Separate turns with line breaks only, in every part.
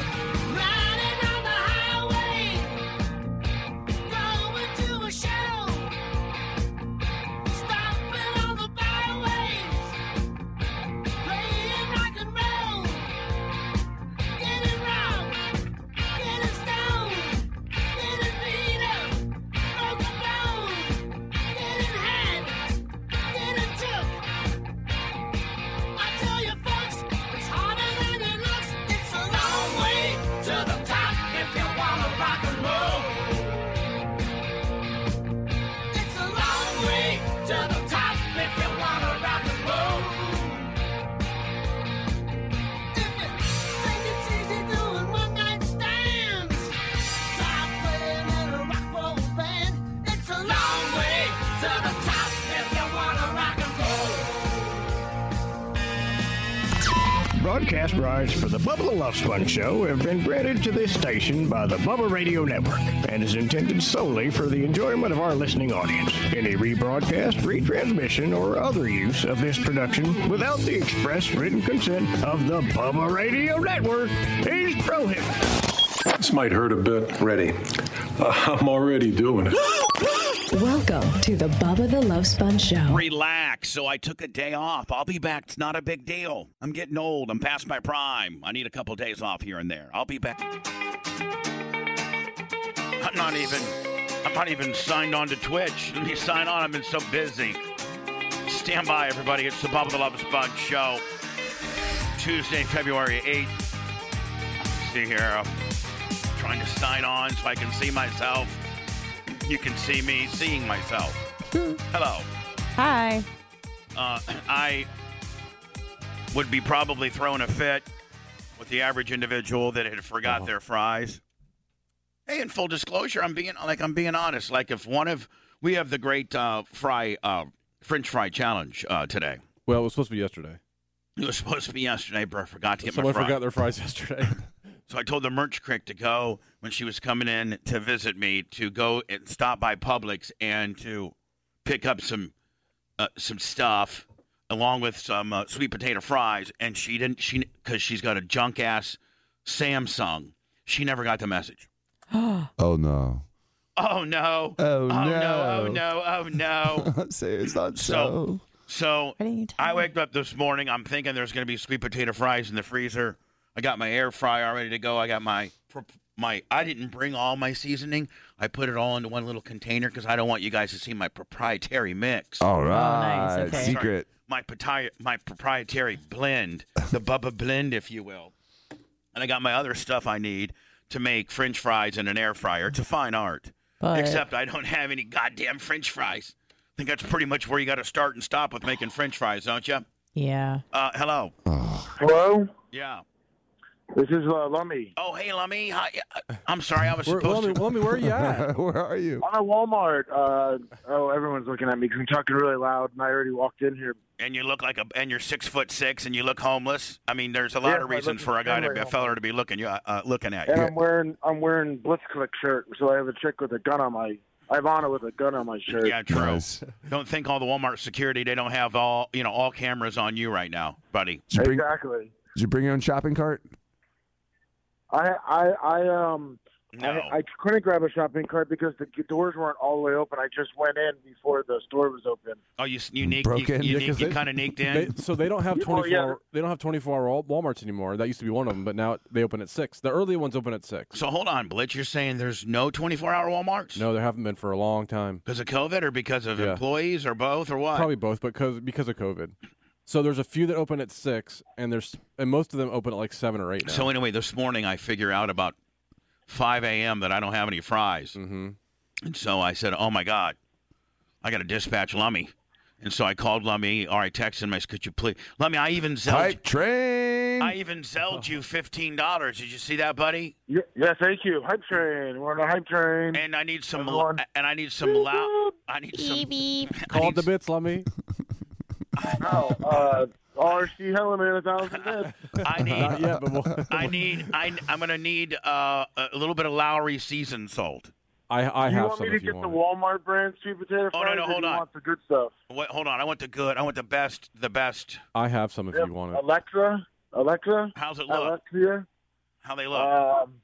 Riding on the highway, going to a show, stopping on the byways, playing rock and roll, getting round, getting stoned, getting beat up, broken bones, getting had, getting took. I tell you, folks, it's harder than it looks. It's a long way to the top if you wanna rock and roll. It's a long way to the top if you wanna rock and roll. If you think it's easy doing one night stands, try playing in a rock roll band. It's a long way to the top if you wanna rock and roll.
Broadcast rights for the Bubba the Love Sponge Show have been granted to this station by the Bubba Radio Network and is intended solely for the enjoyment of our listening audience. Any rebroadcast, retransmission, or other use of this production without the express written consent of the Bubba Radio Network is prohibited.
This might hurt a bit. Ready. I'm already doing it.
Welcome to the Bubba the Love Sponge Show.
Relax. So I took a day off. I'll be back. It's not a big deal. I'm getting old. I'm past my prime. I need a couple days off here and there. I'll be back. I'm not even. I'm not even signed on to Twitch. Let me sign on. I've been so busy. Stand by, everybody. It's the Bubba the Love Sponge Show. Tuesday, February 8th. See here. I'm trying to sign on so I can see myself. You can see me seeing myself. Hello.
Hi.
uh, I would be probably throwing a fit with the average individual that had
Uh-huh.
forgot their fries. Hey, in full disclosure, I'm being like I'm being honest. Like if one of we have the great uh, fry uh, French fry challenge uh, today.
Well, it was supposed to be yesterday.
It was supposed to be yesterday, but I forgot to get my
Someone
fry.
forgot their fries yesterday.
So I told the merch crick to go when she was coming in to visit me to go and stop by Publix and to pick up some uh, some stuff along with some uh, sweet potato fries. And she didn't she because she's got a junk ass Samsung. She never got the message.
Oh no.
Oh no!
Oh,
oh
no.
Oh no! Oh no!
Say it's not
So- so
Why didn't you tell
I
me?
waked up this morning. I'm thinking there's going to be sweet potato fries in the freezer. I got my air fryer ready to go. I got my my. I didn't bring all my seasoning. I put it all into one little container because I don't want you guys to see my proprietary mix.
All
Oh, nice,
right.
okay.
Secret.
My pati- my proprietary blend, the Bubba blend, if you will. And I got my other stuff I need to make French fries in an air fryer. It's a fine art.
But
Except I don't have any goddamn French fries. I think that's pretty much where you got to start and stop with making French fries, don't you?
yeah.
Uh, hello.
Hello,
Yeah.
this is uh, Lummy.
Oh, hey, Lummy. Hi. uh, I'm sorry. I was
where,
supposed
Lummy,
to.
Lummy, where are you at?
Where are you?
I'm at Walmart. Uh, oh, everyone's looking at me 'cause I'm talking really loud, and I already walked in here.
And you look like a. And you're six foot six, and you look homeless. I mean, there's a lot
Yeah,
of
I
reasons
look
for a guy to
extremely
be a feller to be looking you uh, looking at you.
And I'm wearing I'm wearing Blitzkrieg shirt, so I have a chick with a gun on my I have Anna with a gun on my shirt.
Yeah, true.
Nice.
Don't think all the Walmart security they don't have all you know all cameras on you right now, buddy.
Did you, bring, did
exactly.
you bring your own shopping cart?
I I I um
No.
I, I couldn't grab a shopping cart because the g- doors weren't all the way open. I just went in before the store was open.
oh, you s- you naked?
Broke
you,
in?
you,
Yeah, 'cause they-
kind of naked in?
They, so they don't have
Oh,
24
yeah.
hour, they don't have 24 hour Walmarts anymore. That used to be one of them, but now they open at 6. The early ones open at 6.
so hold on, Blitz. You're saying there's no 24 hour WalMarts?
No, there haven't been for a long time.
Because of COVID or because of
Yeah.
employees or both or what?
Probably both, but cause, because of COVID. So there's a few that open at 6 and there's and most of them open at like 7 or 8 now.
So anyway, this morning I figure out about 5 a.m. that I don't have any fries,
Mhm.
and so I said, "Oh my God, I got to dispatch Lummy." And so I called Lummy, or I texted him. I said, "Could you please, Lummy? I even zelled,
Hype train.
I even zelled you fifteen dollars. Did you see that, buddy?
Y- yeah, thank you. Hype train. We're on a hype train.
And I need some,
Everyone.
and I need some loud, I need some, I
Call it
need
the bits, Lummy.
Now, uh, RC Hellman, a thousand bits.
I
Not
need,
yet, but we'll,
I need, I, I'm gonna need uh, a little bit of Lowry seasoned salt.
I, I
You
have
want
some
me to
if you
get the
want.
Walmart brand sweet potato fries?
Oh, no, no,
or
hold
do you
on.
Want the good stuff.
What? Hold on, I want the good. I want the best, the best.
I have some if you want it.
Alexa, Alexa,
How's it look?
Alexia.
How they look?
Um,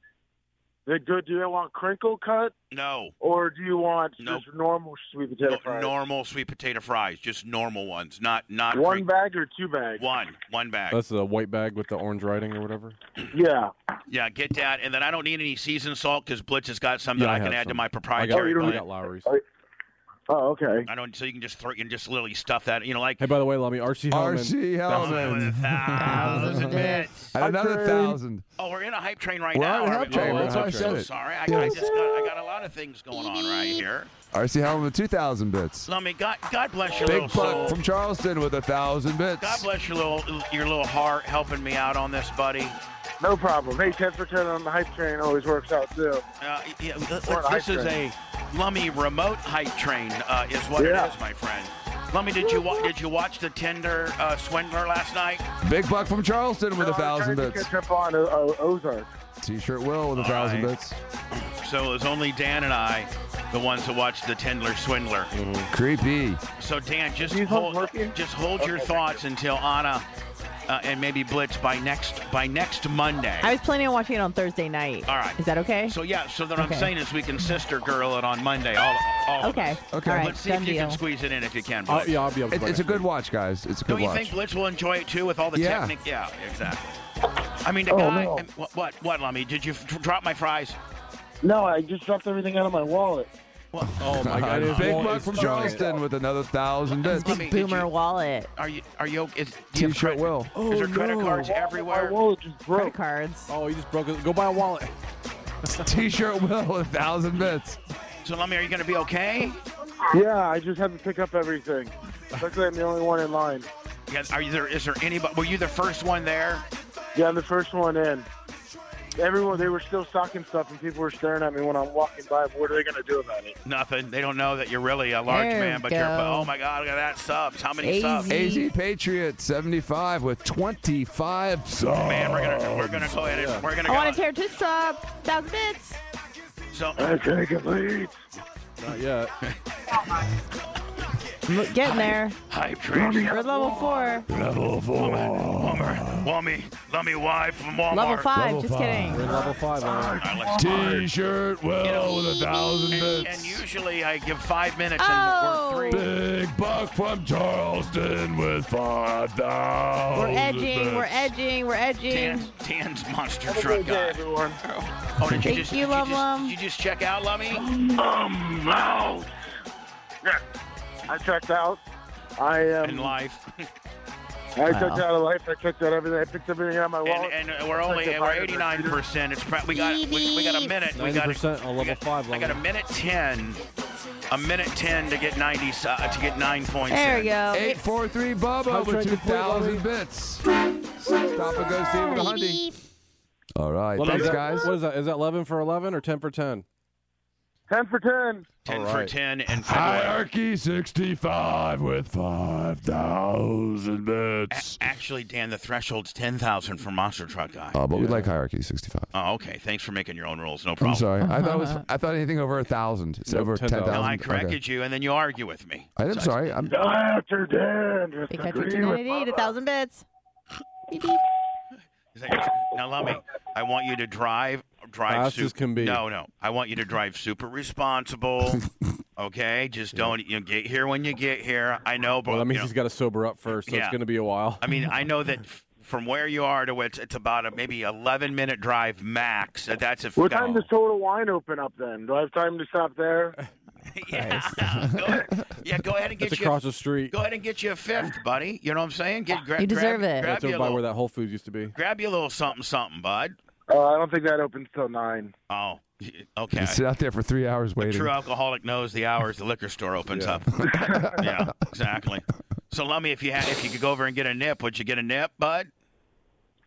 they good. Do you want crinkle cut
no.
or do you want
Nope.
just normal sweet potato
No-
fries?
normal sweet potato fries, just normal ones, not not
One
freak-
bag or two bags?
one one bag.
That's the white bag with the orange writing or whatever.
Yeah.
yeah, get that, and then I don't need any seasoned salt because Blitz has got some
Yeah,
that
I
I, can
have
add to
some.
my
I got,
proprietary.
you don't
I
blend.
got Lowry's.
Oh, Oh, okay.
I don't, so you can just throw, you can just literally stuff that, you know, like
Hey, by the way, Lummy, RC Hellman.
RC
Thousand
Hellman.
thousand bits.
And another
Hype train.
thousand.
Oh, we're in a hype train right
We're
now.
on a
aren't
hype
we?
train,
Oh,
we're on a
I'm
hype
so
train.
sorry. I, I just got, I got a lot of things going on right here.
RC Hellman, two thousand bits.
Let me God, God bless your little
Big
soul.
Buck from Charleston with a thousand bits.
God bless your little your little heart helping me out on this, buddy.
No problem. Hey, 10 for 10 on the hype train always works out, too.
Uh, yeah, th- th-
Or a
this
hype
is a Lummy remote hype train, uh, is what
Yeah.
it is, my friend. Lummy, did you wa- did you watch the Tinder uh, swindler last night?
Big Buck from Charleston with a
No, I'm
thousand
trying to
bits.
catch up on uh, uh, Ozark.
T-shirt Will with a
All
thousand
right.
bits.
So it was only Dan and I, the ones that watched the Tinder swindler.
Mm-hmm.
Creepy.
So Dan, just
These ones
hold
working?
just hold your thoughts until Anna uh, and maybe Blitz by next by next Monday.
I was planning on watching it on Thursday night.
All right.
Is that okay?
so yeah, so then I'm
Okay.
saying is we can sister girl it on Monday. All, all of
okay.
us.
Okay.
All right.
Let's see
Done
if you
deal.
can squeeze it in if you can.
Oh,
Blitz.
yeah, I'll be able to
It,
play
it's a
next
good
week.
watch, guys. It's a good
Don't you
watch.
think Blitz will enjoy it too with all the
Yeah. Oh,
technique? Yeah, exactly. I mean, the guy. What, what? What? Lummy, did you f- drop my fries?
No, I just dropped everything out of my wallet.
What?
Oh my
Uh,
God! it is
Big
wall-
Buck
it's
from
giant.
Charleston with another thousand bits.
Let me- did
Boomer
you-
wallet, Oh,
Are you? Are you? Is, do you have
T-shirt
credit-
Will.
Is there credit cards
My
everywhere?
wallet just
credit
broke.
cards.
Oh, you just broke it. Go buy a wallet.
T-shirt Will with a thousand bits.
So, Lummy, are you going to be okay?
Yeah, I just had to pick up everything. Luckily, I'm the only one in line.
Yeah, are you there? Is there anybody? Were you the first one there?
Yeah, I'm the first one in. Everyone, they were still stocking stuff, and people were staring at me when I'm walking by. What are they going to do about it?
Nothing. They don't know that you're really a large
There
man,
we
but you're.
go.
Oh my God! Look at that subs. How many
Easy.
subs?
AZ Patriot 75 with 25 subs.
Man, we're
Oh,
gonna we're gonna go ahead and we're gonna
I want a
go.
tear twist up. Thousand bits.
so,
take a lead.
Not yet.
Getting there.
hype train.
We're at level four.
Walmart, Lummy, Lummy Y from Walmart.
Level five.
Level
just
five.
We're
kidding.
in level five. All right.
All right, let's-
T-shirt Will Oh, with a thousand
And, and
bits.
usually I give five minutes and we're three.
Oh.
Big Buck from Charleston with 5,000
We're edging. We're edging. We're edging.
Tan, Tan's monster
Have a
truck
good day,
guy.
everyone.
Oh, did you
Thank
just,
you,
did
Lum
just,
Lum.
did you just check out, Lummy?
Um, out. Yeah, I checked out. I
In
um,
life,
I checked out of life. I checked out everything. I picked everything out of my wallet.
and, and we're only
Like the
we're
fire
89 percent. It's pre- we got we, we got a minute. We got
90% on
we
level
got-
five,
I got a
Lummi.
minute 10, a minute 10 to get 90 si- uh, to get nine points.
There
in.
we go.
843 Bubba with
trying to play,
2,000
Bobby.
bits. Stop and go see with a hundy. All right.
What is
Thanks,
that-
guys.
What is that? Is that 11 for 11 or 10 for 10?
ten for ten.
10
All
for
right.
10 and
Hierarchy 65 with 5,000 bits.
Actually, Dan, the threshold's 10,000 for monster truck guy.
Uh, but we like Hierarchy 65.
Oh, okay. Thanks for making your own rules. No problem.
I'm sorry. I thought it was. I thought anything over a thousand. It's
Nope,
over ten
10,000.
thousand.
No, I corrected you, and then you argue with me.
I'm sorry. I'm.
After ten.
Big country 298. A thousand bits.
Is that your- now, Lummy, I want you to drive drive
Fast as
sup-
can be.
No, no. I want you to drive super responsible. okay, just don't you know, get here when you get here. I know, but
Well, that
you
means
know,
he's got to sober up first, so
Yeah.
it's going to be a while.
I mean, I know that f- from where you are to where it's, it's about a maybe 11 minute drive max. That- That's if
What time does Total Wine open up then? Do I have time to stop there?
yeah, go ahead, yeah, go ahead and get
It's
you.
across the street.
Go ahead and get you a fifth, buddy. You know what I'm saying? Get, gra-
You deserve
grab,
it.
Grab
That's
you,
over
a
by where
little,
that Whole Foods used to be.
grab you a little something, something, bud.
Uh, I don't think that opens till nine.
Oh, okay.
You
uh,
sit out there for three hours waiting.
True alcoholic knows the hours the liquor store opens
Yeah.
up. yeah, exactly. So, Lummy, if you had, if you could go over and get a nip, would you get a nip, bud?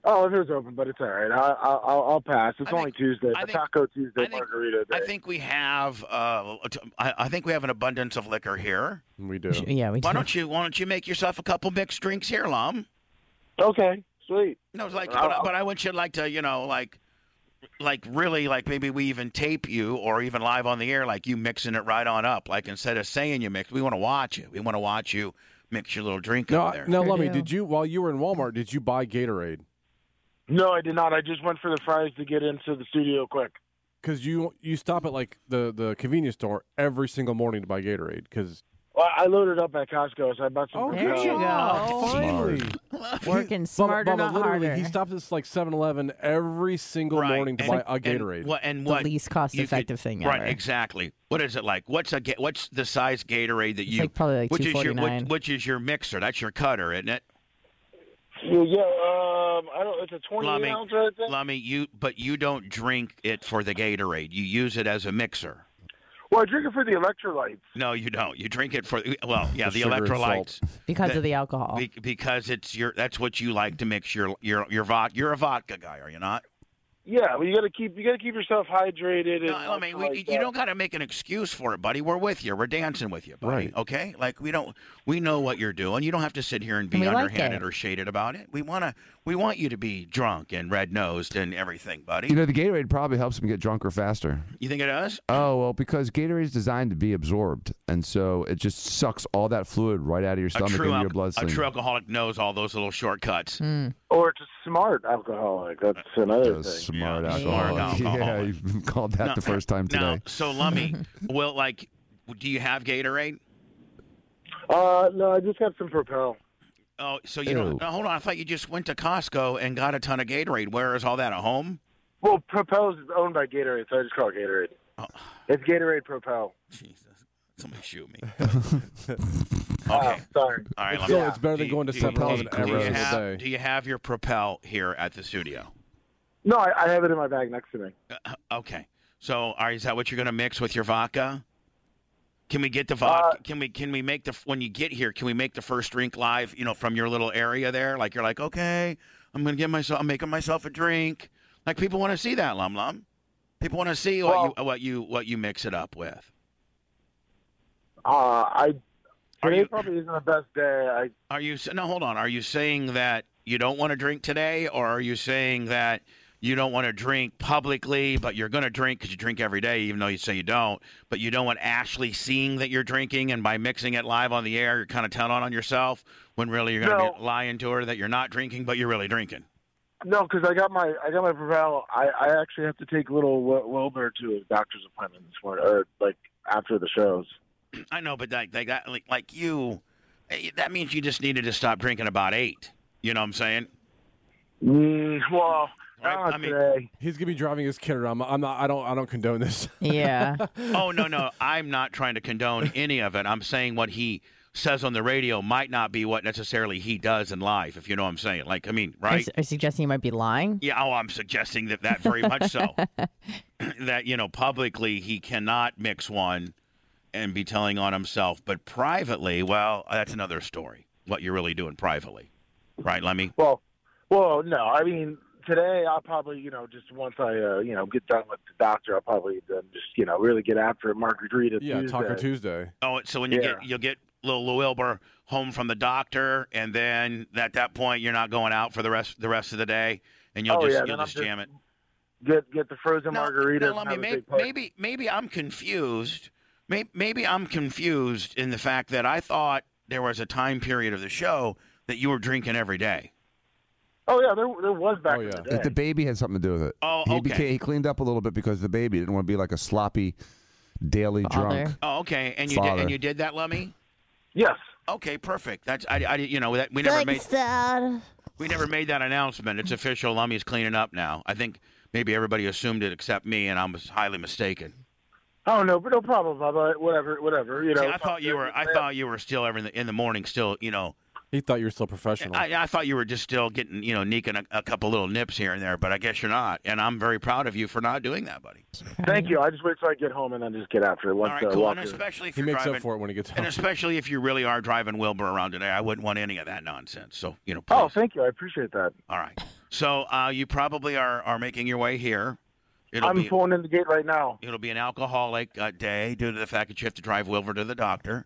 Oh, if it was open, but it's all right. I, I, I'll, I'll pass. It's
I think-
only Tuesday.
I
A
think-
Taco Tuesday,
I think-
margarita day.
I think we have. Uh, t- I, I think we have an abundance of liquor here.
We do.
Yeah, we
Why don't you? Why don't you make yourself a couple mixed drinks here, Lum?
okay, sweet.
No, it's like,
I'll-
but, I- but I want you like to, you know, like, like really, like maybe we even tape you or even live on the air, like you mixing it right on up. Like instead of saying you mix, we want to watch it. We want to watch you mix your little drink
No,
up
I-
there.
now,
Sure
Lummy,
do.
did you while you were in Walmart, did you buy Gatorade?
No, I did not. I just went for the fries to get into the studio quick.
Because you you stop at like the the convenience store every single morning to buy Gatorade. Because
Well, I loaded up at Costco, so I bought some.
oh,
There
good
you
job,
go.
finally
Working
Bubba-
smarter,
Bubba,
not
literally,
harder.
He stops at like 7-Eleven every single
Right,
morning to
and-
buy a Gatorade.
And what? And
the
what
least cost
you could-
effective thing
Right,
ever.
exactly. What is it like? What's a ga- what's the size Gatorade that
It's
you
like probably like
which is your which,
249.
which is your mixer? That's your cutter, isn't it?
Yeah, yeah, um, I don't. It's a twenty-eight
Lummy.
ounce, I think.
Lummy, you but you don't drink it for the Gatorade. You use it as a mixer.
Well, I drink it for the electrolytes.
No, you don't. You drink it for well, yeah,
For
the
sugar and
electrolytes
because
that-
of the alcohol.
be, because it's your that's what you like to mix your your your vodka. You're a vodka guy, are you not?
Yeah, well, you got to keep you got to keep yourself hydrated. and
No, I mean, we,
electrolytes
you
up.
don't got to make an excuse for it, buddy. We're with you. We're dancing with you, buddy.
Right.
Okay, like we don't, we know what you're doing. You don't have to sit here and be
And we like
underhanded
it.
or shaded about it. We wanna, we want you to be drunk and red nosed and everything, buddy.
You know, the Gatorade probably helps him get drunker faster.
you think it does?
Oh, well, because Gatorade is designed to be absorbed. And so it just sucks all that fluid right out of your
A
stomach into
true,
your
alco- a
bloodstream.
true alcoholic knows all those little shortcuts. Uh,
Or it's a smart alcoholic. That's another
Just
thing.
smart
Yeah,
alcohol.
smart alcohol.
Yeah, you called that
No,
the first time today.
Now, so Lummy, well, like, do you have Gatorade?
Uh, no, I just got some Propel.
Oh, so you don't.
Ew.
No, hold on. I thought you just went to Costco and got a ton of Gatorade. Where is all that at home?
Well, Propel is owned by Gatorade, so I just call it Gatorade.
Oh.
It's Gatorade Propel.
Jesus, somebody shoot me.
Oh,
okay.
sorry.
All right,
It's
let
still-
me-
it's better
do
than
you-
going to
do you-
7-Eleven
do you-
every
do you
single
have-
day.
Do you have your Propel here at the studio?
No, I, I have it in my bag next to me.
Uh, okay. So, are is that what you're going to mix with your vodka? Can we get the vodka? can we can we make the when you get here? Can we make the first drink live? You know, from your little area there. Like you're like, okay, I'm going to get myself. I'm making myself a drink. Like people want to see that, Lum Lum. People want to see what you what you what you mix it up with.
Uh, I
Are
today
you-
probably isn't the best day. I
Are you no hold on? Are you saying that you don't want to drink today, or are you saying that you don't want to drink publicly, but you're going to drink because you drink every day, even though you say you don't? But you don't want Ashley seeing that you're drinking, and by mixing it live on the air, you're kind of telling on yourself when really you're going to
No.
be lying to her that you're not drinking, but you're really drinking.
no, because I got my I got my Propel. I, I actually have to take little Wil- Wilbur to his doctor's appointment this morning, or like after the shows.
I know, but like, like, like, like you, eh, that means you just needed to stop drinking about eight. You know what I'm saying?
Mm, well,
Right,
not
I mean-
today.
He's gonna be driving his kid around. I'm not. I don't. I don't condone this.
yeah.
Oh no, no, I'm not trying to condone any of it. I'm saying what he says on the radio might not be what necessarily he does in life, if you know what I'm saying. Like, I mean,
Are
right?
you are you suggesting you might be lying?
Yeah. Oh, I'm suggesting that that very much so. that you know, publicly he cannot mix one and be telling on himself, but privately, well, that's another story. What you're really doing privately, right, Lemmy?
Well, well, no. I mean, today I'll probably, you know, just once I, uh, you know, get done with the doctor, I'll probably then just, you know, really get after it. Margarita
yeah.
Tuesday.
Taco Tuesday.
Oh, so when you
Yeah.
get you'll get little Lou Wilbur home from the doctor, and then at that point you're not going out for the rest the rest of the day, and you'll
Oh,
just
yeah,
you'll
then I'm
just
just-
jam it.
Get get the frozen
No,
margarita.
no,
and
Lummi,
have a
may-
big party.
maybe maybe I'm confused. Maybe, maybe I'm confused in the fact that I thought there was a time period of the show that you were drinking every day.
Oh yeah, there there was back
Oh,
in
yeah.
the day.
The baby had something to do with it.
Oh,
he
okay.
became, he cleaned up a little bit because the baby didn't want to be like a sloppy daily
Father.
drunk.
Oh, okay. And you did,
Father.
and you did that, Lummy.
yes.
Okay, perfect. That's I, I you know that we never made we never made that announcement. It's official. Lummy's cleaning up now. I think maybe everybody assumed it except me, and I was highly mistaken.
Oh no, but no problem, Bubba. Whatever, whatever. You know.
See, I thought you were I thought you were still every in the, in the morning still you know
He thought you were still professional.
I, I thought you were just still getting you know neeking a, a couple little nips here and there, but I guess you're not, and I'm very proud of you for not doing that, buddy.
Thank you. I just wait till I get home and then just get after it.
All
Once
right,
uh,
cool. And
Walker-
especially if
he
you're
makes
driving,
up for it when he gets
and
home.
especially if you really are driving Wilbur around today, I wouldn't want any of that nonsense. So you know, please.
Oh, thank you. I appreciate that.
all right. So uh, you probably are are making your way here. It'll
I'm
be
pulling in the gate right now.
it'll be an alcoholic uh, day due to the fact that you have to drive Wilbur to the doctor,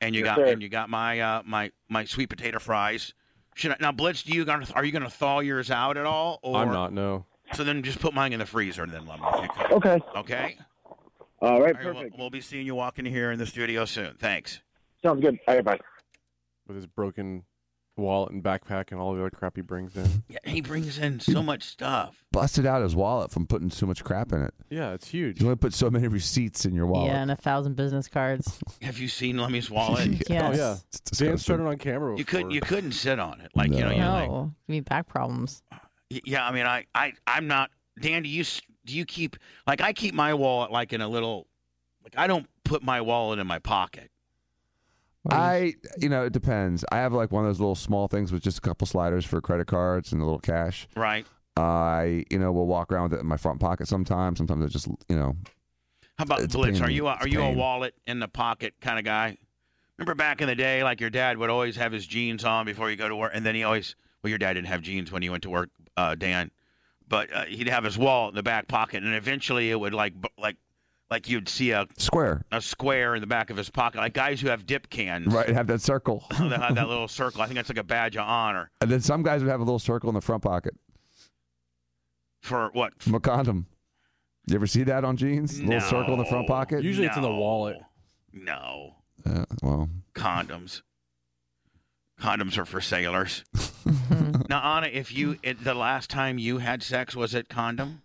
and you
Yes,
got
sir.
and you got my uh, my my sweet potato fries. Should I, now, Blitz? Do you gonna are you gonna thaw yours out at all? Or
I'm not. No.
So then just put mine in the freezer and then let me. If you could.
Okay.
Okay.
All right.
All right, we'll,
Perfect.
we'll be seeing you walking here in the studio soon. Thanks.
Sounds good. All right. Bye.
With his broken wallet and backpack and all the other crap he brings in.
Yeah, he brings in so much stuff.
Busted out his wallet from putting too much crap in it.
Yeah, it's huge.
You only put so many receipts in your wallet.
Yeah, and a thousand business cards.
Have you seen Lemmy's wallet?
Oh
Yes.
yeah.
It's
Dan showed it
disgusting.
on camera.
you
before.
couldn't. You couldn't sit on it. Like you know.
No.
You're like,
No, give me back problems.
Y- Yeah, I mean, I, I, I'm not. Dan, do you s- do you keep like I keep my wallet like in a little, like I don't put my wallet in my pocket.
I, you know, it depends. I have like one of those little small things with just a couple sliders for credit cards and a little cash.
Right?
I, you know, will walk around with it in my front pocket sometimes. Sometimes I just, you know,
How about
It's
Blitz? Are
pain.
you a,
It's
are you a
pain.
wallet in the pocket kind of guy? Remember back in the day, like your dad would always have his jeans on before you go to work, and then he always well, your dad didn't have jeans when he went to work, uh, Dan, but uh, he'd have his wallet in the back pocket, and eventually it would like b- like like you'd see a
square.
a square in the back of his pocket, like guys who have dip cans.
Right, have that circle,
They'll have that little circle. I think that's like a badge of honor.
and then some guys would have a little circle in the front pocket
for what?
from a condom. You ever see that on jeans?
No.
Little circle in the front pocket.
You- Usually it's in the
No.
wallet.
No.
Yeah, well,
Condoms. Condoms are for sailors. now, Anna, if you it, the last time you had sex was it condom?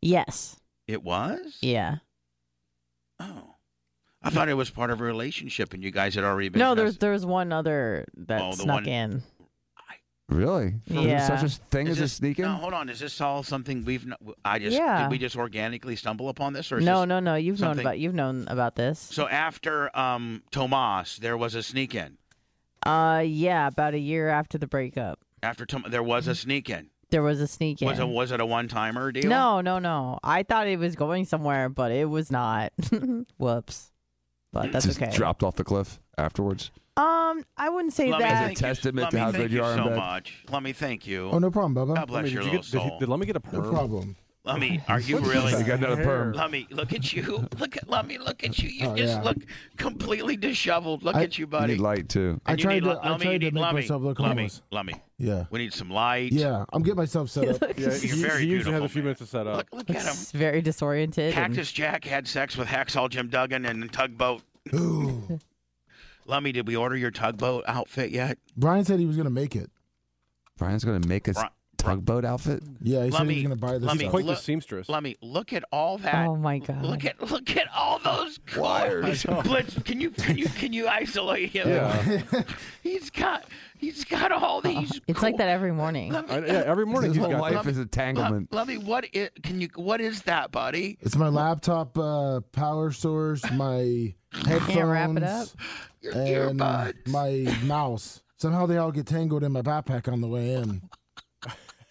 Yes.
It was.
Yeah.
Oh, I thought it was part of a relationship, and you guys had already been.
No, there's
The-
there's one other that
Oh, the
snuck
one-
in.
really?
Yeah.
There's such a thing as a sneaking.
No, hold on. Is this all something we've? kn- I just
Yeah.
did we just organically stumble upon this, or is
No,
this-
no, no. You've known
something-
about you've known about this.
So after um Tomas, there was a sneak in.
Uh, yeah. About a year after the breakup,
After Tom, there was a sneak in.
there was a Mm-hmm. sneak in.
Was it was it a one timer deal?
no, no, no. I thought it was going somewhere, but it was not. Whoops. But that's
just
okay.
dropped off the cliff afterwards.
Um, I wouldn't say
Let me
that.
thank you-
testament
let
to
me
how
thank
good you are in
so
bed.
much. Let me thank you.
Oh, no problem,
God
Bubba.
bless
Let me-
your
did,
little
you get, did, he,
soul.
did Lemmy get a
No
perm?
problem.
Let me. Are you really?
I got another perm.
Let me look at you. Look at let me look at you. You
Oh,
just
yeah.
look completely disheveled. Look
I-
at you,
You
buddy.
need light too.
I
And you
tried
need
to.
lu-
I
Lummi, you
tried to
need
make
Lummi.
myself look
Lummi,
homeless.
Lummi,
Yeah.
We need some light.
Yeah. I'm getting myself set up.
Yeah,
You're
he,
very
he usually has
beautiful,
a few
man.
minutes to set up.
Look, look at him.
It's very disoriented. and-
Cactus Jack had sex with Hacksaw Jim Duggan and Tugboat.
Ooh.
Lummy, did we order your tugboat outfit yet?
Brian said he was gonna make it.
Brian's gonna make a
Bri-
tugboat outfit.
Yeah. He said he
Lummi,
was gonna buy this
Lummi,
stuff.
Quite the
Look-
seamstress.
Lummy, look at all that.
oh my god.
Look at look at all those wires. Blitz, can you can you can you isolate him?
Yeah.
He's got he's got
Oh
all these.
It's like that every morning.
Let me,
I- yeah, every morning
His
he's
whole
got
life
that.
is a tanglement.
let me. What is? Can you? What is that, buddy?
It's my laptop uh, power source, my headphones,
wrap it up?
Your
and
earbuds.
my mouse. Somehow they all get tangled in my backpack on the way in.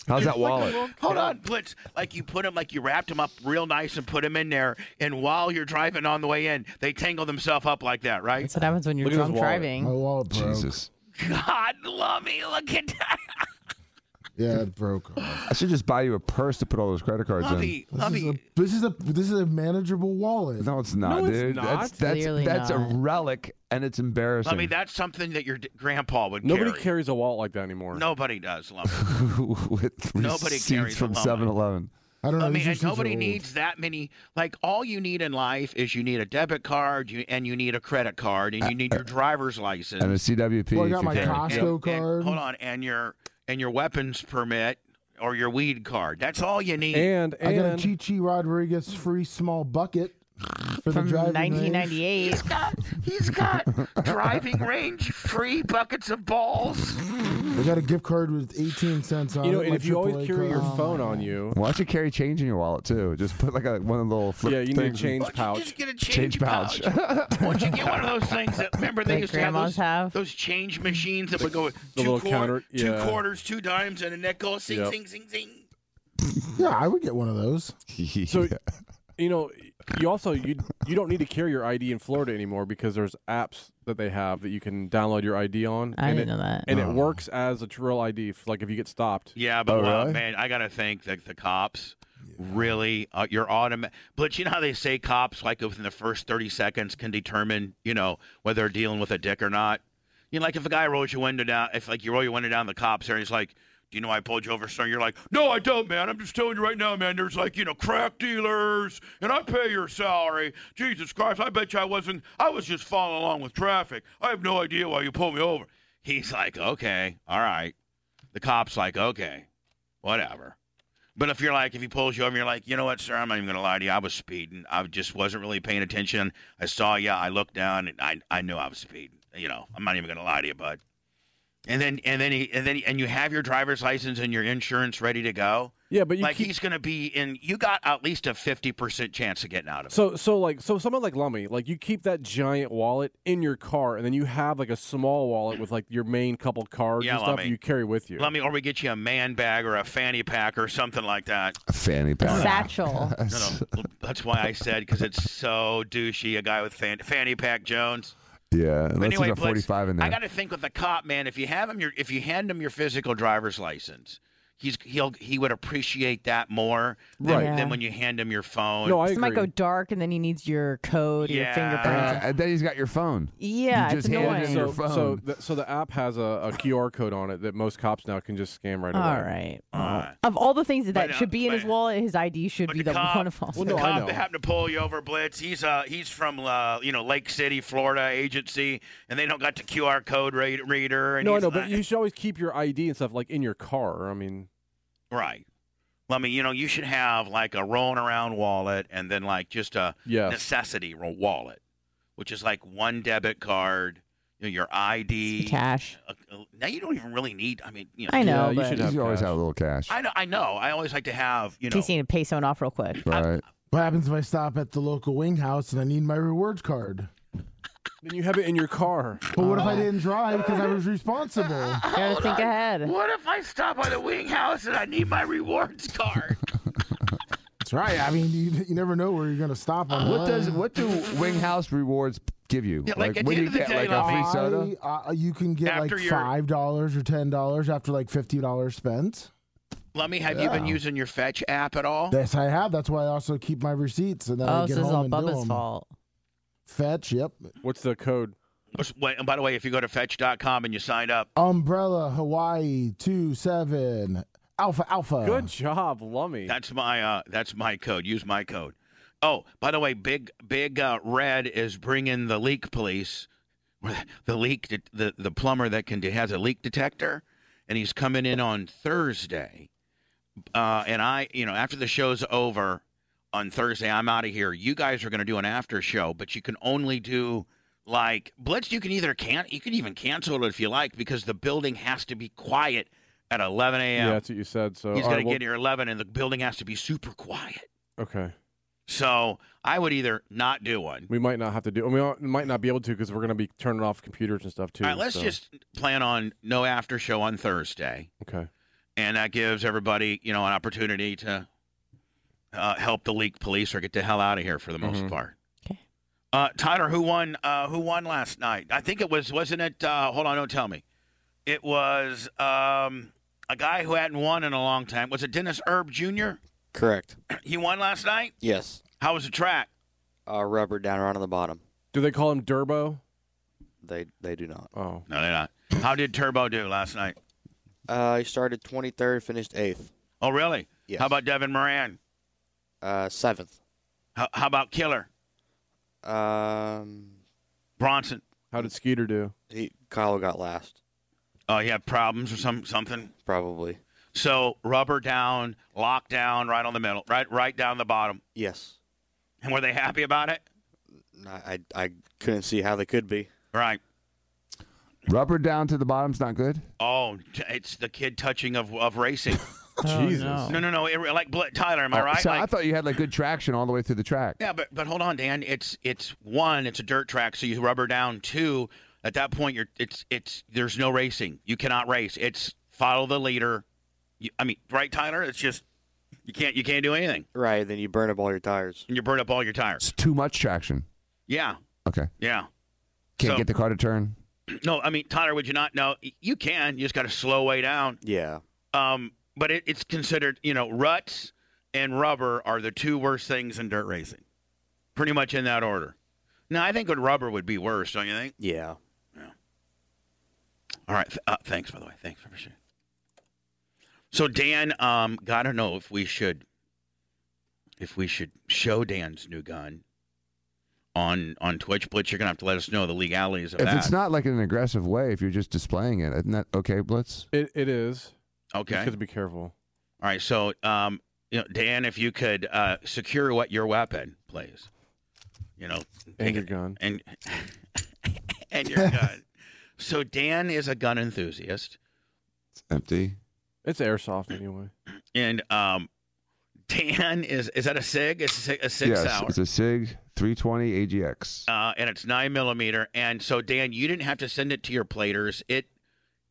How's that wallet?
Hold on, Blitz. Like you put him, like you wrapped him up real nice and put him in there. And while you're driving on the way in, they tangle themselves up like that, right?
That's what happens when you're
Look at his
drunk
wallet.
My
driving.
wallet broke.
Jesus.
God, Lummy, look at that.
Yeah, it broke.
I should just buy you a purse to put all those credit cards in.
Lummy,
This is, a, this is
Lummy.
a this is a manageable wallet.
No, it's not,
No, it's
dude.
not.
That's that's
Clearly
that's
not.
a relic, and it's embarrassing.
Lummy, that's something that your d- grandpa would
Nobody
carry.
carries a wallet like that anymore.
Nobody does, Lummy.
with
Nobody
receipts
carries a
from
lump.
7-Eleven.
I don't know.
I mean,
these
and
shoes are
nobody
old.
needs that many. Like, all you need in life is you need a debit card, you and you need a credit card, and you need your driver's license.
and a CWP.
Well, I
if
got
you
my
can.
Costco
and-
card.
hold on, and your and your weapons permit or your weed card. That's all you need.
And
I got a Chichi Rodriguez free small bucket for the
From
driving range.
1998. He's got- he's got driving range free buckets of balls.
I got a gift card with 18 cents on
You know,
it.
and
my
if you
AAA
always carry your
card.
phone on you,
Why don't you carry change in your wallet too? Just put like a one of the little flip
Yeah, you need a
things.
change pouch. Just
get a change pouch. Once you get one of those things that remember they
That
used to have
grandmas
those, those change machines that would go with
the
two,
little
quar-
counter-
two
yeah.
quarters, two dimes, and a nickel. Zing,
Yep.
zing, zing, zing.
Yeah, I would get one of those.
So, you know, you also you you don't need to carry your ID in Florida anymore because there's apps that they have that you can download your ID on.
I
and
didn't
it,
know that.
and
Oh.
it works as a real ID. f- Like if you get stopped. Oh,
Yeah,
Oh,
but well, man, I gotta thank the, the cops. Really, uh, your automatic. But you know how they say cops, like within the first thirty seconds, can determine, you know, whether they're dealing with a dick or not. You know, like if a guy rolls your window down, if like you roll your window down, the cops there, and he's like, "Do you know I pulled you over, sir?" You're like, "No, I don't, man. I'm just telling you right now, man. There's like, you know, crack dealers, and I pay your salary. Jesus Christ, I bet you I wasn't. I was just following along with traffic. I have no idea why you pulled me over." He's like, "Okay, all right." The cop's like, okay, whatever. But if you're like, if he pulls you over, you're like, you know what, sir, I'm not even going to lie to you. I was speeding. I just wasn't really paying attention. I saw you. I looked down, and I, I knew I was speeding. You know, I'm not even going to lie to you, bud. And then, and then, he, and then, and you have your driver's license and your insurance ready to go.
Yeah, but you
like he's going to be in. You got at least a fifty percent chance of getting out of it.
So so like so someone like Lummy, like you keep that giant wallet in your car, and then you have like a small wallet with like your main couple cards
Yeah,
and stuff
Lummi.
you carry with you.
Let me, or we get you a man bag or a fanny pack or something like that.
A fanny pack.
Satchel.
No, no. That's why I said because it's so douchey. A guy with fan, fanny pack Jones.
Yeah,
But
unless
anyway,
there's a
Blitz,
45 in there.
I got to think with the cop, man. If you have him, your if you hand him your physical driver's license, he's he'll he would appreciate that more than,
Right.
than when you hand him your phone.
Oh, This might go dark, and then he needs your code, or your
Uh,
fingerprints.
and then he's got your phone.
Yeah,
you
it's
just hand
annoying.
him your
so,
phone.
so, the, so the app has a, a QR code on it that most cops now can just scan right away.
All right. Of all the things that, that should be in his wallet, his ID should be the
cop,
one of all.
uh, the cop that happened to pull you over, Blitz. He's uh he's from uh you know Lake City, Florida agency, and they don't got the QR code read, reader. And
No,
he's
no, but
not-
you should always keep your ID and stuff like in your car. I mean,
Right. Well, I mean, you know, you should have like a rolling around wallet and then like just a
Yes.
necessity ro- wallet, which is like one debit card, you know, your ID,
cash.
Uh, uh, now you don't even really need. I mean, you know,
I know, Yeah, you but- should
You
have
should always have a little cash.
I know. I know. I always like to have. You know.
Casey, you need to pay someone off real quick.
Right.
What happens if I stop at the local wing house and I need my rewards card?
then you have it in your car.
But what if I didn't drive because I was responsible?
Gotta think ahead.
What if I stop by the wing house and I need my rewards card?
That's right. I mean, you, you never know where you're going to stop on.
What does what do Wing House rewards give you?
Yeah, like, at
when
the
you
end of the
get
day,
like a free
I-
soda?
Uh, you can get
After
like
your-
five dollars or ten dollars after like fifty dollars spent.
Lummy, have you been
Yeah.
using your Fetch app at all?
Yes, I have. That's why I also keep my receipts and then I
uh,
Oh,
get
so this is
home
all
and do
Bubba's
'em.
fault.
Fetch. Yep.
What's the code?
Wait, and by the way, if you go to Fetch.com and you sign up,
Umbrella Hawaii two seven Alpha Alpha.
Good job, Lummy.
That's my uh, that's my code. Use my code. Oh, by the way, big big uh, red is bringing the leak police. The leak det- the the plumber that can de- has a leak detector, and he's coming in on Thursday. Uh, and I, you know, after the show's over on Thursday, I'm out of here. You guys are going to do an after show, but you can only do like Blitz. You can either can't you can even cancel it if you like because the building has to be quiet at 11 a.m.
Yeah, that's what you said. So
He's
all
going
right,
to
well-
get here 11, and the building has to be super quiet.
Okay.
So I would either not do one.
We might not have to do. We might- might not be able to because we're going to be turning off computers and stuff too.
All right, let's
so-
just plan on no after show on Thursday,
Okay.
and that gives everybody, you know, an opportunity to uh, help the leak police or get the hell out of here for the
Mm-hmm.
most part. Okay. Uh, Tyler, who won? Uh, who won last night? I think it was, wasn't it? Uh, hold on, don't tell me. It was um, a guy who hadn't won in a long time. Was it Dennis Erb Jr.?
Correct.
He won last night.
Yes.
How was the track?
Uh, rubber down around on the bottom.
Do they call him Durbo?
They they do not.
Oh.
No, they're not. How did Turbo do last night?
Uh, he started 23rd, finished 8th.
Oh, really?
Yes.
How about Devin Moran?
Uh, 7th.
How, how about Killer?
Um,
Bronson.
How did Skeeter do?
He Kyle got last.
Oh, you have problems or some something?
Probably.
So rubber down, lock down, right on the middle, right right down the bottom.
Yes.
And were they happy about it?
I, I, I couldn't see how they could be.
Right.
Rubber down to the bottom's not good.
Oh, t- it's the kid touching of of racing.
Oh, Jesus. no.
No, no, no. It, like Bl- Tyler, am I
Oh,
Uh,
right?
So
Like-
I thought you had like good traction all the way through the track.
Yeah, but but hold on, Dan. It's it's one. It's a dirt track, so you rubber down. Two. At that point, you're it's it's there's no racing. You cannot race. It's follow the leader. You, I mean, right, Tyler? It's just you can't you can't do anything,
Right. Then you burn up all your tires.
and you burn up all your tires.
Too much traction.
Yeah,
Okay.
yeah.
Can't
So-
get the car to turn.
No, I mean, Tyler, would you not? No, y- you can. You just got to slow way down.
Yeah.
Um, but it, it's considered, you know, ruts and rubber are the two worst things in dirt racing, pretty much in that order. Now, I think with rubber would be worse, don't you think?
Yeah.
All right. Th- uh, thanks, by the way. Thanks for sharing. So, Dan, um, gotta know if we should, if we should show Dan's new gun on on Twitch. Blitz, you're gonna have to let us know the legalities of
If
that.
it's not like in an aggressive way, if you're just displaying it, isn't that okay, Blitz?
It, it is.
Okay.
Just got to be careful.
All right, so um, you know, Dan, if you could uh, secure what your weapon, please. You know,
And
take
your
it-
gun.
and and your gun. So Dan is a gun enthusiast,
It's empty.
It's airsoft anyway.
and um, Dan is is that a sig? It's a sig, a six
yes,
hour,
it's a Sig 320 AGX.
uh, and it's nine millimeter. And so Dan, you didn't have to send it to your platers. It,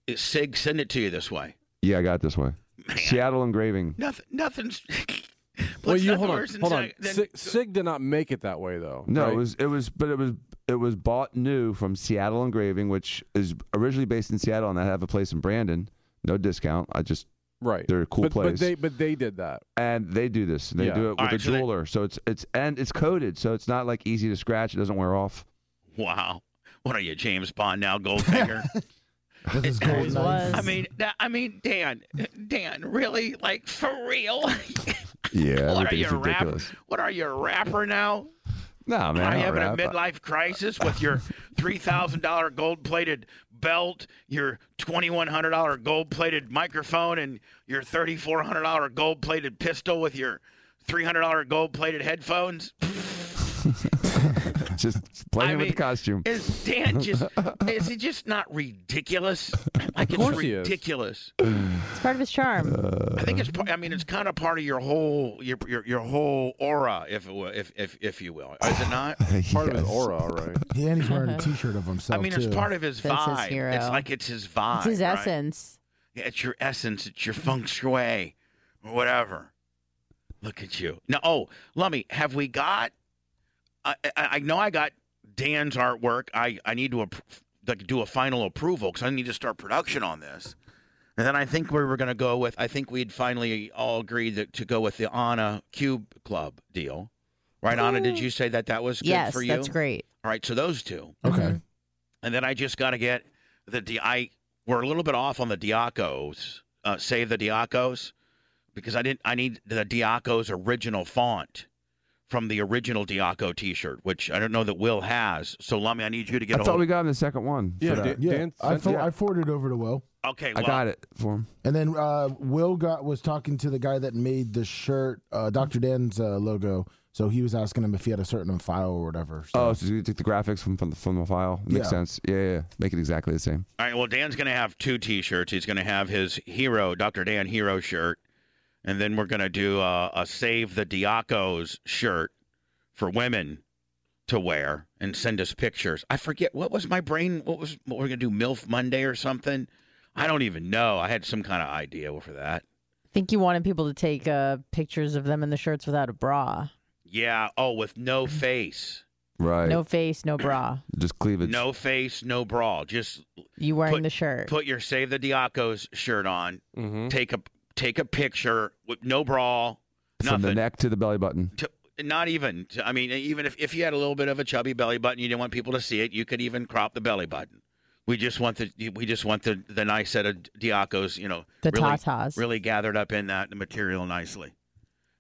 it sig send it to you this way.
Yeah, I got it this way. Seattle engraving.
Nothing, nothing's.
well,
What's
you
nothing
hold on.
worse than
Hold on.
sig- than-
Sig, Sig did not make it that way though.
No,
right?
it was it was, but it was it was bought new from Seattle Engraving, which is originally based in Seattle, and I have a place in Brandon. No discount. I just
right.
They're a cool
but,
place.
But they but they did that.
and they do this. They
Yeah.
do it with
All
a
right, so they-
jeweler, so it's it's and it's coated, so it's not like easy to scratch. It doesn't wear off.
Wow. What are you, James Bond now, Goldfinger?
Always knife. was.
I mean, that, I mean, Dan, Dan, really? Like for real?
Yeah,
what are you a rapper? What are you a rapper now?
Oh,
No, man.
are
I
you
don't
having a
rap.
midlife crisis with your three thousand dollar gold plated belt, your twenty one hundred dollar gold plated microphone, and your thirty four hundred dollar gold plated pistol with your three hundred dollar gold plated headphones?
just playing with the costume.
Is Dan just is he just not ridiculous? Like
course
it's
he is.
ridiculous.
It's part of his charm.
Uh,
I think it's. par- I mean, it's kind of part of your whole your your, your whole aura, if it will, if if if you will, is it not?
Part of his aura, right?
Yeah, and he's wearing a T-shirt of himself.
I mean, it's
too.
part of his
That's his
vibe.
hero.
It's like it's his vibe.
It's his
right?
essence.
Yeah, it's your essence. It's your feng shui, or whatever. Look at you. Now, oh, Lummy, have we got? I, I, I know I got Dan's artwork. I I need to appro- like do a final approval because I need to start production on this. And then I think we were going to go with. I think we'd finally all agreed that, to go with the Anna Cube Club deal, right? Anna, did you say that that was good
yes,
for you?
that's great.
All right, so those two.
Okay.
And then I just got to get the Di- I we're a little bit off on the Diacos. Uh, save the Diacos because I didn't. I need the Diacos original font from the original Diaco T-shirt, which I don't know that Will has. So Lummy, I need you to get
I
a
thought
hold.
we got him the second one. for
Yeah,
that.
Dan-
Yeah,
Dan
I,
sent
fo-
it.
I forwarded it over to Will,
okay,
I
Lum-
got it for him.
and then uh, Will got was talking to the guy that made the shirt, uh, Dr. Dan's uh, logo. So he was asking him if he had a certain file or whatever. So.
Oh, so you took the graphics from from the, from the file. Makes
Yeah.
sense. Yeah, yeah, yeah. Make it exactly the same.
All right. Well, Dan's going to have two T-shirts. He's going to have his hero, Dr. Dan Hero shirt, and then we're going to do a, a Save the Diacos shirt for women to wear and send us pictures. I forget what was my brain. What was what we're going to do? Milf Monday or something? I don't even know. I had some kind of idea for that.
I think you wanted people to take uh, pictures of them in the shirts without a bra.
Yeah. Oh, with no face,
Right.
No face, no bra.
Just cleavage.
no face, no bra. Just
You wearing
Put-
the shirt.
put your Save the Diacos shirt on.
Mm-hmm.
Take a take a picture with no bra.
From the
Nothing.
neck to the belly button.
to, not even. I mean, even if, if you had a little bit of a chubby belly button, you didn't want people to see it. You could even crop the belly button. We just want the we just want the the nice set of diacos, you know,
The
really,
tatas.
really gathered up in that material nicely.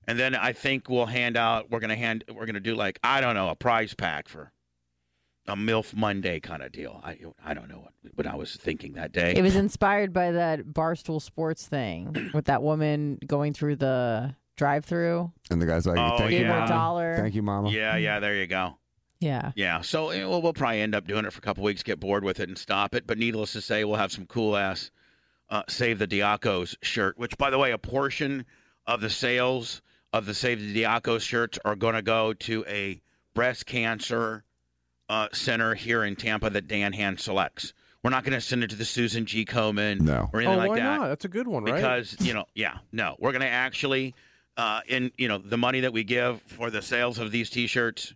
And then I think we'll hand out. We're gonna hand. We're gonna do like I don't know a prize pack for a MILF Monday kind of deal. I I don't know what, what I was thinking that day.
It was inspired by that Barstool Sports thing with that woman going through the drive-through.
And the guy's like,
Oh,
thank you,
yeah.
mama.
Dollar.
Thank you, mama.
Yeah, yeah, there you go.
Yeah.
Yeah, so eh, we'll, we'll probably end up doing it for a couple weeks, get bored with it, and stop it. But needless to say, we'll have some cool ass uh, Save the Diacos shirt, which, by the way, a portion of the sales of the Save the Diacos shirts are going to go to a breast cancer uh, center here in Tampa that Dan Hand selects. We're not going to send it to the Susan G. Komen no. or anything
oh,
like
why
that
not? That's a good one, right?
because you know yeah no we're gonna actually uh in you know the money that we give for the sales of these t-shirts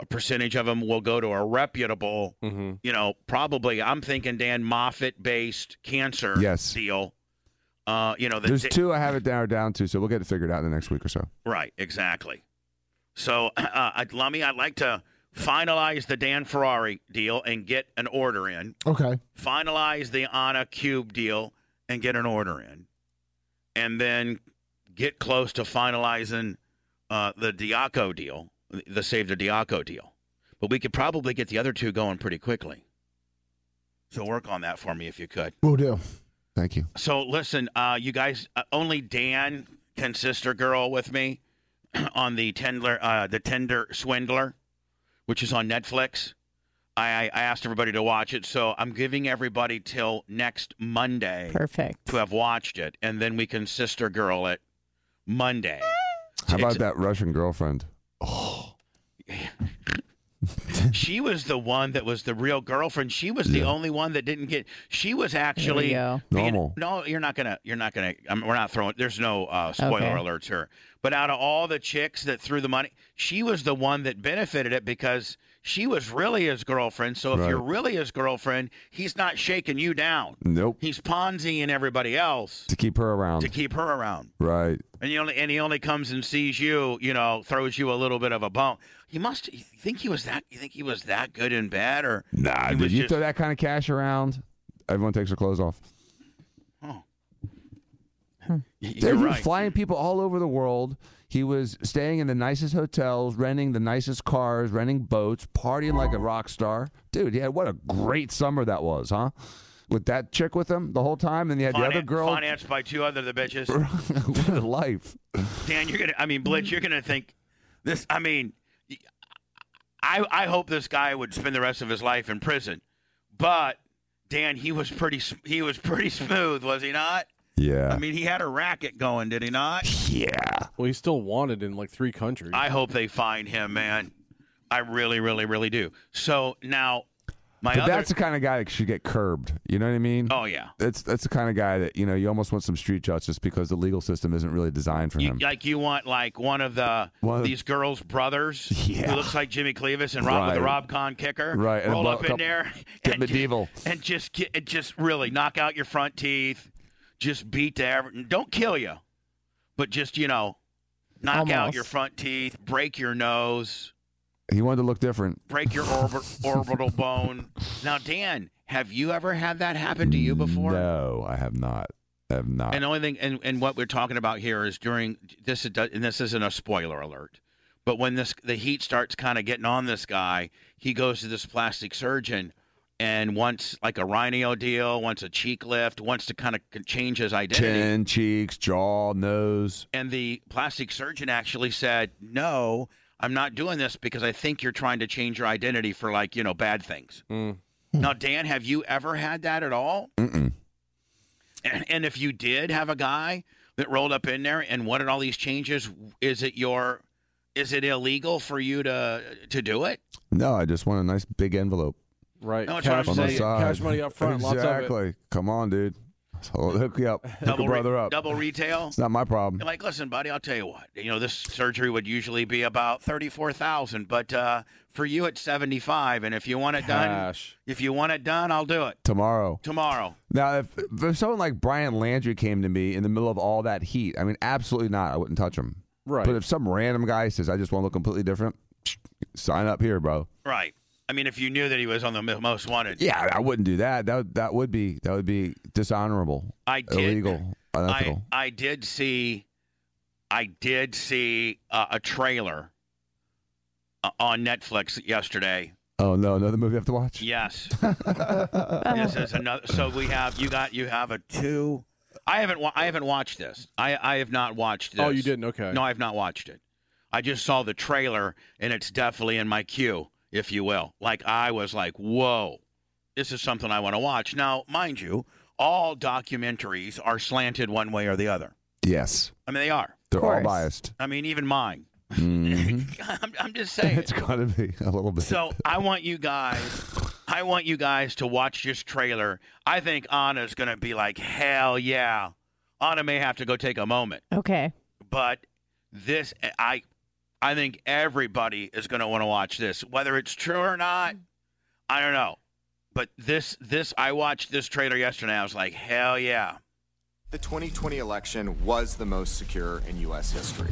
a percentage of them will go to a reputable
Mm-hmm.
you know probably i'm thinking dan moffitt based cancer
Yes.
deal uh you know that
There's
they-
two I have it narrowed down to, so we'll get it figured out in the next week or so.
right exactly so uh I'd- lummy i'd like to finalize the dan ferrari deal and get an order in
Oh.
Okay.
finalize the Ana Cube deal and get an order in, and then get close to finalizing uh, the Diaco deal, the Save the Diaco deal. But we could probably get the other two going pretty quickly. So work on that for me if you could.
We'll do.
Thank you.
So listen, uh, you guys, uh, only Dan can sister girl with me on the Tendler, uh, the Tender Swindler, which is on Netflix. I, I asked everybody to watch it, so I'm giving everybody till next Monday
Perfect.
to have watched it, and then we can sister girl it Monday.
How
It's-
about that Russian girlfriend?
she was the one that was the real girlfriend. She was the only one that didn't get. She was actually
go.
the-
Normal.
no, you're not gonna. You're not gonna. I mean, we're not throwing. There's no uh, spoiler
Okay.
alerts here. But out of all the chicks that threw the money, she was the one that benefited it because she was really his girlfriend. So if
Right.
you're really his girlfriend, he's not shaking you down.
Nope.
He's Ponziing everybody else
To keep her around.
to keep her around.
right.
And he only and he only comes and sees you, you know, throws you a little bit of a bump. He must. You think he was that? You think he was that good in bed, or
Nah,
He
dude,
was
you
just-
throw that kind of cash around, everyone takes their clothes off.
you're
he was
right.
flying people all over the world. He was staying in the nicest hotels, renting the nicest cars, renting boats, partying like a rock star. Dude, yeah, what a great summer that was, huh? With that chick with him the whole time, and you had
Finan-
the other girl.
financed by two other the bitches?
what a life.
Dan, you're gonna. I mean, Blitz, you're gonna think this. I mean, I I hope this guy would spend the rest of his life in prison, but Dan, he was pretty s- he was pretty smooth, was he not?
Yeah.
I mean, he had a racket going, did he not?
Yeah.
Well, he's still wanted in like three countries.
I hope they find him, man. I really, really, really do. So now, my
but
other
that's the kind of guy that should get curbed. You know what I mean?
Oh, yeah.
That's that's the kind of guy that you know you almost want some street justice because the legal system isn't really designed for
you,
him.
like you want like one of the
One of-
these girls' brothers
Yeah.
who looks like Jimmy Clevis and Rob with the
Right.
Rob Con kicker,
Right, and
Roll
blow a
up in
couple-
there
Get medieval.
and just get and just really knock out your front teeth, just beat the ever- don't kill you, but just you know, knock out
Almost.
your front teeth, break your nose.
He wanted to look different.
break your orbit, orbital bone. Now, Dan, have you ever had that happen to you before?
No, I have not. I have not.
And the only thing, and, and what we're talking about here is during this, is- and this isn't a spoiler alert, but when this the heat starts kind of getting on this guy, he goes to this plastic surgeon and wants like a rhino deal, wants a cheek lift, wants to kind of change his identity.
Chin, cheeks, jaw, nose.
And the plastic surgeon actually said, "No, I'm not doing this because I think you're trying to change your identity for like you know bad things." Now, Dan, have you ever had that at all?
Mm-mm.
And, and if you did have a guy that rolled up in there and wanted all these changes, is it your is it illegal for you to to do it?
No, I just want a nice big envelope.
Right.
No, that's
cash,
what I'm
money,
saying.
cash money up front.
Exactly.
Lots of it.
Come on, dude. So hook you up. hook
Double
a
re-
brother up.
double retail.
It's not my
Um,
problem.
Like, listen, buddy, I'll tell you what. You know, this surgery would usually be about thirty-four thousand, but uh, for you, it's seventy-five. And if you want it
Cash.
done, if you want it done, I'll do it
Tomorrow.
tomorrow.
Now, if, if someone like Brian Landry came to me in the middle of all that heat, I mean, absolutely not. I wouldn't touch him.
Right.
But if some random guy says, I just want to look completely different, sign up here, bro.
Right. I mean, if you knew that he was on the mo- most wanted,
Yeah, I- I wouldn't do that. That would- that would be that would be dishonorable.
I did.
illegal,
I
unethical.
I did see, I did see uh, a trailer uh, on Netflix yesterday
Oh no, another movie I have to watch.
Yes. this is another. So we have you got you have a two. I haven't wa- I haven't watched this. I I have not watched this.
Oh, you didn't? Okay.
No, I've not watched it. I just saw the trailer and it's definitely in my queue, if you will. Like I was like, whoa, this is something I want to watch. Now, mind you, all documentaries are slanted one way or the other.
Yes,
I mean, they are.
they're all biased.
I mean, even mine.
Mhm.
I'm, I'm just saying.
It's gotta be a little bit.
So I want you guys, I want you guys to watch this trailer. I think Anna's gonna be like, hell yeah. Anna may have to go take a moment,
Okay.
but this, I, I think everybody is gonna want to watch this, whether it's true or not. I don't know, but this, this, I watched this trailer yesterday. I was like, hell yeah.
The 2020 election was the most secure in U.S. history.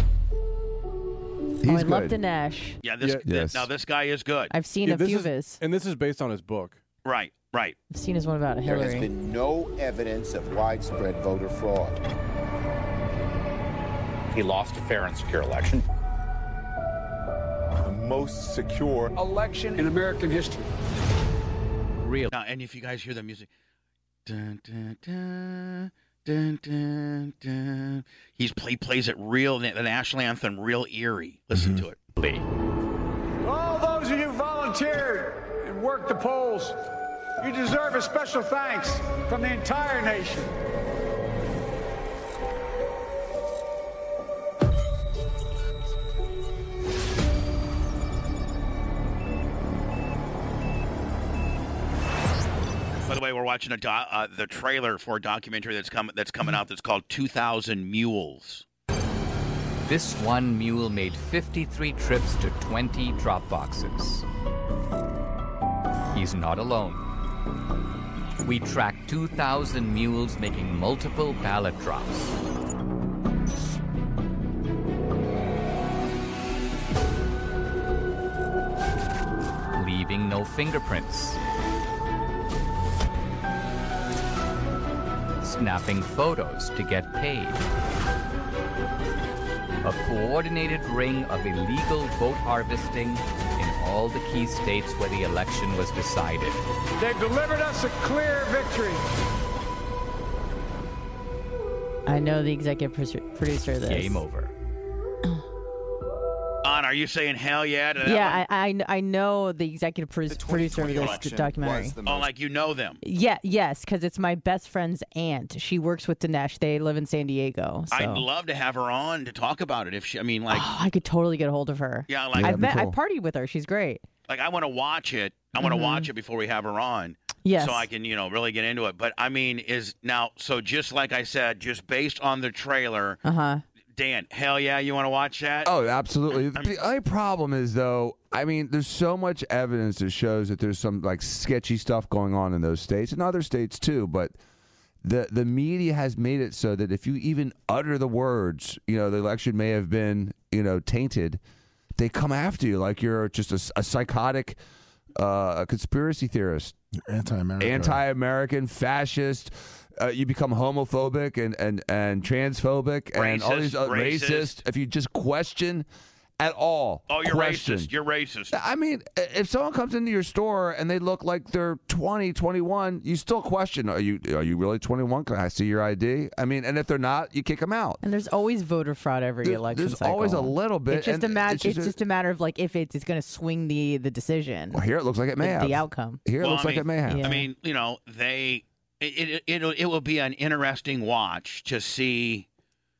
oh, I love Dinesh.
Yeah, this, thi-
Yes.
now this guy is good.
I've seen a
this
few
is-
of his.
And this is based on his book.
Right, right.
I've seen his one about
There has
Hillary.
been no evidence of widespread voter fraud.
He lost a fair and secure election.
The most secure
Election in American history.
Real. Now, and if you guys hear the music, dun, dun, dun, dun, dun, dun. he's he plays it real the national anthem real eerie. Listen to it.
All those of you who volunteered and worked the polls, you deserve a special thanks from the entire nation.
By the way, we're watching a do- uh, the trailer for a documentary that's coming that's coming out that's called 2000 Mules.
This one mule made 53 trips to 20 drop boxes. He's not alone. We tracked 2,000 mules making multiple ballot drops. Leaving no fingerprints. Snapping photos to get paid. A coordinated ring of illegal vote harvesting in all the key states where the election was decided.
They've delivered us a clear victory.
I know the executive produ- producer of this.
Game over. On, are you saying hell yeah to that one?
Yeah, I, I, I know the executive pro- producer of this d- documentary.
Oh, like you know them.
Yeah, yes, because it's my best friend's aunt. She works with Dinesh. They live in San Diego. So.
I'd love to have her on to talk about it if she I mean like
I could totally get a hold of her.
Yeah, like- Yeah,
I've met,
that'd be
I
cool.
partied with her. She's great.
Like I want to watch it. I want to
Mhm.
watch it before we have her on.
Yes.
So I can, you know, really get into it. But I mean, is now so just like I said, just based on the trailer,
Uh huh.
Dan, hell yeah, you want to watch that?
Oh, absolutely. The only problem is though, I mean, there's so much evidence that shows that there's some like sketchy stuff going on in those states and other states too, but the the media has made it so that if you even utter the words, you know, the election may have been, you know, tainted, they come after you like you're just a, s- a psychotic uh, conspiracy theorist.
Anti-American.
Anti-American, fascist. Uh, you become homophobic and, and, and transphobic and all these
Racist,
other
racist.
racist. If you just question at all,
Oh, you're
question.
racist. You're racist.
I mean, i- if someone comes into your store and they look like they're 20, 21, you still question, are you are you really 21? Can I see your ID? I mean, and if they're not, you kick them out.
And there's always voter fraud every
There-
election
there's always a
cycle.
little bit,
It's just
and
a matter.
it's
It's,
just
just,
a-
a matter of like if it's, it's going to swing the the decision.
Well, here it looks like it may
the,
have.
the outcome.
Here it
Well,
looks
I
like
mean-
it may have.
I mean, you know, they it it it'll, it will be an interesting watch to see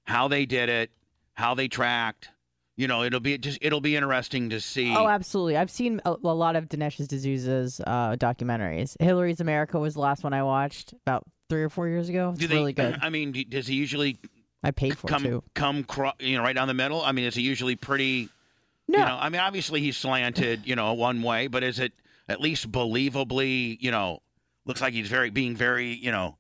how they did it, how they tracked. You know, it'll be just it'll be interesting to see.
Oh, absolutely. I've seen a, a lot of Dinesh D'Souza's uh, documentaries. Hillary's America was the last one I watched about three or four years ago. It's
Do they,
really good.
I mean, do- does he usually
I paid for it
come
too.
come cro- you know right down the middle? I mean, is he usually pretty?
No.
You know, I mean, obviously he's slanted, you know, one way, but is it at least believably? You know, looks like he's very being very you know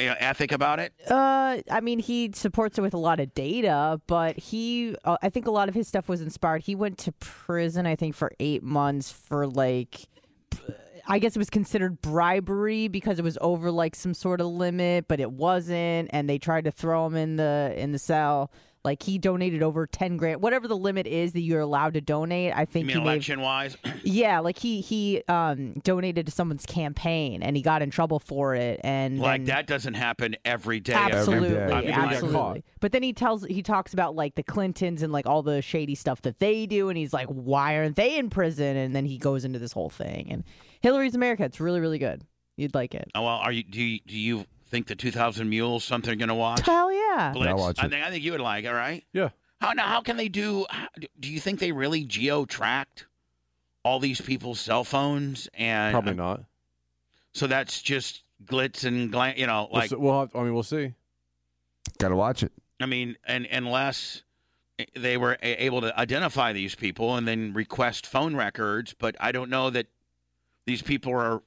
you know, ethic about it.
Uh, I mean, he supports it with a lot of data, but he, uh, I think a lot of his stuff was inspired. He went to prison, I think, for eight months for like, b- I guess it was considered bribery because it was over like some sort of limit, but it wasn't, and they tried to throw him in the in the cell. Like he donated over ten grand, whatever the limit is that you're allowed to donate. I
I
think
mean,
he may have-
election wise,
yeah, like he he um donated to someone's campaign and he got in trouble for it and
like
then-
that doesn't happen every day.
Absolutely,
I mean, like-
absolutely. But then he tells he talks about like the Clintons and like all the shady stuff that they do, and he's like, why aren't they in prison? And then he goes into this whole thing. And Hillary's America, it's really really good. You'd like it.
Oh, well, are you do you, do you think the 2000 Mules something you're gonna watch?
Hell yeah.
Blitz?
I'll watch
I
it.
think I think you would like it, right?
Yeah.
How now? How can they do? Do you think they really geo tracked all these people's cell phones and
Probably not.
So that's just glitz and glam, you know,
We'll
like
see- we'll have, I mean, we'll see.
Gotta watch it.
I mean, and unless they were a- able to identify these people and then request phone records, but I don't know that these people are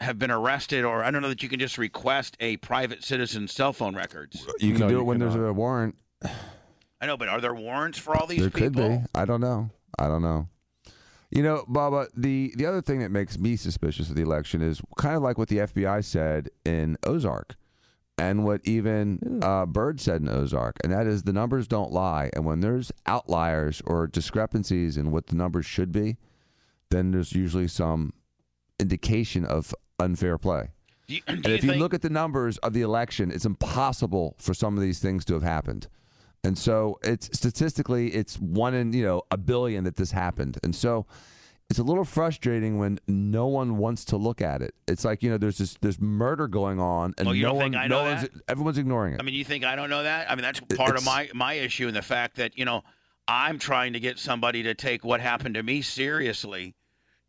have been arrested, or I don't know that you can just request a private citizen's cell phone records.
You can uh, do it when there's a warrant.
I know, but are there warrants for all these
There
people?
could be. I don't know. I don't know. You know, Baba, the, the other thing that makes me suspicious of the election is kind of like what the FBI said in Ozark and what even
Hmm.
uh, Bird said in Ozark, and that is the numbers don't lie. And when there's outliers or discrepancies in what the numbers should be, then there's usually some indication of unfair play.
Do you-
and
do you
if you
think-
look at the numbers of the election, it's impossible for some of these things to have happened. And so it's statistically it's one in, you know, a billion that this happened. And so it's a little frustrating when no one wants to look at it. It's like, you know, there's this there's murder going on and
Oh, you
no
don't
one
think I
no
know
one's
that?
everyone's ignoring it.
I mean, you think I don't know that? I mean, that's part of
it's-
my my issue and the fact that you know I'm trying to get somebody to take what happened to me seriously,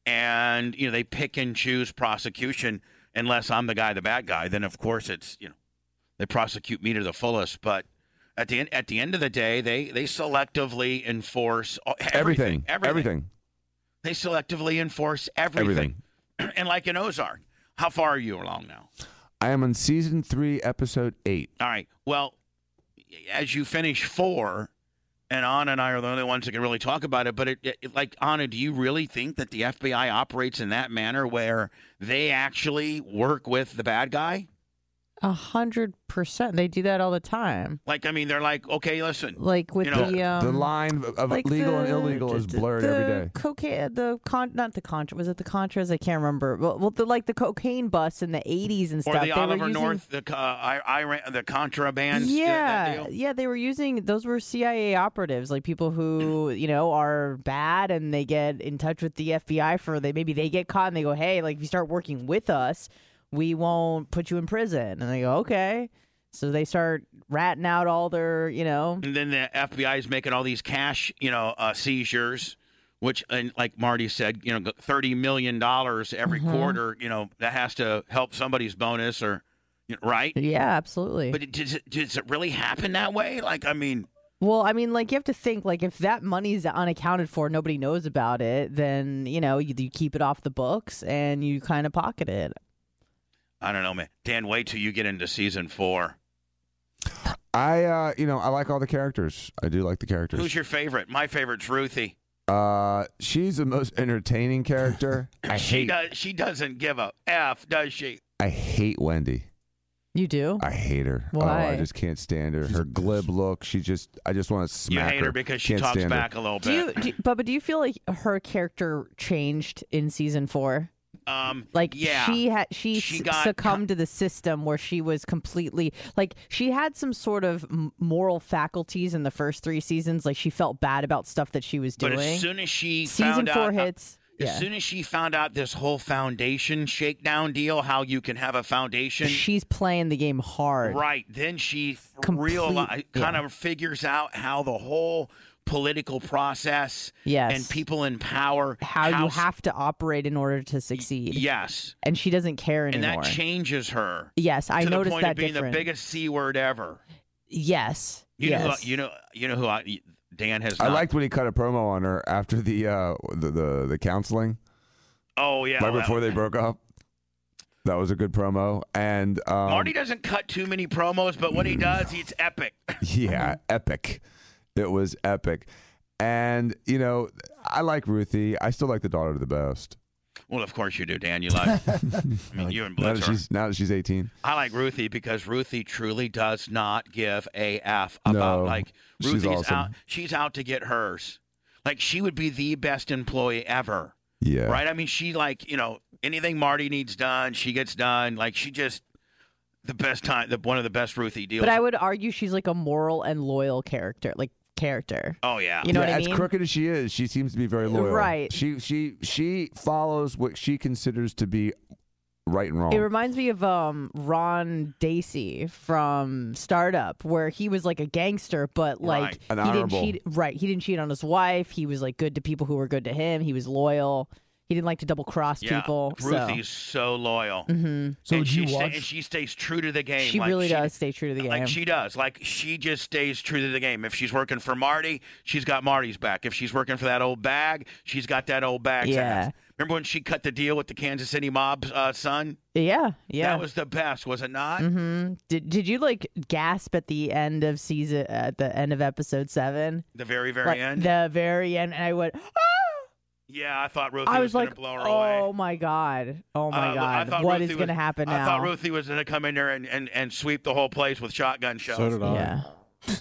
and you know they pick and choose prosecution unless I'm the guy, the bad guy. Then of course it's you know they prosecute me to the fullest, but. At the, end, at the end of the day, they, they selectively enforce all- everything,
everything. everything.
They selectively enforce everything. and like in Ozark, how far are you along now?
I am on season 3 episode 8.
All right. Well, as you finish four, and Anna and I are the only ones that can really talk about it. But it, it like Anna, do you really think that the FBI operates in that manner where they actually work with the bad guy?
A hundred percent. They do that all the time.
Like, I mean, they're like, okay, listen,
Like with
you know,
the um, like the- the- the Cocaine, the con, not the contra. Was it the contras? I can't remember. Well, well the, like the cocaine bus in the eighties and
or
stuff.
the
they
Oliver
were using,
North, the uh, I- Iran, the contraband. uh,
Yeah, yeah, they were using those were CIA operatives, like people who you know are bad, and they get in touch with the FBI for they maybe they get caught and they go, hey, like if you start working with us, we won't put you in prison, and they go, okay, so they start ratting out all their you know
And then the FBI is making all these cash, you know, uh, seizures, which, and like Marty said, you know, thirty million dollars every
Mhm.
quarter. You know, that has to help somebody's bonus, or you know, right?
yeah, absolutely.
But it- does it, does it really happen that way? Like, I mean,
Well, I mean, like you have to think like if that money's unaccounted for, nobody knows about it, then you know you, you keep it off the books and you kind of pocket it.
I don't know, man. Dan, wait till you get into season four.
I uh, you know, I like all the characters. I do like the characters.
Who's your favorite? My favorite's Ruthie.
Uh, she's the most entertaining character. I
She
hate.
does. She doesn't give a f, does she?
I hate Wendy.
You do?
I hate her. Oh,
Why?
I just can't stand her. Her glib look. She just. I just want to
You
smack
hate her because she
Can't
talks
stand her.
back a little
Do you,
bit.
do, Bubba? Do you feel like her character changed in season four?
um,
Like
yeah,
she had she,
She
s-
got-
succumbed to the system where she was completely like she had some sort of m- moral faculties in the first three seasons. Like she felt bad about stuff that she was
But
doing.
as soon as she
season
found
four
out, uh,
hits,
as
yeah.
soon as she found out this whole foundation shakedown deal, how you can have a foundation,
she's playing the game hard.
right? Then she
Complete-
realized,
yeah.
kind of figures out how the whole political process,
Yes.
and people in power,
how you have to operate in order to succeed.
yes,
And she doesn't care anymore.
and that changes her.
Yes, I
to
noticed
the point
that
of being
difference.
the biggest c word ever.
yes.
You know,
yes.
who, you know, you know who I, Dan has.
I
not-
liked when he cut a promo on her after the uh the the, the counseling.
Oh yeah,
right
that-
before they broke up. That was a good promo. And um,
Marty doesn't cut too many promos, but when he does, it's epic.
yeah, epic. It was epic. And, you know, I like Ruthie. I still like the daughter the best.
Well, of course you do, Dan. You like. I mean, you and
now
Blitz
that
are-
she's now that she's 18.
I like Ruthie because Ruthie truly does not give a f about
No,
like
she's
Ruthie's
awesome.
out. She's out to get hers. Like she would be the best employee ever.
Yeah.
Right. I mean, she like you know anything Marty needs done, she gets done. Like she just the best time. The one of the best Ruthie deals.
But I would argue she's like a moral and loyal character, like character.
Oh yeah.
You know what I
As
mean?
crooked as she is, she seems to be very loyal.
Right.
She she she follows what she considers to be right and wrong.
It reminds me of um, Ron Dacey from Startup, where he was like a gangster, but like
Right. An
he didn't
honorable.
cheat. Right, he didn't cheat on his wife. He was like good to people who were good to him. He was loyal. He didn't like to double cross
yeah.
people.
Ruthie's so, loyal.
Mm-hmm.
So and she sta- and she stays true to the game.
She
Like,
really does stay true to the game.
Like she does. Like she just stays true to the game. If she's working for Marty, she's got Marty's back. If she's working for that old bag, she's got that old bag's
Yeah.
ass. Remember when she cut the deal with the Kansas City mob uh, son?
yeah, yeah.
That was the best, was it not?
hmm Did Did you like gasp at the end of season at the end of episode seven?
The very, very
Like,
end.
The very end, and I went.
yeah, I thought Ruthie
I
was,
was like,
gonna blow her away.
"Oh my god! Oh my
Uh, I
god!
thought
What
Ruthie
is going to
was-
happen now?"
I thought Ruthie was going to come in there and, and, and sweep the whole place with shotgun shells.
did I. Yeah.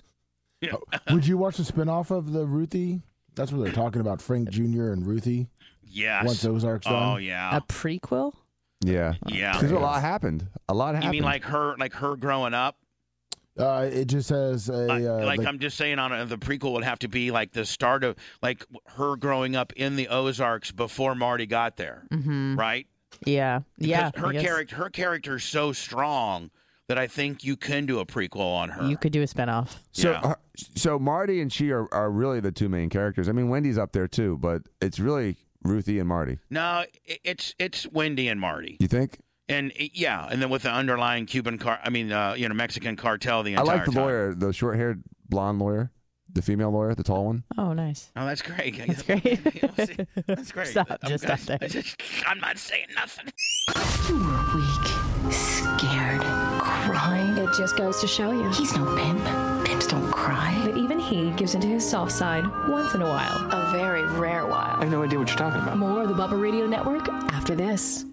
Yeah.
Oh,
Would you watch the spinoff of the Ruthie? That's what they're talking about, Frank Jr. and Ruthie.
Yes.
Once Ozark's done.
Oh yeah.
prequel?
Yeah.
Yeah.
Because a lot happened. A lot happened.
You mean like her, like her growing up?
Uh, it just says a uh,
like,
like-
I'm just saying, on a, the prequel would have to be like the start of like her growing up in the Ozarks before Marty got there,
Mhm.
right?
Yeah, yeah.
Because her
I guess
character, her character is so strong that I think you can do a prequel on her.
You could do a spinoff.
So,
Yeah.
her- so Marty and she are, are really the two main characters. I mean, Wendy's up there too, but it's really Ruthie and Marty.
No, i- it's it's Wendy and Marty,
You think?
and i- yeah, and then with the underlying Cuban car, I mean, uh, you know, Mexican cartel the
I
entire
like the
time.
lawyer, the short-haired blonde lawyer, the female lawyer, the tall one.
Oh, nice.
Oh, that's great.
That's great.
That's great.
Stop.
I'm
Just
gonna-
stop there.
I just- I'm not saying nothing.
You were weak, scared, crying. It just goes to show you. He's no pimp. Pimps don't cry. But even he gives into his soft side once in a while. A very rare while.
I have no idea what you're talking about.
More of the Bubba Radio Network after this.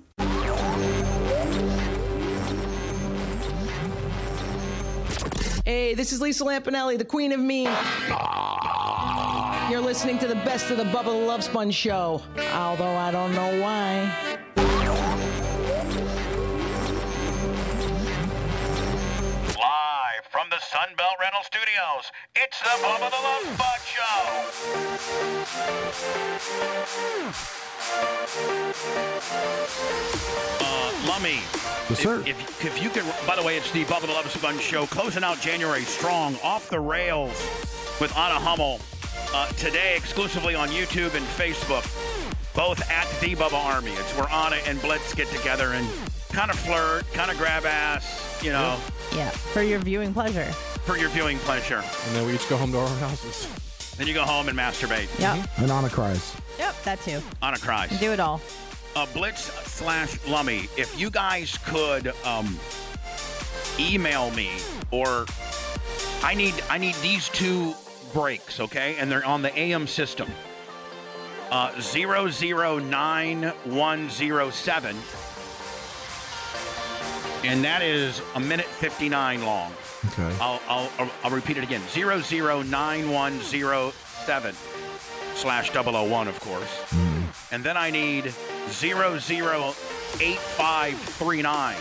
Hey, this is Lisa Lampanelli, the queen of mean.
Ah.
You're listening to the best of the Bubba the Love Sponge show, although I don't know why.
Live from the Sunbelt Rental Studios, it's the Bubba the Love Bug Show. Uh, Lummy.
Yes, sir.
If, if, if you can, by the way, it's the Bubba the Love Sponge Show, closing out January strong, off the rails with Anna Hummel. Uh, today, exclusively on YouTube and Facebook, both at the Bubba Army. It's where Anna and Blitz get together and kind of flirt, kind of grab ass, you know
Yeah, for your viewing pleasure.
for your viewing pleasure.
And then we each go home to our own houses.
Then you go home and masturbate.
Yep,
and Anna cries.
yep. That too.
On a Christ.
Do it all.
Uh, Blitz slash Lummy, if you guys could um, email me or I need I need these two breaks, okay? And they're on the AM system. Uh, 009107. And that is a minute 59 long.
Okay.
I'll, I'll, I'll- I'll repeat it again. 009107 slash 001, of course. And then I need 008539.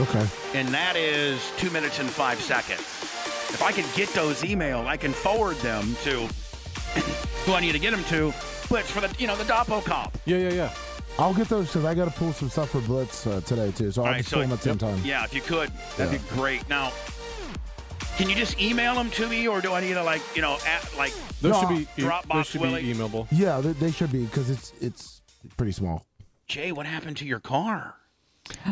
Okay.
And that is two minutes and five seconds. If I can get those emailed, I can forward them to who I need to get them to. Blitz for the, you know, the Dopo cop.
Yeah, yeah, yeah. I'll get those because I got to pull some stuff for Blitz uh, today too. So I'll just pull them at the same time.
Yeah, if you could, that'd
Yeah.
be great. Now, can you just email them to me, or do I need to like, you know, at, like
Those should be- e-,
Dropbox Willie?
emailable.
Yeah, they, they should be because it's it's pretty small.
Jay, what happened to your car?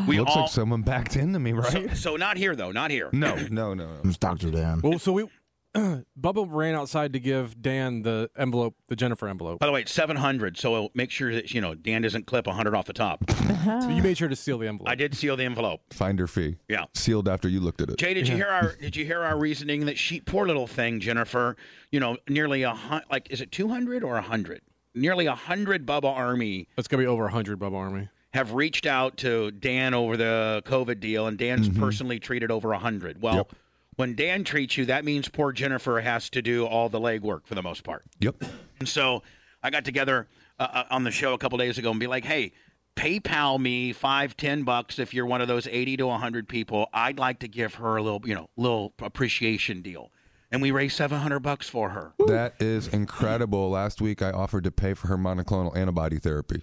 Looks
all-
like someone backed into me, right?
So, so not here though, not here.
no, no, no, no.
It's Doctor Dan.
Well, so we Bubba ran outside to give Dan the envelope, the Jennifer envelope.
By the way, it's seven hundred, so make sure that you know Dan doesn't clip hundred off the top.
So you made sure to seal the envelope.
I did seal the envelope.
Finder fee.
Yeah.
Sealed after you looked at it.
Jay, did you hear our did you hear our reasoning that she poor little thing Jennifer, you know, nearly a hun- like is it two hundred or hundred? nearly 100 Bubba Army.
It's going to be over 100 Bubba Army.
Have reached out to Dan over the COVID deal, and Dan's personally treated over 100. Well, when Dan treats you, that means poor Jennifer has to do all the legwork for the most part.
Yep.
And so I got together uh, uh, on the show a couple days ago and be like, hey, PayPal me five, ten bucks if you're one of those 80 to 100 people. I'd like to give her a little, you know, little appreciation deal. And we raised 700 bucks for her.
That is incredible. Last week, I offered to pay for her monoclonal antibody therapy.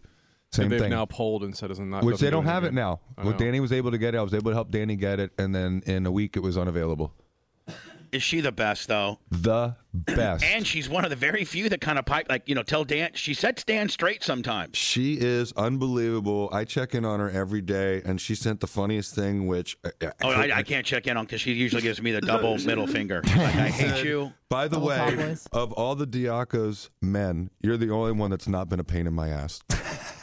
Same
And they've
thing.
now polled and said it's not.
which they
doesn't
don't
do
have it
anything.
now.
I
Well,
know.
Danny was able to get it. I was able to help Danny get it, and then in a week, it was unavailable.
Is she the best, though?
The best.
And she's one of the very few that kind of pipe, like, you know, tell Dan, she sets Dan straight sometimes.
She is unbelievable. I check in on her every day, and she sent the funniest thing, which uh,
Oh, I, I can't check in on because she usually gives me the double middle finger. Like, I hate you.
By the
Double top
way,
boys.
of all the Diacos men, you're the only one that's not been a pain in my ass.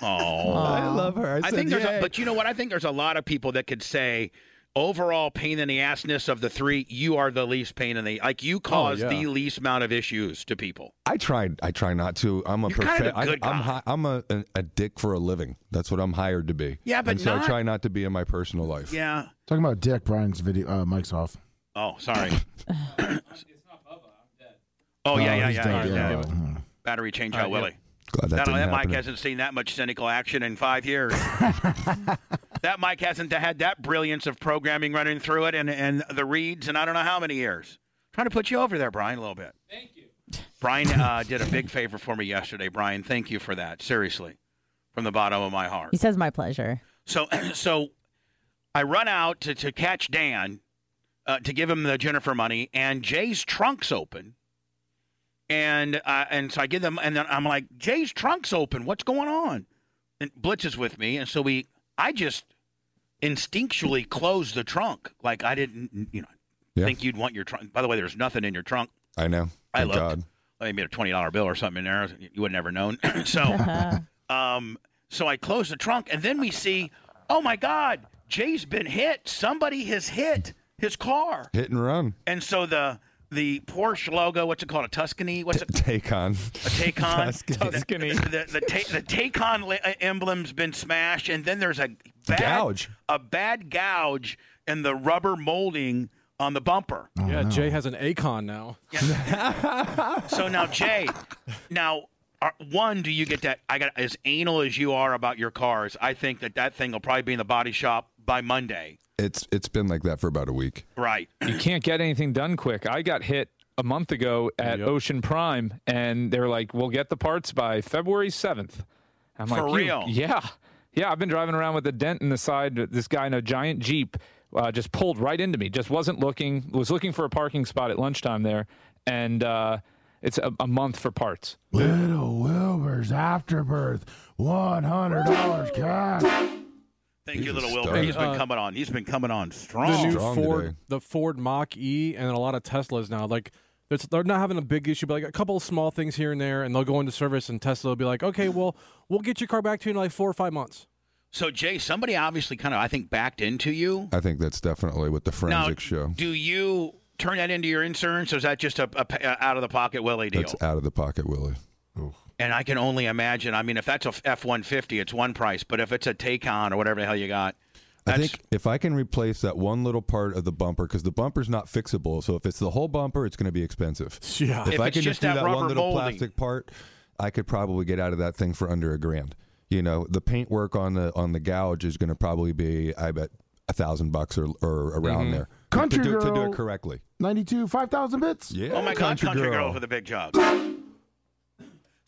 Oh,
I love her. I said,
think there's, a,
"Yay."
but you know what? I think there's a lot of people that could say, overall pain in the assness of the three, you are the least pain in the like. You cause
Oh, yeah.
the least amount of issues to people.
I try. I try not to. I'm a
You're kind of a
I,
good
I'm
guy.
hi, I'm a, a a dick for a living. That's what I'm hired to be.
Yeah, but
and so
not-
I try not to be in my personal life.
Yeah.
Talking about Dick Brian's video. Uh, Mike's off.
Oh, sorry. Oh yeah,
No,
yeah,
he's
yeah.
dead,
yeah,
yeah.
yeah. Battery change out,
All right,
Willie.
Glad
that
that,
didn't
Mike
happen.
hasn't seen that much cynical action in five years. that Mike hasn't had that brilliance of programming running through it and, and the reads and I don't know how many years. Trying to put you over there, Brian, a little bit. Thank you. Brian uh, did a big favor for me yesterday. Brian, thank you for that. Seriously, from the bottom of my heart.
He says my pleasure.
So so I run out to, to catch Dan uh, to give him the Jennifer money, and Jay's trunk's open. And uh, and so I give them, and then I'm like, Jay's trunk's open. What's going on? And Blitz is with me, and so we, I just instinctually close the trunk, like I didn't, you know,
Yeah.
think you'd want your trunk. By the way, there's nothing in your trunk.
I know.
I
Thank
looked.
God.
I made a twenty dollar bill or something in there. You would have never known. so, um, so I close the trunk, and then we see, oh my God, Jay's been hit. Somebody has hit his car,
Hit and run.
and so the the Porsche logo, what's it called, a Tuscany? What's it?
Take on.
A Taycan,
Tuscany.
Tuscany. The, the, the, ta- the Taycan li- uh, emblem's been smashed, and then there's a bad,
Gouge.
a bad gouge in the rubber molding on the bumper.
Oh,
yeah, Jay has an Acon now.
so now Jay, now are, one, do you get that? I got as anal as you are about your cars. I think that that thing will probably be in the body shop by Monday.
It's it's been like that for about a week.
Right.
you can't get anything done quick. I got hit a month ago at Ocean Prime, and they're like, "We'll get the parts by February 7th." I'm like,
For
"You-
real?"
Yeah, yeah. I've been driving around with a dent in the side. This guy in a giant jeep uh, just pulled right into me. Just wasn't looking. Was looking for a parking spot at lunchtime there, and uh, it's a, a month for parts.
Little Wilbur's afterbirth, one hundred dollars cash.
Thank you, little
stud.
Wilbur. He's been
Uh,
coming on. He's been coming on strong.
the new Ford, the Ford Mach E, and a lot of Teslas now. Like, there's, they're not having a big issue, but like a couple of small things here and there, and they'll go into service, and Tesla will be like, "Okay, well, we'll get your car back to you in like four or five months."
So Jay, somebody obviously kind of I think backed into you.
I think that's definitely what the forensic
now,
show.
do you turn that into your insurance, or is that just a, a, pa- a out of the pocket Willie deal?
That's out of the pocket, Willie.
And I can only imagine. I mean, if that's a F one fifty, it's one price, but if it's a Taycan or whatever the hell you got,
I think if I can replace that one little part of the bumper, because the bumper's not fixable, so if it's the whole bumper, it's going to be expensive.
Yeah.
If,
If
I
it's
can just
just
do
that
that,
rubber
one little
molding.
plastic part, I could probably get out of that thing for under a grand. You know, the paint work on the on the gouge is going to probably be, I bet, a thousand bucks or or around
Mm-hmm.
Mhm.
there. to
Country
do, to do
girl.
it correctly.
Ninety-two, five thousand bits.
Yeah.
Oh my
Country
God, country girl.
girl.
with a big job.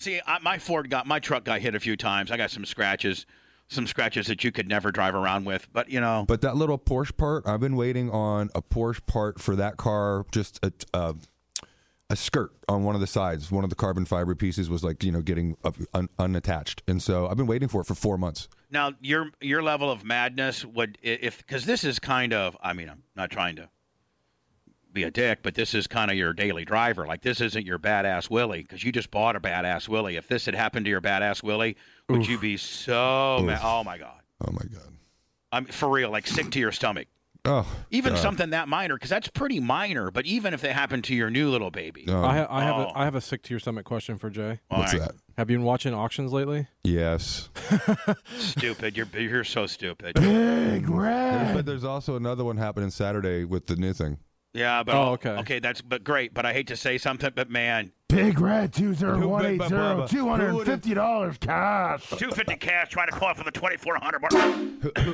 See, I, my Ford got my truck got hit a few times. I got some scratches, some scratches that you could never drive around with. But you know,
But that little Porsche part, I've been waiting on a Porsche part for that car. Just a a, a skirt on one of the sides. One of the carbon fiber pieces was like you know getting up, un, unattached, and so I've been waiting for it for four months.
now your your level of madness would i- if because this is kind of I mean I'm not trying to be a dick, but this is kind of your daily driver. Like this isn't your badass Willie because you just bought a badass Willie. If this had happened to your badass Willie, would you be so mad? Oh my God!
Oh my god!
I'm for real, like sick to your stomach.
Oh,
Even
God.
something that minor, because that's pretty minor. But even if they happen to your new little baby,
I, ha- I have
Oh.
a, I have a sick to your stomach question for Jay.
What's All right. that?
Have you been watching auctions lately?
Yes.
stupid. You're you're so stupid.
There's- But there's also another one happening Saturday with the new thing.
Yeah, but
Oh, okay.
okay, that's but great. But I hate to say something, but man,
Big Red 20180,
Who- but- but- but-
$250 cash.
two fifty cash trying to call it for the twenty four hundred mark.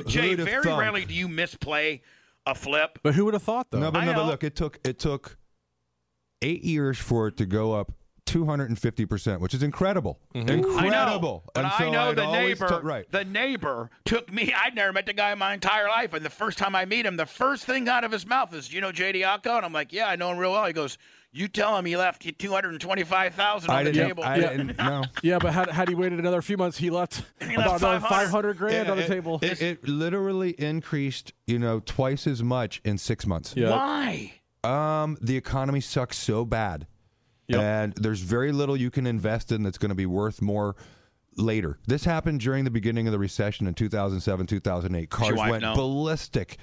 Jay,
who'd've
very
thunk?
rarely do you misplay a flip.
But who would have thought
No, but
I
no, but
know.
look, it took it took eight years for it to go up. 250%, which is incredible.
Mm-hmm.
Incredible.
I know, but
And
I
so
know
it
the
always
neighbor.
took- right.
The neighbor took me. I'd never met the guy in my entire life, and the first time I meet him, the first thing out of his mouth is, "You know Jay Diaco?" And I'm like, "Yeah, I know him real well." He goes, "You tell him he left you two hundred and twenty five thousand on the table."
no.
yeah, but had, had he waited another few months, he left
He
about
left
another
500.
500 grand
It-
on the
it-
table.
It, it literally increased, you know, twice as much in six months.
Why?
Um, the economy sucks so bad, and there's very little you can invest in that's going to be worth more later. This happened during the beginning of the recession in 2007, 2008. Cars
wife
went
know?
ballistic,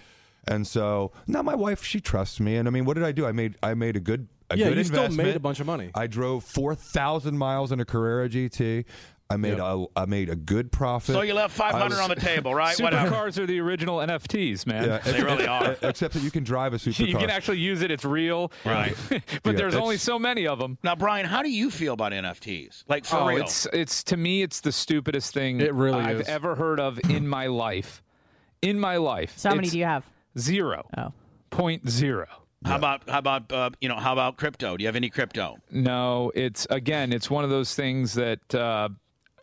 and so now my wife she trusts me. And I mean, what did I do? I made I made a good a
yeah,
good
you still made a
investment.
bunch of money.
I drove four thousand miles in a Carrera GT. I made a I made a good profit.
So you left
I
five hundred
was-
on the table, right? Whatever.
Supercars are the original NFTs, man.
Yeah, ex- ex- Except that you can drive a supercar.
You can actually use it. It's real.
Right.
but
Yeah,
there's only
it's-
so many of them.
Now, Brian, how do you feel about NFTs? Like for
oh,
real?
it's it's to me, it's the stupidest thing
It really
I've
is.
ever heard of in my life. In my life.
So how many
It's
do you have?
Zero.
Oh.
Point zero.
How about how about uh, you know how about crypto? Do you have any crypto?
No, it's again, it's one of those things that uh,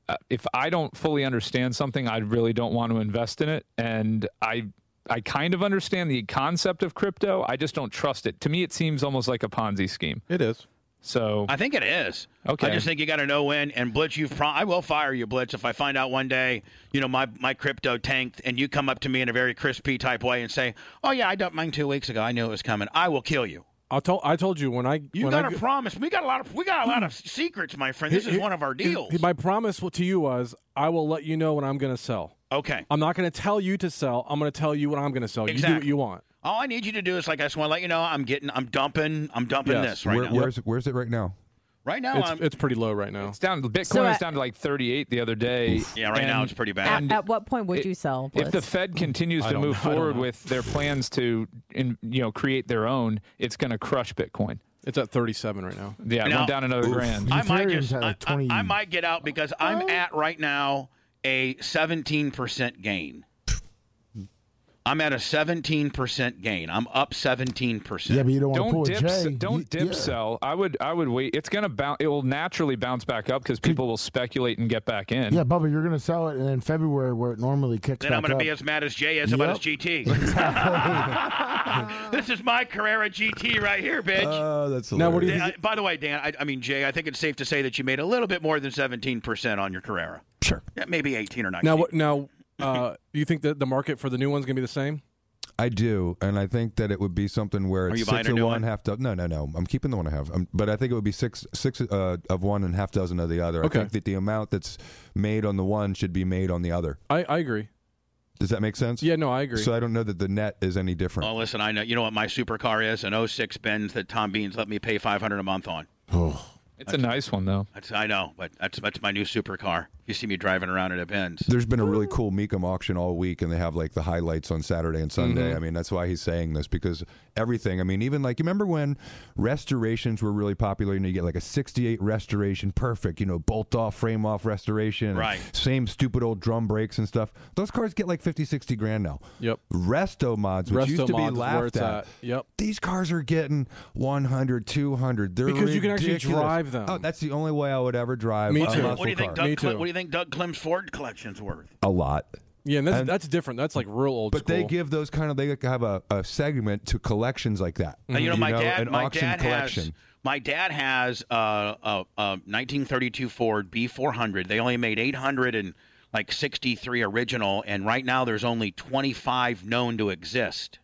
uh, if I don't fully understand something, I really don't want to invest in it. And I, I kind of understand the concept of crypto. I just don't trust it. To me, it seems almost like a Ponzi scheme.
It is.
So
I think it is.
Okay.
I just think you got to know when. And Blitz, you've pro- I will fire you, Blitz, if I find out one day you know my my crypto tanked, and you come up to me in a very crispy type way and say, "Oh yeah, I dumped mine two weeks ago. I knew it was coming. I will kill you."
I told I told you when I
You
when I
got to
go-
promise. We got a lot of we got a lot of secrets, my friend. This
He-
is
he-
one of our
he-
deals.
he- my promise to you was I will let you know when I'm going to sell.
Okay.
I'm not going to tell you to sell. I'm going to tell you when I'm going to sell. You do what
Exactly.
you want.
All I need you to do is like I just want to let you know I'm getting I'm dumping I'm dumping
Yes.
this right
Where,
now.
where's where's it right now?
Right now
it's,
I'm
it's pretty low right now.
It's down. Bitcoin
So
was
I-
down to like 38 the other day.
Yeah, right now it's pretty bad.
and
At what point would you sell?
if the
Blitz?
Fed continues
I
to
don't
move
know. I don't
forward
know.
with their plans to, in, you know, create their own, it's going to crush Bitcoin.
It's at 37 right now.
Yeah, it
Now-
went down another grand.
I might
Ethereum's
just
at
I,
like
I-
20.
I might get out because I'm at right now a 17% gain. I'm at a 17% gain. I'm up 17%.
Yeah, but you don't want to
don't
pull
dip,
a
s-
J.
don't
You-
dip
yeah.
sell. I would, I would wait. It's gonna bounce. It will naturally bounce back up because people will speculate and get back in.
Yeah, Bubba, you're going to sell it and in February where it normally kicks
Then I'm
back
going to be
up.
as mad as Jay is about his GT. this is my Carrera GT right here, bitch.
Oh,
Uh, that's
Now, what do you
Dan-
think-
I- by the way, Dan, I, I mean, Jay, I think it's safe to say that you made a little bit more than 17% on your Carrera.
Sure.
Yeah, maybe 18 or 19.
Now what? Now, uh, do you think that the market for the new one's going to be the same?
I do, and I think that it would be something where
Are
it's
you buying
six
or
of
doing?
one, half dozen. No, no, no. I'm keeping the one I have, um, but I think it would be six six uh, of one and half dozen of the other.
Okay.
I think that the amount that's made on the one should be made on the other.
I, I agree.
Does that make sense?
Yeah, no, I agree.
So I don't know that the net is any different.
Oh, listen, I know. You know what my supercar is? An 06 Benz that Tom Beans let me pay 500 a month on.
Oh.
It's a nice one though.
That's, I know, but that's that's my new supercar. You see me driving around at events.
There's been a really cool Meekum auction all week, and they have like the highlights on Saturday and Sunday.
Mhm.
I mean, that's why he's saying this because everything. I mean, even like you remember when restorations were really popular. You know, you get like a '68 restoration, perfect. You know, bolt off, frame off restoration, and
Right.
Same stupid old drum brakes and stuff. Those cars get like 50, 60 grand now.
Yep.
Resto mods, which
Resto
used to
mods
be
is where
laughed
it's
at.
at. Yep.
These cars are getting 100, 200. They're
Because you can actually
ridiculous.
drive them.
Oh, that's the only way I would ever drive.
Me
a
too.
muscle
What do you
car.
think? Doug
Me
Cle-
too.
what do you think Doug Clem's Ford collection's worth?
A lot.
Yeah, and that's
And-
that's different. That's like real old
But
school.
they give those kind of they have a, a segment to collections like that.
Now, you know, my
Mm-hmm. an
dad. My
auction
dad
collection.
has. My dad has uh, a, a 1932 Ford B400. They only made 800 and like 63 original, and right now there's only 25 known to exist.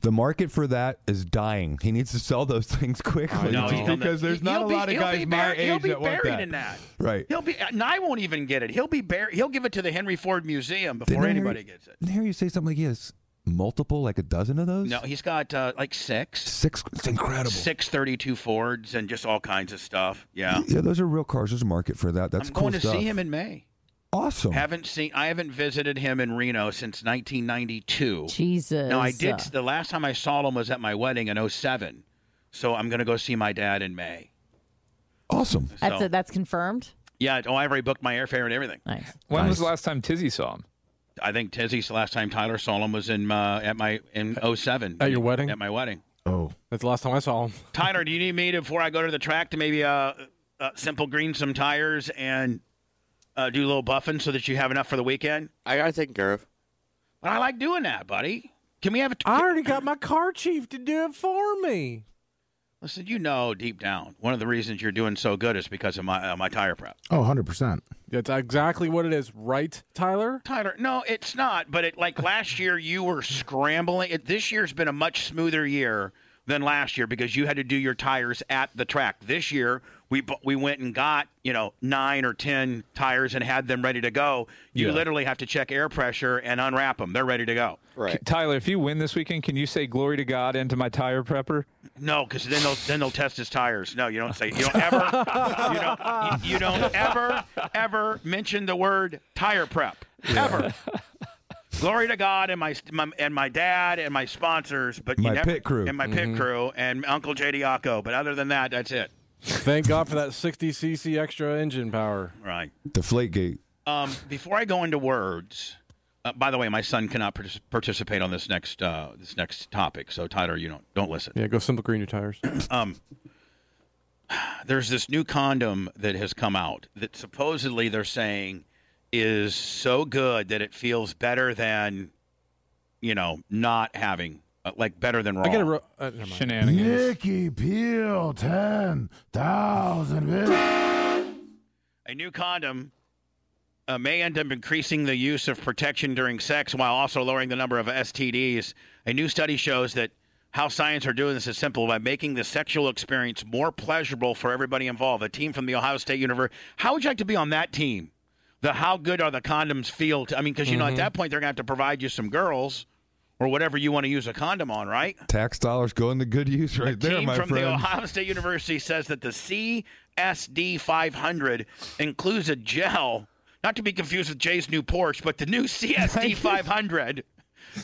the market for that is dying. He needs to sell those things quickly
No,
just
he'll-
because there's not a
he'll be-
lot of
he'll be
guys my
buried- he'll
age
be
that want
buried
that.
in that.
Right.
He'll be, and I won't even get it. He'll be buried. He'll give it to the Henry Ford Museum before
Didn't I hear-
anybody gets it.
didn't I hear you say something like yes. multiple, like a dozen of those?
No, he's got uh, like six.
Six. It's incredible.
Six 32 Fords and just all kinds of stuff. Yeah.
Yeah, those are real cars. There's a market for that. That's
I'm
cool
going to
stuff.
see him in May.
Awesome.
Haven't seen. I haven't visited him in Reno since 1992.
Jesus.
Now I did. The last time I saw him was at my wedding in 07. So I'm going to go see my dad in May.
Awesome.
That's
So-
it. That's confirmed.
Yeah. Oh, I already booked my airfare and everything.
Nice.
When was the last time Tizzy saw him?
I think Tizzy's the last time Tyler saw him was in uh, at my in 07.
At your wedding?
At my wedding.
Oh, that's the last time I saw him.
Tyler, do you need me to, before I go to the track to maybe uh, uh simple green some tires and uh, do a little buffing so that you have enough for the weekend?
I got it taken care of.
But I like doing that, buddy. Can we have a?
I already got my car chief to do it for me.
Listen, you know deep down, one of the reasons you're doing so good is because of my uh, my tire prep.
Oh, 100%.
That's exactly what it is, right, Tyler?
Tyler, no, it's not. But it like last year, you were scrambling. It, this year's been a much smoother year than last year because you had to do your tires at the track. This year, we bu- we went and got you know nine or ten tires and had them ready to go. You
Yeah.
literally have to check air pressure and unwrap them. They're ready to go.
Right. Tyler, if you win this weekend, can you say glory to God and to my tire prepper?
No, because then they'll then they'll test his tires. No, you don't say you don't ever you don't you don't ever ever mention the word tire prep ever. Glory to God and my, my and my dad and my sponsors, but
My
you never,
pit crew.
and my
Mhm.
pit crew and Uncle J Diaco. But other than that, that's it.
Thank God for that 60 cc extra engine power.
Right.
Deflate gate.
Um, before I go into words, uh, by the way, my son cannot partic- participate on this next uh, this next topic. So Tyler, you don't don't listen.
Yeah, go simple green your tires.
um, there's this new condom that has come out that supposedly they're saying is so good that it feels better than, you know, not having, uh, like better than raw.
I got a ro- uh,
Nikki Peel, 10,000 bits.
A new condom uh, may end up increasing the use of protection during sex while also lowering the number of STDs. A new study shows that how science are doing this is simple by making the sexual experience more pleasurable for everybody involved. A team from the Ohio State University. How would you like to be on that team? The how good are the condoms feel? To, I mean, because you know at that point they're gonna have to provide you some girls or whatever you want to use a condom on, right?
Tax dollars going to good use right there,
team
my
from
friend.
the Ohio State University says that the CSD 500 includes a gel, not to be confused with Jay's new Porsche, but the new CSD 500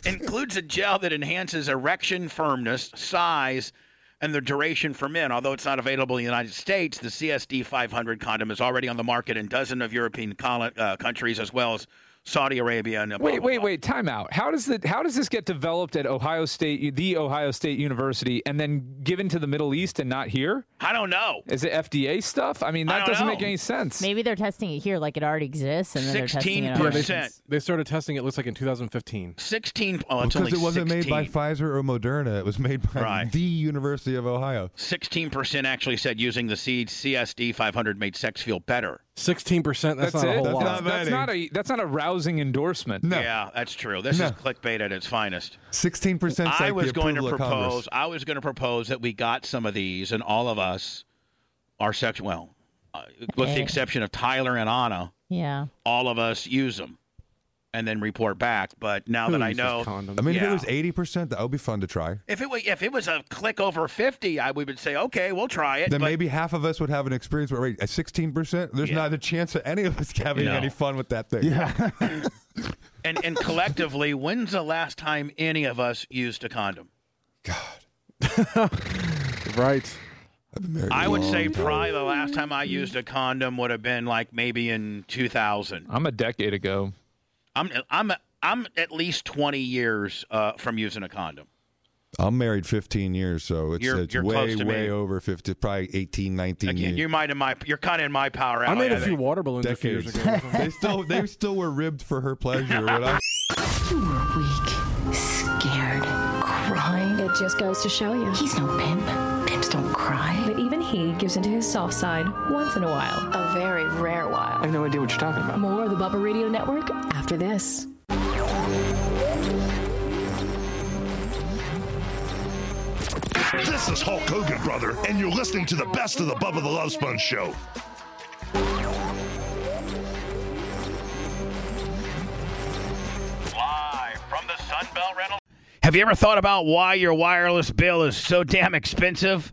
includes a gel that enhances erection firmness, size, and the duration for men. Although it's not available in the United States, the CSD 500 condom is already on the market in dozens of European col- uh, countries as well as Saudi Arabia and
Wait, wait, wait! Time out. How does the how does this get developed at Ohio State, the Ohio State University, and then given to the Middle East and not here?
I don't know.
Is it FDA stuff? I mean,
I
that
don't
doesn't
know.
make any sense.
Maybe they're testing it here, like it already exists, and then they're testing it.
Yeah,
on
they-
patients.
They started testing it. Looks like in 2015.
16. Oh, it's
because
only
it wasn't made by
16.
Pfizer or Moderna. It was made by the University of Ohio.
16% actually said using the seed CSD 500 made sex feel better.
16. percent That's, not a
it. that's,
whole lot.
that's not a that's not a rousing endorsement.
Yeah, that's true. This is clickbait at its finest.
Sixteen percent.
I
like
was
the
going to
approval of Congress.
propose. I was going to propose that we got some of these, and all of us are sex. Well, uh, with the
Eh.
exception of Tyler and Anna,
Yeah.
all of us use them, and then report back. But now that I know,
I mean, if
Yeah.
it was eighty percent, that would be fun to try.
if it was if it was a click over fifty, I we would say okay, we'll try it.
Then
but
maybe half of us would have an experience. Where wait, at sixteen percent, there's not a chance that any of us having
No.
any fun with that thing.
Yeah.
and and collectively, when's the last time any of us used a condom?
Right.
I would say probably the last time I used a condom would have been like maybe in 2000.
I'm a decade ago.
I'm I'm I'm at least 20 years uh, from using a condom.
I'm married 15 years, so it's,
You're-
it's
you're
way,
close to me.
way over 50, probably 18, 19
You,
years.
you might in my you're kind of in my power.
I
alley,
made a few
think.
water balloons a few years
Decades. they still they still were ribbed for her pleasure. When I,
You were weak, scared, crying. It just goes to show you. He's no pimp. Pimps don't cry. But even he gives into his soft side once in a while. A very rare while.
I have no idea what you're talking about.
More of the Bubba Radio Network after this.
This is Hulk Hogan, brother, and you're listening to the best of the Bubba the Love Sponge show.
Live from the Sunbelt Rental.
Have you ever thought about why your wireless bill is so damn expensive?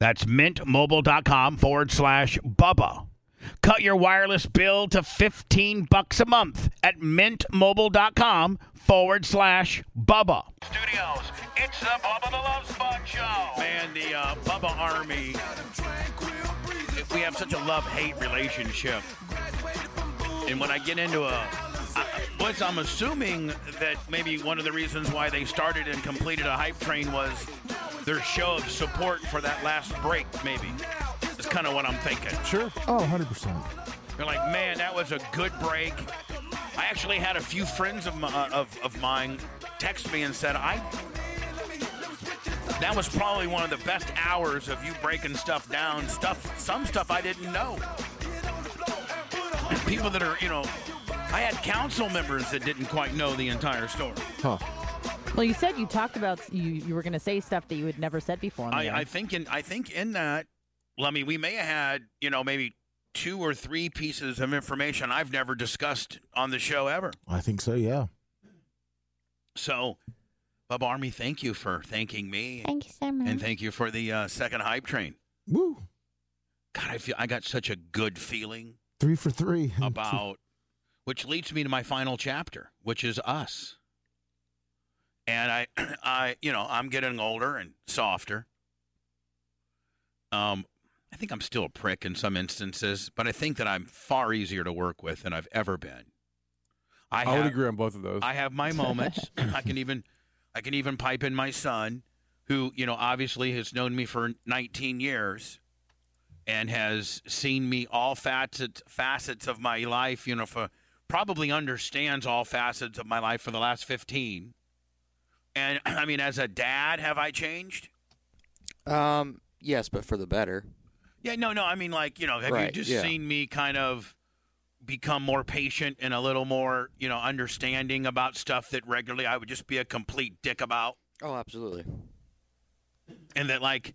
That's mintmobile.com forward slash Bubba. Cut your wireless bill to 15 bucks a month at mintmobile.com forward slash Bubba.
Studios, it's the Bubba the Love Sponge Show.
Man, the uh, Bubba Army, we have such a love hate relationship. And when I get into a. I, what's I'm assuming that maybe one of the reasons why they started and completed a hype train was their show of support for that last break, maybe. It's kind of what I'm thinking.
Sure. Oh, 100%.
You're like, man, that was a good break. I actually had a few friends of, my, uh, of, of mine text me and said, I. That was probably one of the best hours of you breaking stuff down. Stuff, some stuff I didn't know. And people that are, you know, I had council members that didn't quite know the entire story.
Huh.
Well, you said you talked about you, you were going to say stuff that you had never said before. on the air.
I, I think in I think in that, well, I mean, we may have had you know maybe two or three pieces of information I've never discussed on the show ever.
I think so, yeah.
So, Bub Army, thank you for thanking me.
Thank you so much.
And thank you for the uh, second hype train.
Woo.
God, I feel I got such a good feeling
Three for three.
about, which leads me to my final chapter, which is us. And I, I, you know, I'm getting older and softer. Um, I think I'm still a prick in some instances, but I think that I'm far easier to work with than I've ever been. I,
I would
have-
agree on both of those.
I have my moments. I can even I can even pipe in my son, who, you know, obviously has known me for 19 years and has seen me all facets facets of my life, you know, for probably understands all facets of my life for the last 15. And I mean, as a dad, have I changed?
Um, yes, but for the better.
Yeah, no, no. I mean, like, you know, have you
Right,
just
yeah.
seen me kind of become more patient and a little more, you know, understanding about stuff that regularly I would just be a complete dick about?
Oh, absolutely.
And that, like,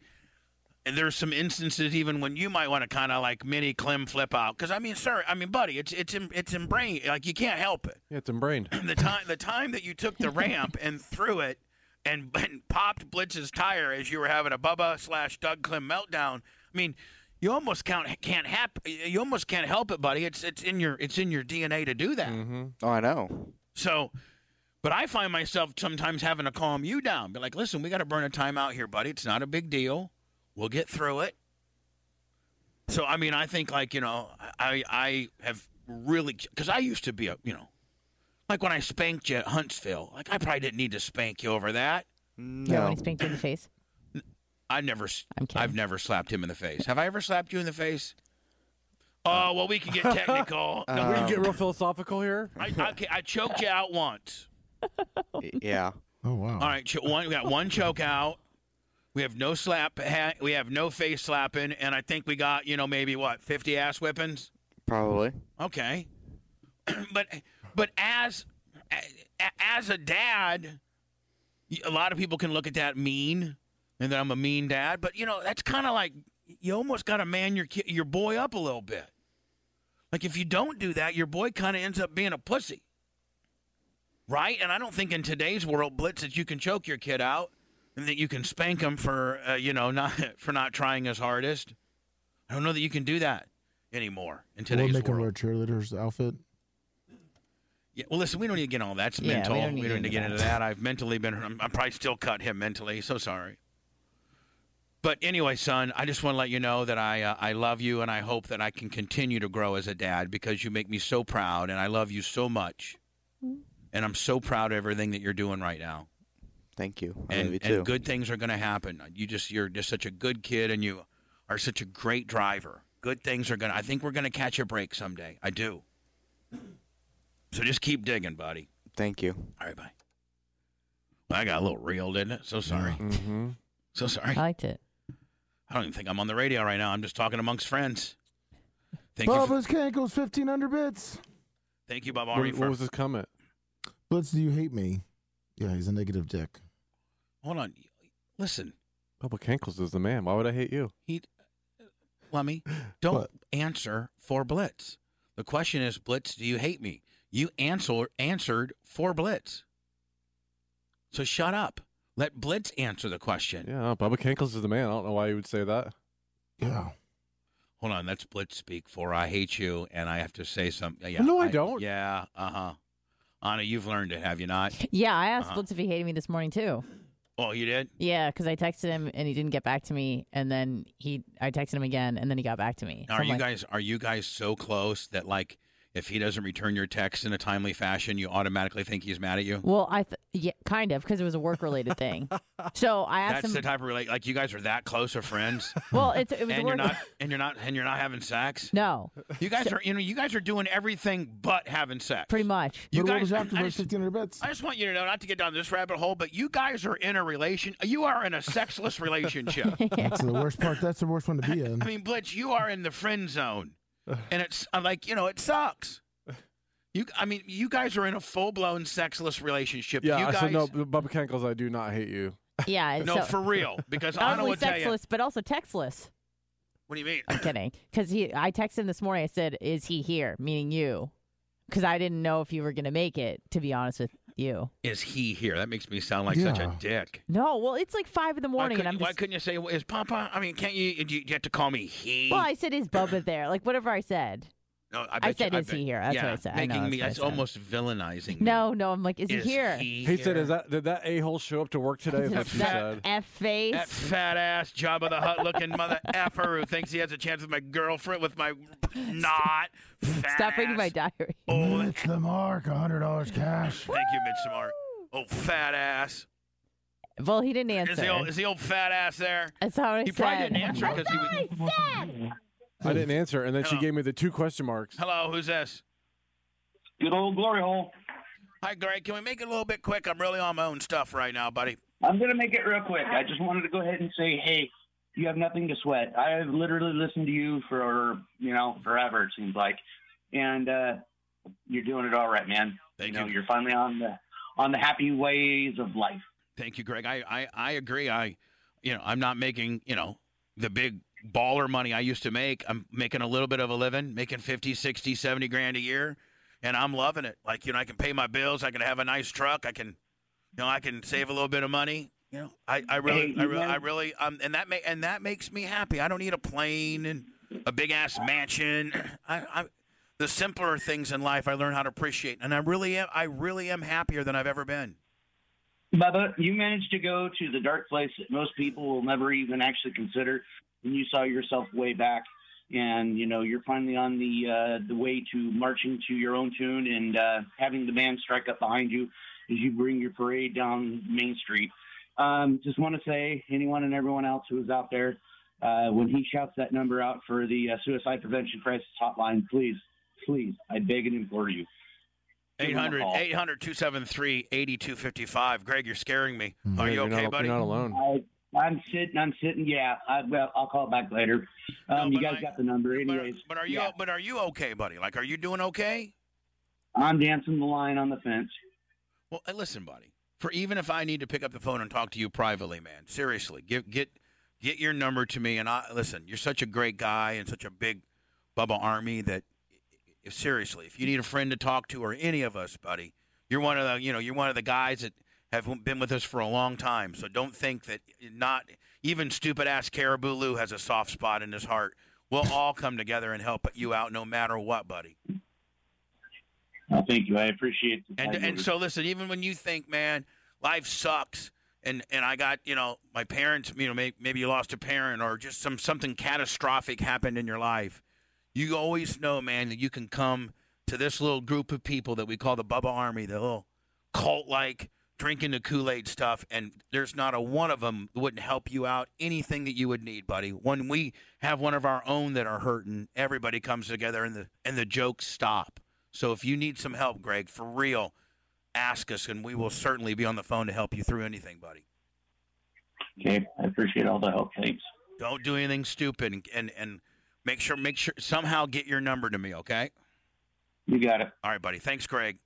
and there's some instances even when you might want to kind of like mini Clem flip out because I mean, sir, I mean, buddy, it's it's em- it's ingrained. Like, you can't help it.
Yeah, it's embrained.
the time the time that you took the ramp and threw it and, and popped Blitz's tire as you were having a Bubba slash Doug Clem meltdown. I mean, you almost can't can't hap- you almost can't help it, buddy. It's it's in your it's in your DNA to do that.
Mm-hmm.
Oh, I know.
So, but I find myself sometimes having to calm you down. Be like, listen, we got to burn a time out here, buddy. It's not a big deal. We'll get through it. So, I mean, I think like you know, I I have really because I used to be a you know, like when I spanked you at Huntsville, like I probably didn't need to spank you over that.
Yeah, when he spanked you in the face.
I never, s- I've never slapped him in the face. Have I ever slapped you in the face? Oh well, we could get technical. No,
we
we
can
can
get real philosophical here.
I, I, I choked you out once.
Yeah.
Oh wow.
All right, cho- one, we got one choke out. We have no slap. Ha- we have no face slapping, and I think we got you know maybe what fifty ass whippings.
Probably.
Okay, but but as a- as a dad, y- a lot of people can look at that mean, and that I'm a mean dad. But you know that's kind of like you almost got to man your ki- your boy up a little bit. Like if you don't do that, your boy kind of ends up being a pussy. right? And I don't think in today's world, Blitz, that you can choke your kid out and that you can spank him for uh, you know not for not trying his hardest. I don't know that you can do that anymore in
Or
today's
make him wear a cheerleader's outfit.
Yeah, well, listen, we don't need to get all that. It's
Yeah, we
mental. We
don't need
don't need,
to
to
get
get
into
into that. I've mentally been. I'm, I'm probably still cut him mentally. So sorry. But anyway, son, I just want to let you know that I uh, I love you, and I hope that I can continue to grow as a dad because you make me so proud, and I love you so much, and I'm so proud of everything that you're doing right now.
Thank you. I
And,
love you too.
and good things are going to happen. You just you're just such a good kid, and you are such a great driver. Good things are going. to I think we're going to catch a break someday. I do. So just keep digging, buddy.
Thank you.
All right, bye. I got a little real, didn't it? So sorry. Mm-hmm. So sorry. I
liked it.
I don't even think I'm on the radio right now. I'm just talking amongst friends. Thank you. For,
Bubba's Cankles, 1500 bits.
thank you, Bob
What-
Ari.
what
for,
was his comment?
Blitz, do you hate me? Yeah, he's a negative dick.
Hold on. Listen,
Bubba Cankles is the man. Why would I hate you?
he, Lummy, don't answer for Blitz. The question is, Blitz, do you hate me? You answer answered for Blitz. So shut up. Let Blitz answer the question.
Yeah, no, Bubba Cankles is the man. I don't know why you would say that.
Yeah.
Hold on, that's Blitz speak for I hate you, and I have to say something. Yeah,
No, I don't.
Yeah, uh huh. Anna, you've learned it, have you not?
Yeah, I asked
Uh-huh.
Blitz if he hated me this morning too.
Oh, you did?
Yeah, because I texted him and he didn't get back to me, and then he I texted him again and then he got back to me. So
Are
I'm
you
like,
guys are you guys so close that like if he doesn't return your text in a timely fashion, you automatically think he's mad at you?
Well, I th- yeah, kind of because it was a work related thing. So I asked
That's
him.
the type of relate like you guys are that close of friends.
Well, it's- it was
and
work-
you're not and you're not and you're not having sex.
No,
you guys are you know you guys are doing everything but having sex.
pretty much.
You
But what
guys-
was
I-
after
I
those
just-
1500 bits?
I just want you to know not to get down this rabbit hole, but you guys are in a relation. You are in a sexless relationship.
That's the worst part. That's the worst one to be in.
I mean, Blitz, you are in the friend zone, and it's I'm like you know it sucks. You, I mean, you guys are in a full blown sexless relationship.
Yeah,
you
I
guys,
said no, B- Bubba Cankles, I do not hate you.
Yeah.
No,
so-
for real, because
Not
I don't
only
want to tell you.
sexless, but also textless.
What do you mean?
I'm kidding. Because he, I texted him this morning. I said, "Is he here?" Meaning you, because I didn't know if you were gonna make it. To be honest with you.
Is he here? That makes me sound like such a
Yeah.
dick.
No. Well, it's like five in the
Why
morning,
couldn't,
and I'm
why
just.
couldn't you say well, is Papa? I mean, can't you? You, you have to call me he.
Well, I said, "Is Bubba there?" Like whatever I said.
no,
I
bet you-
said,
I
"Is he
bet-
here?" That's
yeah,
what I said. I
Making
know,
me.
that's
That's
what I said.
almost villainizing.
No, no. I'm like, "Is,
Is
he here?"
he
He said, "Is that did that a hole show up to work today?" Is
That
what she said.
F face.
That fat ass job of the hut looking mother effer who thinks he has a chance with my girlfriend with my not fat
Stop reading
ass.
my diary.
oh,
It's the mark, $100 cash.
Thank you, Mitch Smart. Oh, fat ass.
Well, he didn't answer.
Is the old is the old fat ass there?
That's how I
He
said.
probably didn't answer because he was.
I didn't answer, and then she gave me the two question marks.
Hello, who's this?
Good old glory hole.
Hi, Greg. Can we make it a little bit quick? I'm really on my own stuff right now, buddy.
I'm gonna make it real quick. I just wanted to go ahead and say, hey, you have nothing to sweat. I've literally listened to you for you know forever. It seems like, and uh, you're doing it all right, man.
Thank
you. Know,
you.
you're finally on the on the happy ways of life.
Thank you, Greg. I, I, I agree. I, you know, I'm not making, you know, the big baller money I used to make. I'm making a little bit of a living, making 50, 60, 70 grand a year. And I'm loving it. Like, you know, I can pay my bills. I can have a nice truck. I can, you know, I can save a little bit of money. You know, I, I really,
Hey,
I, re-
man.
I really, um, and that may, and that makes me happy. I don't need a plane and a big ass mansion. I, I, the simpler things in life, I learn how to appreciate, and I really am, I really am happier than I've ever been.
Bubba, you managed to go to the dark place that most people will never even actually consider, and you saw yourself way back. And you know you're finally on the uh, the way to marching to your own tune and uh, having the band strike up behind you as you bring your parade down Main Street. Um, just want to say anyone and everyone else who is out there, uh, when he shouts that number out for the uh, suicide prevention crisis hotline, please, please, I beg and implore you. Give him a
800
call.
800 273 8255. Greg, you're scaring me.
Hmm.
Are you okay, buddy?
I, I'm sitting. I'm sitting. Yeah. I, well, I'll call back later. Um, you guys got the number, anyways.
But are you but are you okay, buddy? Like are you doing okay?
I'm dancing the line on the fence.
Well, uh, listen, buddy. For even if I need to pick up the phone and talk to you privately, man. Seriously, get get get your number to me and I listen, you're such a great guy and such a big Bubba Army that if seriously, if you need a friend to talk to or any of us, buddy, You're one of the you know you're one of the guys that have been with us for a long time. So don't think that not even stupid ass Caribou Lou has a soft spot in his heart. We'll all come together and help you out no matter what, buddy.
Uh, thank you. I appreciate the
Oh. And
time,
and
Luke.
so listen, even when you think, man, life sucks, and and I got you know my parents, you know may, maybe you lost a parent or just some something catastrophic happened in your life, you always know, man, that you can come to this little group of people that we call the Bubba Army, the little cult like drinking the Kool Aid stuff, and there's not a one of them that wouldn't help you out anything that you would need, buddy. When we have one of our own that are hurting, everybody comes together and the and the jokes stop. So if you need some help, Greg, for real, ask us, and we will certainly be on the phone to help you through anything, buddy.
Okay, I appreciate all the help. Thanks.
Don't do anything stupid, and and, and make sure make sure somehow get your number to me, okay?
You got it.
All right, buddy. Thanks, Greg.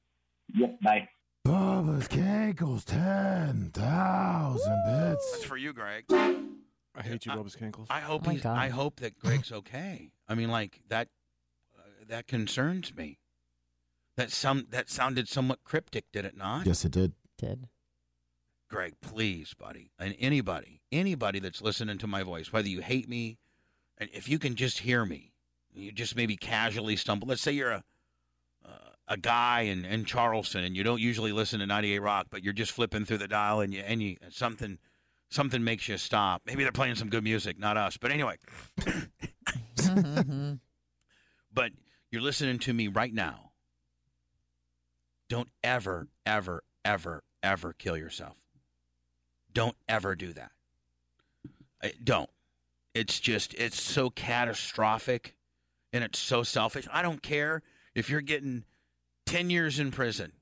Yep. Bye.
Bubba's Cankles, 10,000 bits.
That's for you, Greg.
I hate you, Bubba's Cankles.
I hope he's, I hope that Greg's okay. I mean, like that uh, that concerns me. That some that sounded somewhat cryptic, did it not?
Yes, it did.
Did.
Greg, please, buddy, and anybody, anybody that's listening to my voice, whether you hate me, and if you can just hear me, you just maybe casually stumble. Let's say you're a uh, a guy in, in Charleston, and you don't usually listen to 98 Rock, but you're just flipping through the dial, and you and you and something something makes you stop. Maybe they're playing some good music, not us, but anyway. but you're listening to me right now. Don't ever, ever, ever, ever kill yourself. Don't ever do that. I- don't. It's just, it's so catastrophic and it's so selfish. I don't care if you're getting 10 years in prison.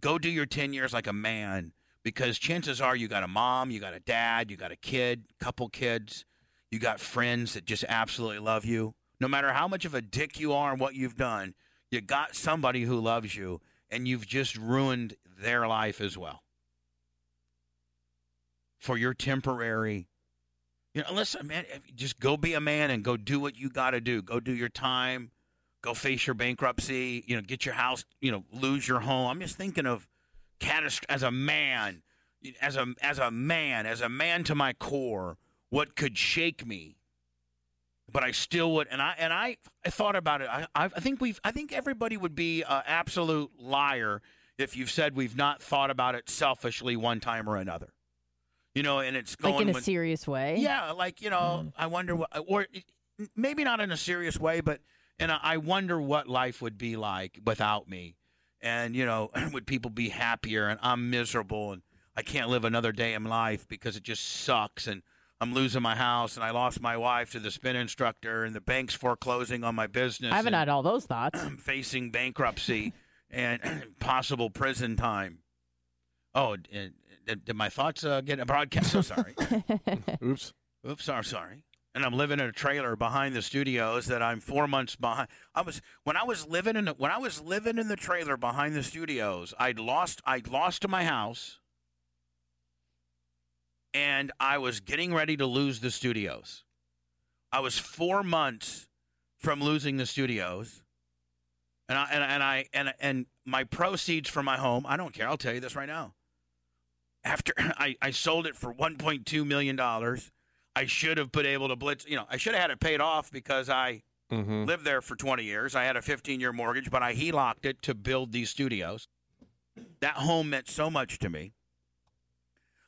Go do your 10 years like a man because chances are you got a mom, you got a dad, you got a kid, couple kids, you got friends that just absolutely love you. No matter how much of a dick you are and what you've done, you got somebody who loves you and you've just ruined their life as well for your temporary. You know, listen, man, if- just go be a man and go do what you got to do. Go do your time. Go face your bankruptcy. You know, get your house. You know, lose your home. I'm just thinking of catast- as a man, as a as a man, as a man to my core. What could shake me? But I still would, and I and I, I thought about it. I I I think we've I think everybody would be an absolute liar if you've said we've not thought about it selfishly one time or another. You know, and it's going
Like in a
when-
serious way.
yeah, like you know, I wonder what, or e, maybe not in a serious way, but and I wonder what life would be like without me, and you know, would people be happier? And I'm miserable, and I can't live another day in life because it just sucks, and I'm losing my house, and I lost my wife to the spin instructor, and the bank's foreclosing on my business.
I haven't
and-
had all those thoughts.
facing bankruptcy and possible prison time. Oh, did, did did my thoughts uh, get broadcast? So sorry.
Oops.
Oops, I'm sorry. And I'm living in a trailer behind the studios that I'm four months behind. I was when I was living in the, when I was living in the trailer behind the studios. I'd lost I'd lost my house, and I was getting ready to lose the studios. I was four months from losing the studios, and I and, I- and I and and my proceeds from my home. I don't care. I'll tell you this right now. After I, I sold it for 1.2 million dollars, I should have been able to blitz. You know, I should have had it paid off because I
Mm-hmm.
lived there for 20 years. I had a 15 year mortgage, but I HELOC'd it to build these studios. That home meant so much to me.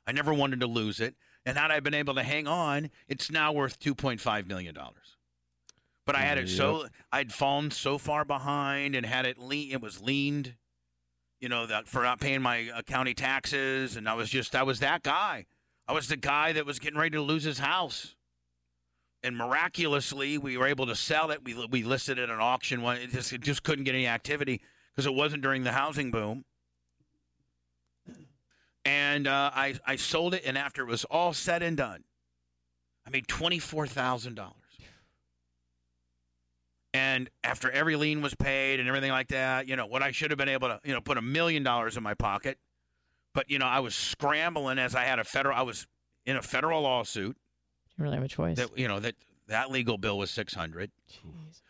I never wanted to lose it. And had I been able to hang on, it's now worth $2.5 million. But I had it so, I'd fallen so far behind and had it lean, it was leaned, you know, that for not paying my uh, county taxes. And I was just, I was that guy. I was the guy that was getting ready to lose his house and miraculously we were able to sell it. We we listed it at an auction. One, it just it just couldn't get any activity because it wasn't during the housing boom. And uh, I I sold it, and after it was all said and done, I made twenty four thousand dollars. And after every lien was paid and everything like that, you know what I should have been able to you know put a million dollars in my pocket, but you know I was scrambling as I had a federal I was in a federal lawsuit.
You really have a choice.
That you know that that legal bill was six hundred.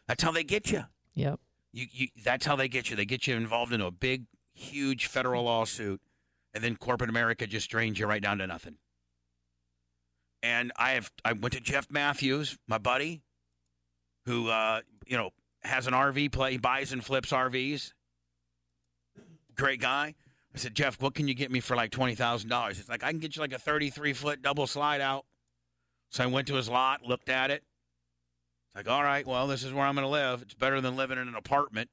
That's how they get you.
Yep.
You, you. That's how they get you. They get you involved into a big, huge federal lawsuit, and then corporate America just drains you right down to nothing. And I have I went to Jeff Matthews, my buddy, who uh, you know has an RV play, buys and flips RVs. Great guy. I said, Jeff, what can you get me for like twenty thousand dollars? It's like I can get you like a thirty-three foot double slide out. So I went to his lot, looked at it. It's like, all right, well, this is where I'm going to live. It's better than living in an apartment.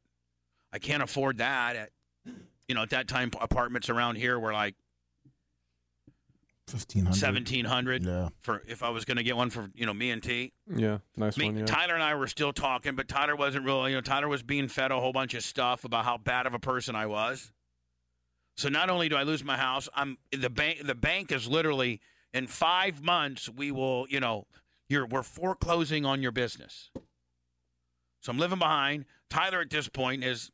I can't afford that. At, you know, at that time, apartments around here were like
Fifteen hundred.
seventeen hundred.
Yeah.
For if I was going to get one for you know me and T.
Yeah, nice
Me-
one. Yeah.
Tyler and I were still talking, but Tyler wasn't really, you know, Tyler was being fed a whole bunch of stuff about how bad of a person I was. So not only do I lose my house, I'm the bank the bank is literally in 5 months we will, you know, you're we're foreclosing on your business. So I'm living behind. Tyler at this point is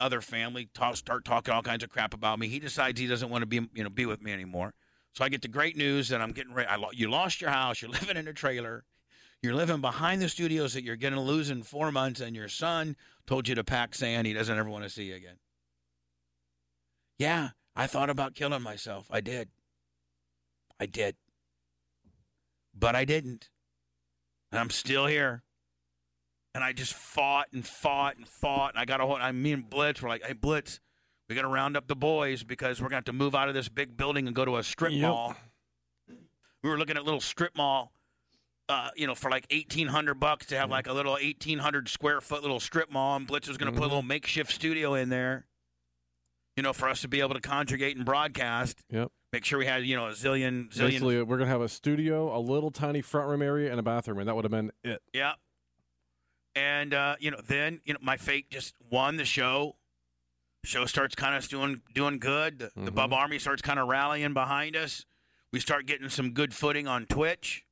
other family talk, start talking all kinds of crap about me. He decides he doesn't want to be you know be with me anymore. So I get the great news that I'm getting ready. I lo- you lost your house. You're living in a trailer. You're living behind the studios that you're going to lose in four months, and your son told you to pack sand. He doesn't ever want to see you again. Yeah, I thought about killing myself. I did. I did. But I didn't. And I'm still here. And I just fought and fought and fought. And I got a hold. I mean, Blitz, we're like, hey, Blitz, we got to round up the boys because we're going to have to move out of this big building and go to a strip mall. We were looking at little strip mall, uh, you know, for like 1800 bucks to have like a little 1800 square foot little strip mall. And Blitz was going to put a
Mm-hmm.
little makeshift studio in there, you know, for us to be able to conjugate and broadcast.
Yep.
Make sure we had, you know, a zillion, zillion.
Basically, uh, we're gonna have a studio, a little tiny front room area, and a bathroom, and that would have been it.
Yeah. And uh, you know, then you know, my fate just won the show. Show starts kind of doing doing good. The, the Bub Army starts kind of rallying behind us. We start getting some good footing on Twitch.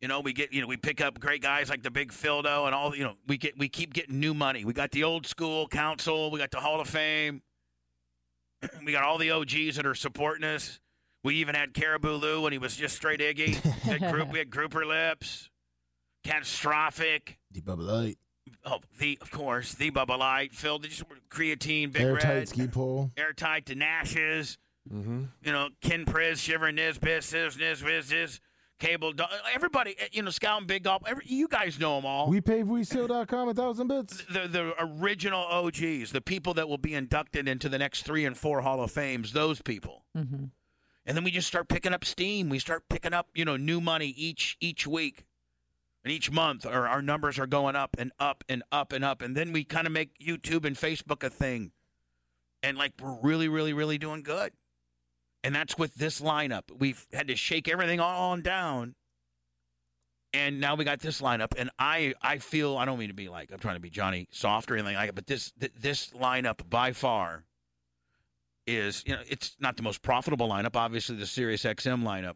You know, we get you know we pick up great guys like the Big Fildo and all. You know, we get we keep getting new money. We got the old school council. We got the Hall of Fame. we got all the OGs that are supporting us. We even had Caribou Lou when he was just straight Iggy. We had group, we had Grouper Lips, Catastrophic.
The Bubba Light.
Oh, the of course the Bubba Light, Phil, just creatine, big
Airtight
red,
ski pole.
airtight to Nashes.
Mm-hmm.
You know, Ken Priz, Shiver Niz, Biz, Sizz, Niz, Wiz, Ziz, Cable, Do- everybody. eh, You know, Scout and Big Golf. Every, you guys know them all.
We pave we seal.com a thousand bits.
the the original OGs, the people that will be inducted into the next three and four Hall of Fames, those people.
Mm-hmm.
and then we just start picking up steam. We start picking up, you know, new money each each week and each month. Or our numbers are going up and up and up and up. And then we kind of make YouTube and Facebook a thing, and like we're really, really, really doing good. And that's with this lineup. We've had to shake everything all on down, and now we got this lineup. And I, I feel I don't mean to be like I'm trying to be Johnny Soft or anything like that, but this th- this lineup by far is you know it's not the most profitable lineup. Obviously, the Sirius XM lineup.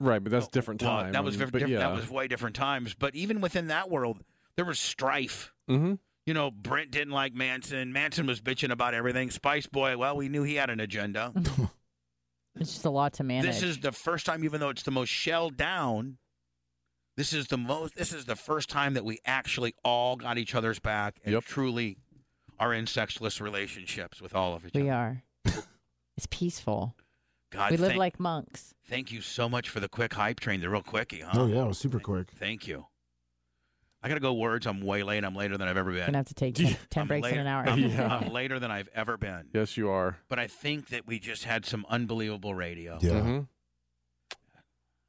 Right, but that's different
Well,
time. I
that was very
mean, but
different.
yeah.
That was way different times. But even within that world, there was strife.
Mhm.
You know, Brent didn't like Manson. Manson was bitching about everything. Spice Boy, well, we knew he had an agenda.
It's just a lot to manage.
this is the first time, even though it's the most shelled down. This is the most. This is the first time that we actually all got each other's back and truly are in sexless relationships with all of each
we
other.
are. it's peaceful.
God,
we live
thank-
like monks.
Thank you so much for the quick hype train, the real quickie, huh?
Oh yeah, it was super quick.
Thank you. I gotta go words. I'm way late. I'm later than I've ever been.
Gonna have to take 10 10
I'm
breaks in
later-
an hour.
I'm,
Yeah.
I'm later than I've ever been.
Yes, you are.
But I think that we just had some unbelievable radio.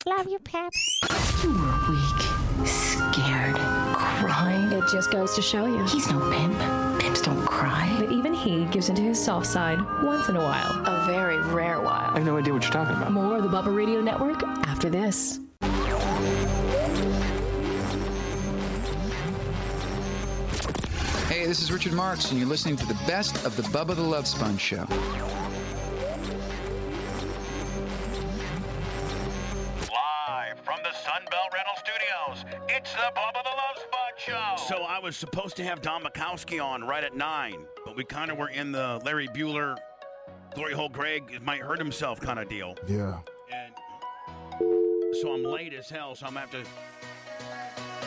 Love you, Paps. You were weak, scared, crying. It just goes to show you. He's no pimp. Pimps don't cry. But even he gives into his soft side once in a while. A very rare while.
I have no idea what you're talking about.
More of the Bubba Radio Network after this.
Hey, this is Richard Marks, and you're listening to the best of the Bubba the Love Sponge show.
Live from the Sunbelt Rental Studios, it's the Bubba the Love Sponge Show. So I was supposed to have Don Mikowski on right at nine, but we kind of were in the Larry Bueller, Glory Hole Greg might hurt himself kind of deal.
Yeah.
So I'm late as hell, so I'm gonna have to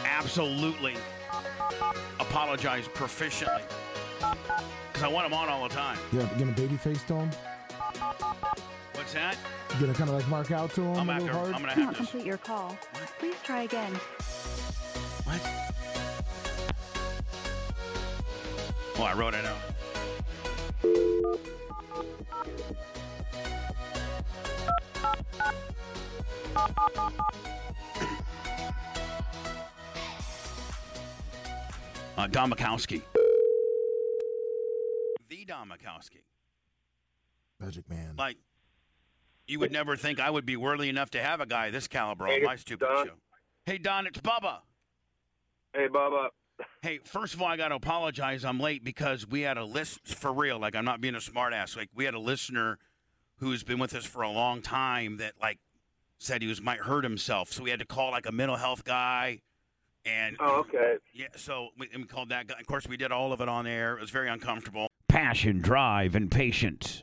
absolutely apologize proficiently. because I want them on all the time.
You're gonna baby face to him?
What's that?
You gonna kind of like mark out to him?
I'm
a
after-
little hard?
I'm gonna have to
Complete your call. Please try again.
Oh, I wrote it out. Uh, Don Mikowski. The Don Mikowski.
Magic Man.
Like, you would never think I would be worthy enough to have a guy this caliber on my stupid show. Hey, Don, it's Bubba.
Hey, Bubba.
Hey, first of all, I got to apologize. I'm late because we had a list for real. Like, I'm not being a smartass. Like, we had a listener who's been with us for a long time that like said he was might hurt himself. So we had to call like a mental health guy. And
oh, okay.
Yeah, so we, and we called that guy. Of course, we did all of it on air. It was very uncomfortable.
Passion, drive, and patience.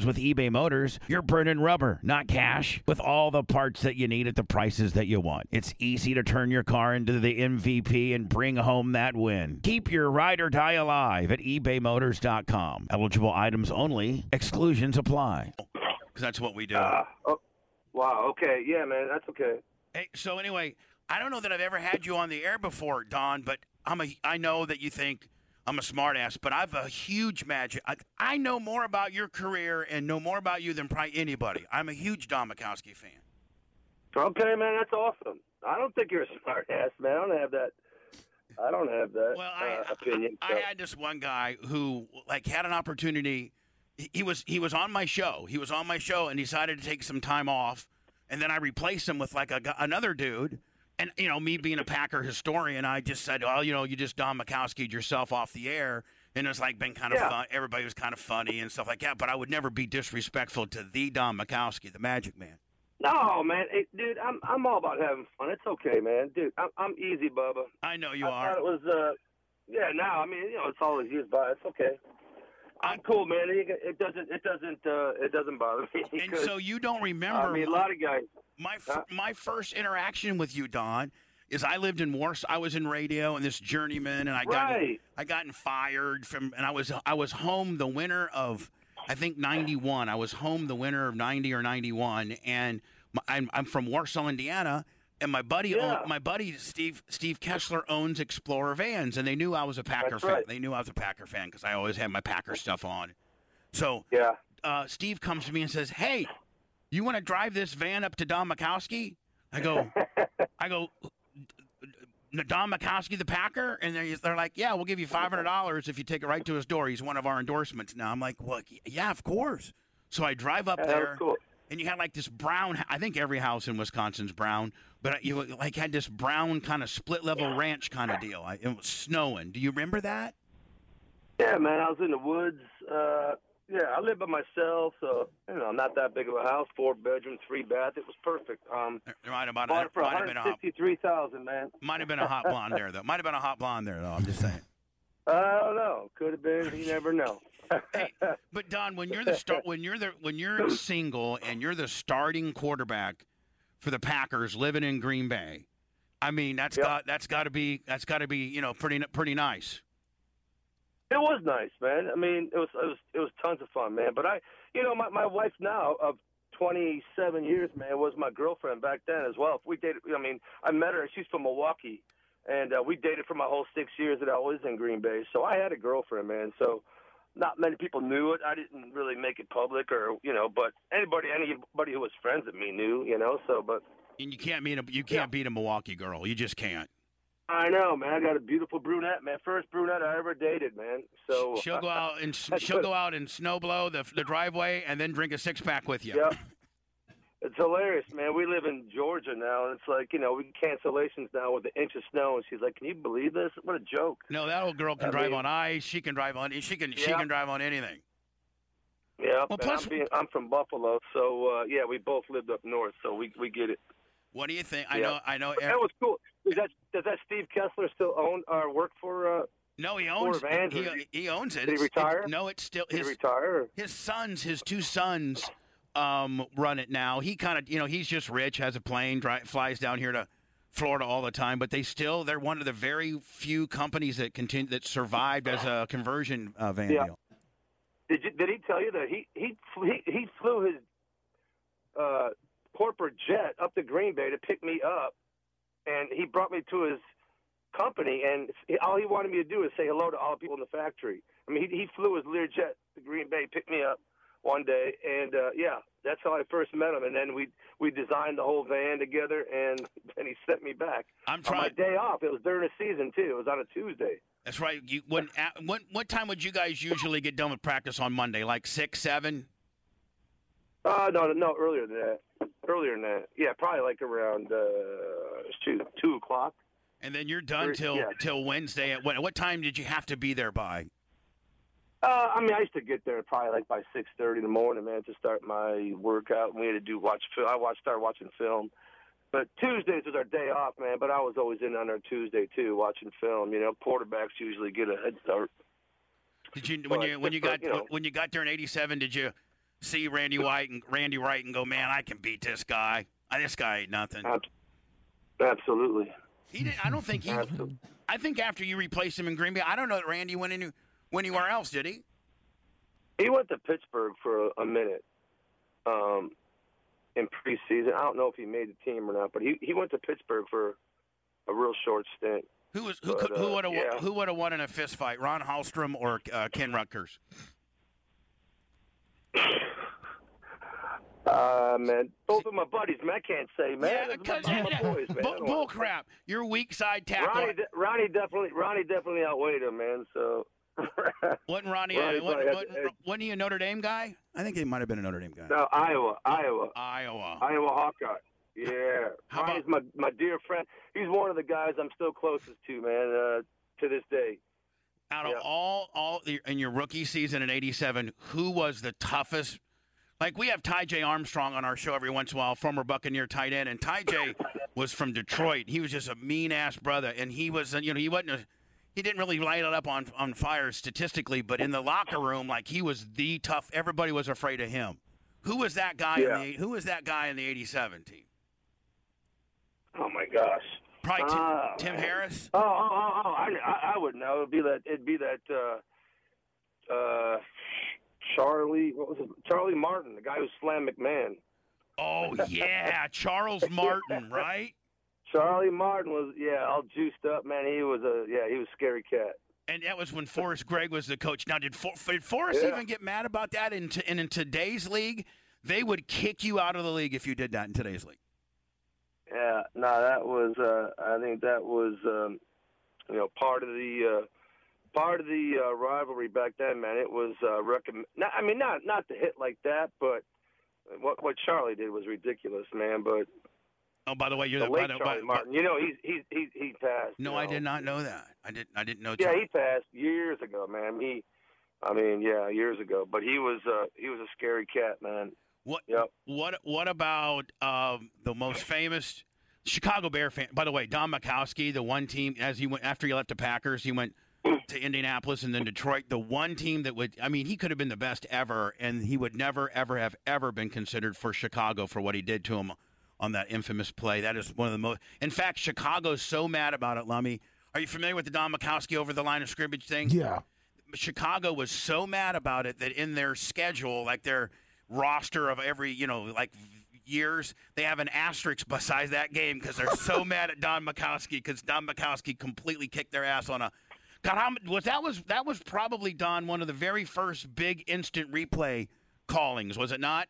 with eBay Motors, you're burning rubber, not cash. With all the parts that you need at the prices that you want, it's easy to turn your car into the MVP and bring home that win. Keep your ride or die alive at ebaymotors.com. Eligible items only, exclusions apply.
Because that's what we do.
Ah, Wow. Okay. Yeah, man. That's okay.
Hey, so anyway, I don't know that I've ever had you on the air before, Don, but I'm a I know that you think I'm a smartass, but I've a huge magic. I, I know more about your career and know more about you than probably anybody. I'm a huge Don Mikowski fan.
Okay, man. That's awesome. I don't think you're a smart ass, man. I don't have that. I don't have that uh, opinion.
I had this one guy who like had an opportunity. He- He was he was on my show. He was on my show and decided to take some time off, and then I replaced him with like a, gu- another dude. And you know, me being a Packer historian, I just said, "Well, you know, you just Don Mikowski'd yourself off the air." And it's like been kind of
Yeah.
fun. Everybody was kind of funny and stuff like that. But I would never be disrespectful to the Don Mikowski, the Magic Man.
no, man. Hey, dude, I'm I'm all about having fun. It's okay, man. Dude, I'm I'm easy, Bubba.
I know you
are. It was uh, yeah. Now, I mean, you know, it's always used, but it's okay. I'm cool, man. It, it doesn't it doesn't uh, it doesn't bother me.
And
'cause-
so you don't remember?
I mean, a lot of guys.
My f- my first interaction with you, Don, is I lived in Warsaw. I was in radio and this journeyman, and I got
Right.
I gotten fired from, and I was I was home the winter of I think ninety one. I was home the winter of ninety or ninety one, and my, I'm I'm from Warsaw, Indiana. And my buddy, own, my buddy Steve Steve Kessler owns Explorer Vans, and they knew I was a Packer
That's
fan.
right.
They knew I was a Packer fan because I always had my Packer stuff on. So
yeah,
uh, Steve comes to me and says, "Hey, you want to drive this van up to Don Mikowski?" I go, I go, "N- Don Mikowski, the Packer, and they're, they're like, "Yeah, we'll give you five hundred dollars if you take it right to his door. He's one of our endorsements now." I'm like, "Well, yeah, of course." So I drive up
Yeah, that's
there,
cool.
and you had like this brown. I think every house in Wisconsin's brown, but you like had this brown kind of split level ranch kind of deal. I, it was snowing. Do you remember that?
Yeah, man, I was in the woods. Uh, yeah, I live by myself, so you know, not that big of a house, four bedroom, three bath. It was perfect. Um,
Right about
bought it for one
might have been
hundred
a hot,
fifty-three thousand, man.
might have been a hot blonde there though. Might have been a hot blonde there though. I'm just saying.
I don't know. Could have been. You never know.
But Don, when you're the star, when you're the when you're single and you're the starting quarterback for the Packers, living in Green Bay, I mean that's got that's got to be that's got to be you know pretty pretty nice.
It was nice, man. I mean, it was it was it was tons of fun, man. But I, you know, my my wife now of 27 years, man, was my girlfriend back then as well. We dated. I mean, I met her. She's from Milwaukee, and uh, we dated for my whole six years that I was in Green Bay. So I had a girlfriend, man. So not many people knew it. I didn't really make it public, or you know, but anybody anybody who was friends with me knew, you know. So, but
And you can't meet a you can't beat a Milwaukee girl. You just can't.
I know, man. I got a beautiful brunette, man. First brunette I ever dated, man. So
She'll go out and she'll go out and snowblow the the driveway and then drink a six pack with you.
Yep. It's hilarious, man. We live in Georgia now, and it's like you know we cancellations now with an inch of snow, and she's like, "Can you believe this? What a joke!"
No, that old girl can
I
drive
mean-
on ice. She can drive on. She can. She
Yeah.
can drive on anything.
Yeah,
Well,
and
plus-
I'm, being, I'm from Buffalo, so uh, yeah, we both lived up north, so we we get it.
What do you think? I
Yeah.
know. I know.
But that was cool. Does that does that Steve Kessler still own or work for? Uh,
no, he
Ford
owns.
Vans,
He,
or-
he owns it.
Did he
It's-
retire?
it's- no, it's still
Did he
his.
retire?
His sons, his two sons, um, run it now. He kind of, you know, he's just rich, has a plane, dri- flies down here to Florida all the time. But they still, they're one of the very few companies that continue that survived as a conversion uh, van
Yeah.
deal.
Did you, did he tell you that he he fl- he, he flew his uh, corporate jet up to Green Bay to pick me up, and he brought me to his company, and he- all he wanted me to do is say hello to all the people in the factory. I mean, he, he flew his Learjet to Green Bay, picked me up one day, and uh, yeah, that's how I first met him. And then we we designed the whole van together, and then he sent me back.
I'm
on my
trying-
day off. It was during the season too. It was on a Tuesday.
That's right. You when at, what what time would you guys usually get done with practice on Monday? Like six, seven?
Uh, no, no, no, earlier than that. Earlier than that. Yeah, probably like around uh, two, two o'clock.
And then you're done
Three-
till
yeah.
till Wednesday. At what, what time did you have to be there by?
Uh, I mean, I used to get there probably like by six thirty in the morning, man, to start my workout. And we had to do watch. fil- I watched, started watching film. But Tuesdays was our day off, man. But I was always in on our Tuesday too, watching film. You know, quarterbacks usually get a head start.
Did you when
Well,
you when you got
you know.
when you got there in '87? Did you see Randy White and Randy Wright and go, man, I can beat this guy. Uh, This guy ain't nothing.
Absolutely.
He didn't. I don't think he. I think after you replaced him in Green Bay, I don't know that Randy went any, went anywhere else. Did he?
He went to Pittsburgh for a, a minute um, in preseason. I don't know if he made the team or not, but he, he went to Pittsburgh for a real short stint.
Who was who?
But,
could, who
uh,
would have
yeah.
who would have won in a fist fight? Ron Hallstrom or uh, Ken Rutgers?
Uh, man, both of my buddies, man. I can't say, man.
Yeah,
Those are
'cause-
my, my boys, man. I
Bull,
don't
bull
wanna-
crap. Your weak side tackle.
Ronnie, de- Ronnie definitely, Ronnie definitely outweighed him, man. So
Wasn't
Ronnie
Ronnie? uh, wasn't,
probably had
wasn't,
the edge.
wasn't he a Notre Dame guy? I think he might have been a Notre Dame guy.
No, Iowa, Iowa,
Iowa,
Iowa Hawkeye. Yeah, Ronnie's my my dear friend. He's one of the guys I'm still closest to, man. Uh, to this day.
Out of all all in your rookie season in '87, who was the toughest? Like we have Ty J Armstrong on our show every once in a while, former Buccaneer tight end, and Ty J was from Detroit. He was just a mean ass brother, and he was you know he wasn't a, he didn't really light it up on on fire statistically, but in the locker room, like he was the tough. Everybody was afraid of him. Who was that guy?
Yeah.
In the, who was that guy in the '87 team?
Oh my gosh.
Probably Tim,
Ah,
Tim
man.
Harris.
Oh, oh, oh, oh, I, I, I would know. It'd be that. It'd be that. Uh, uh, Charlie, what was it? Charlie Martin, the guy who slammed McMahon.
Oh yeah, Charles Martin, right?
Charlie Martin was yeah, all juiced up, man. He was a yeah, he was a scary cat.
And that was when Forrest Gregg was the coach. Now, did, For- did Forrest
Yeah.
even get mad about that? In t- and in today's league, they would kick you out of the league if you did that in today's league.
Yeah, no, that was uh, I think that was um, you know part of the uh, part of the uh, rivalry back then, man. It was uh, recommend. Not, I mean, not not to hit like that, but what what Charlie did was ridiculous, man. But
Oh, by the way, you're
the
the, by
late
the- by-
Charlie
by-
Martin, you know, he's he's he he passed.
No,
you
I
know.
did not know that. I didn't. I didn't know.
Yeah,
Charlie.
he passed years ago, man. He, I mean, yeah, years ago. But he was uh, he was a scary cat, man.
What?
Yep.
What? What about um, the most famous Chicago Bear fan? By the way, Don Mikowski, the one team as he went after he left the Packers, he went to Indianapolis and then Detroit. The one team that would, I mean, he could have been the best ever, and he would never, ever have ever been considered for Chicago for what he did to him on that infamous play. That is one of the most. In fact, Chicago's so mad about it, Lummy. Are you familiar with the Don Mikowski over the line of scrimmage thing?
Yeah.
Chicago was so mad about it that in their schedule, like their roster of every, you know, like years, they have an asterisk besides that game because they're so mad at Don Mikowski because Don Mikowski completely kicked their ass on a. God, how, m- was that was that was probably Don one of the very first big instant replay callings, was it not?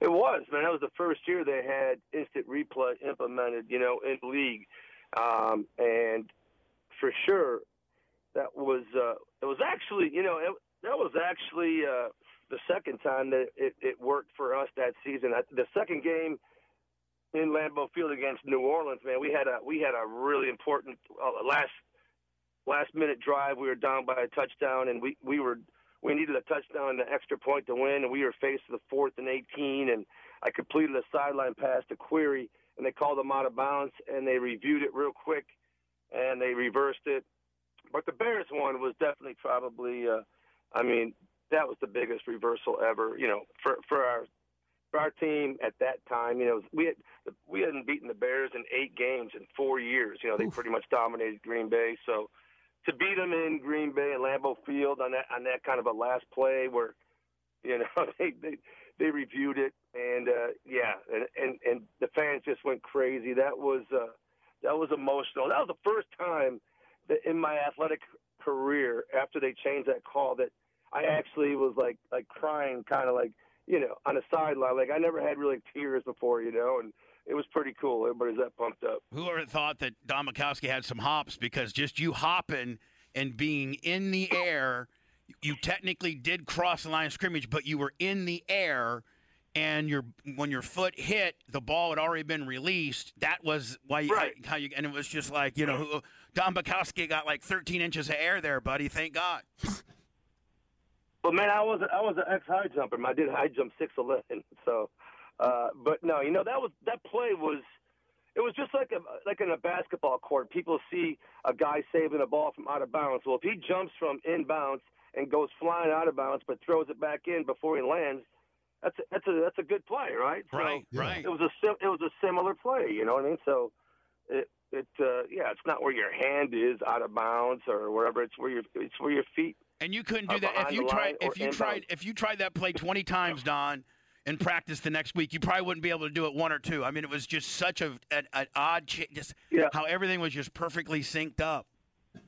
It was, man. That was the first year they had instant replay implemented, you know, in the league, um, and for sure, that was uh, it was actually, you know, it, that was actually uh, the second time that it, it worked for us that season. I, the second game in Lambeau Field against New Orleans, man, we had a we had a really important uh, last last minute drive. We were down by a touchdown, and we we were we needed a touchdown and an extra point to win, and we were faced with a fourth and eighteen. And I completed a sideline pass to Query, and they called him out of bounds, and they reviewed it real quick, and they reversed it. But the Bears one was definitely probably, uh, I mean, that was the biggest reversal ever. You know, for for our for our team at that time, you know, we had we hadn't beaten the Bears in eight games in four years. You know, they pretty much dominated Green Bay. So to beat them in Green Bay and Lambeau Field on that on that kind of a last play where, you know, they they, they reviewed it and uh, yeah, and, and and the fans just went crazy. That was uh, that was emotional. That was the first time that in my athletic career after they changed that call that I actually was like like crying, kind of like you know on a sideline. Like I never had really tears before, you know, and it was pretty cool. Everybody's that pumped up.
Whoever thought that Don Mikowski had some hops because just you hopping and being in the air, you technically did cross the line of scrimmage, but you were in the air. And your when your foot hit, the ball had already been released. That was why you, how you and it was just like you know who- Don Bukowski got like 13 inches of air there, buddy. Thank God.
But man, I was I was an ex high jumper. I did high jump six eleven. So, uh, but no, you know that was that play was it was just like a like in a basketball court. People see a guy saving a ball from out of bounds. Well, if he jumps from inbounds and goes flying out of bounds, but throws it back in before he lands, that's a, that's a that's a good play, right?
Right,
so
right.
It was a sim- it was a similar play. You know what I mean? So it it uh, yeah, it's not where your hand is out of bounds or wherever. It's where your it's where your feet.
And you couldn't
are
do that if
behind
you
the
tried.
line
If
or
you
inbounds.
tried. If you tried that play 20 times, Don, in practice the next week, you probably wouldn't be able to do it one or two. I mean, it was just such a an, an odd, ch- just how everything was just perfectly synced up.
And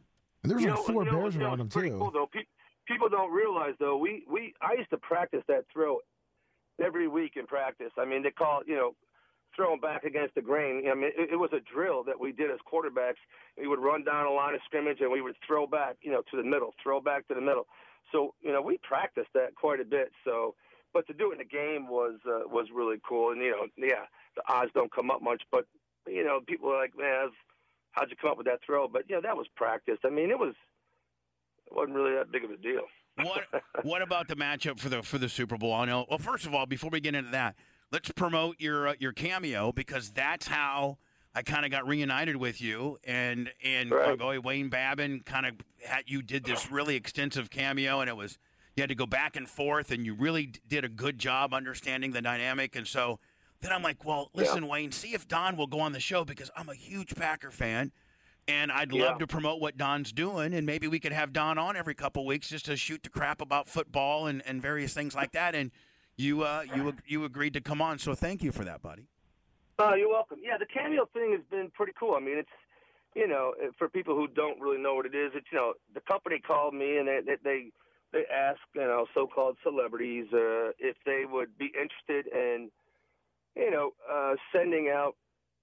there was
You
like
know,
four
you know,
bears
you know,
around him
it's pretty
too.
Cool, though. Pe- people don't realize though. We we I used to practice that throw every week in practice. I mean, they call it, you know throwing back against the grain. I mean, it, it was a drill that we did as quarterbacks. We would run down a line of scrimmage and we would throw back, you know, to the middle, throw back to the middle. So you know, we practiced that quite a bit. So, but to do it in the game was uh, was really cool. And you know, yeah, the odds don't come up much, but you know, people are like, man. that's- How'd you come up with that throw? But you know that was practice. I mean, it was it wasn't really that big of a deal.
What What about the matchup for the for the Super Bowl? I know. Well, first of all, before we get into that, let's promote your uh, your cameo because that's how I kind of got reunited with you and and my boy Wayne Babin kind of had you did this really extensive cameo and it was you had to go back and forth and you really d- did a good job understanding the dynamic and so then I'm like, well, listen, Wayne, see if Don will go on the show because I'm a huge Packer fan. And I'd love
Yeah.
to promote what Don's doing, and maybe we could have Don on every couple weeks just to shoot the crap about football and, and various things like that. And you uh, you ag- you agreed to come on, so thank you for that, buddy.
Oh, you're welcome. Yeah, the cameo thing has been pretty cool. I mean, it's you know, it- for people who don't really know what it is, it's you know, the company called me and they they they, they asked you know so-called celebrities uh, if they would be interested in you know uh, sending out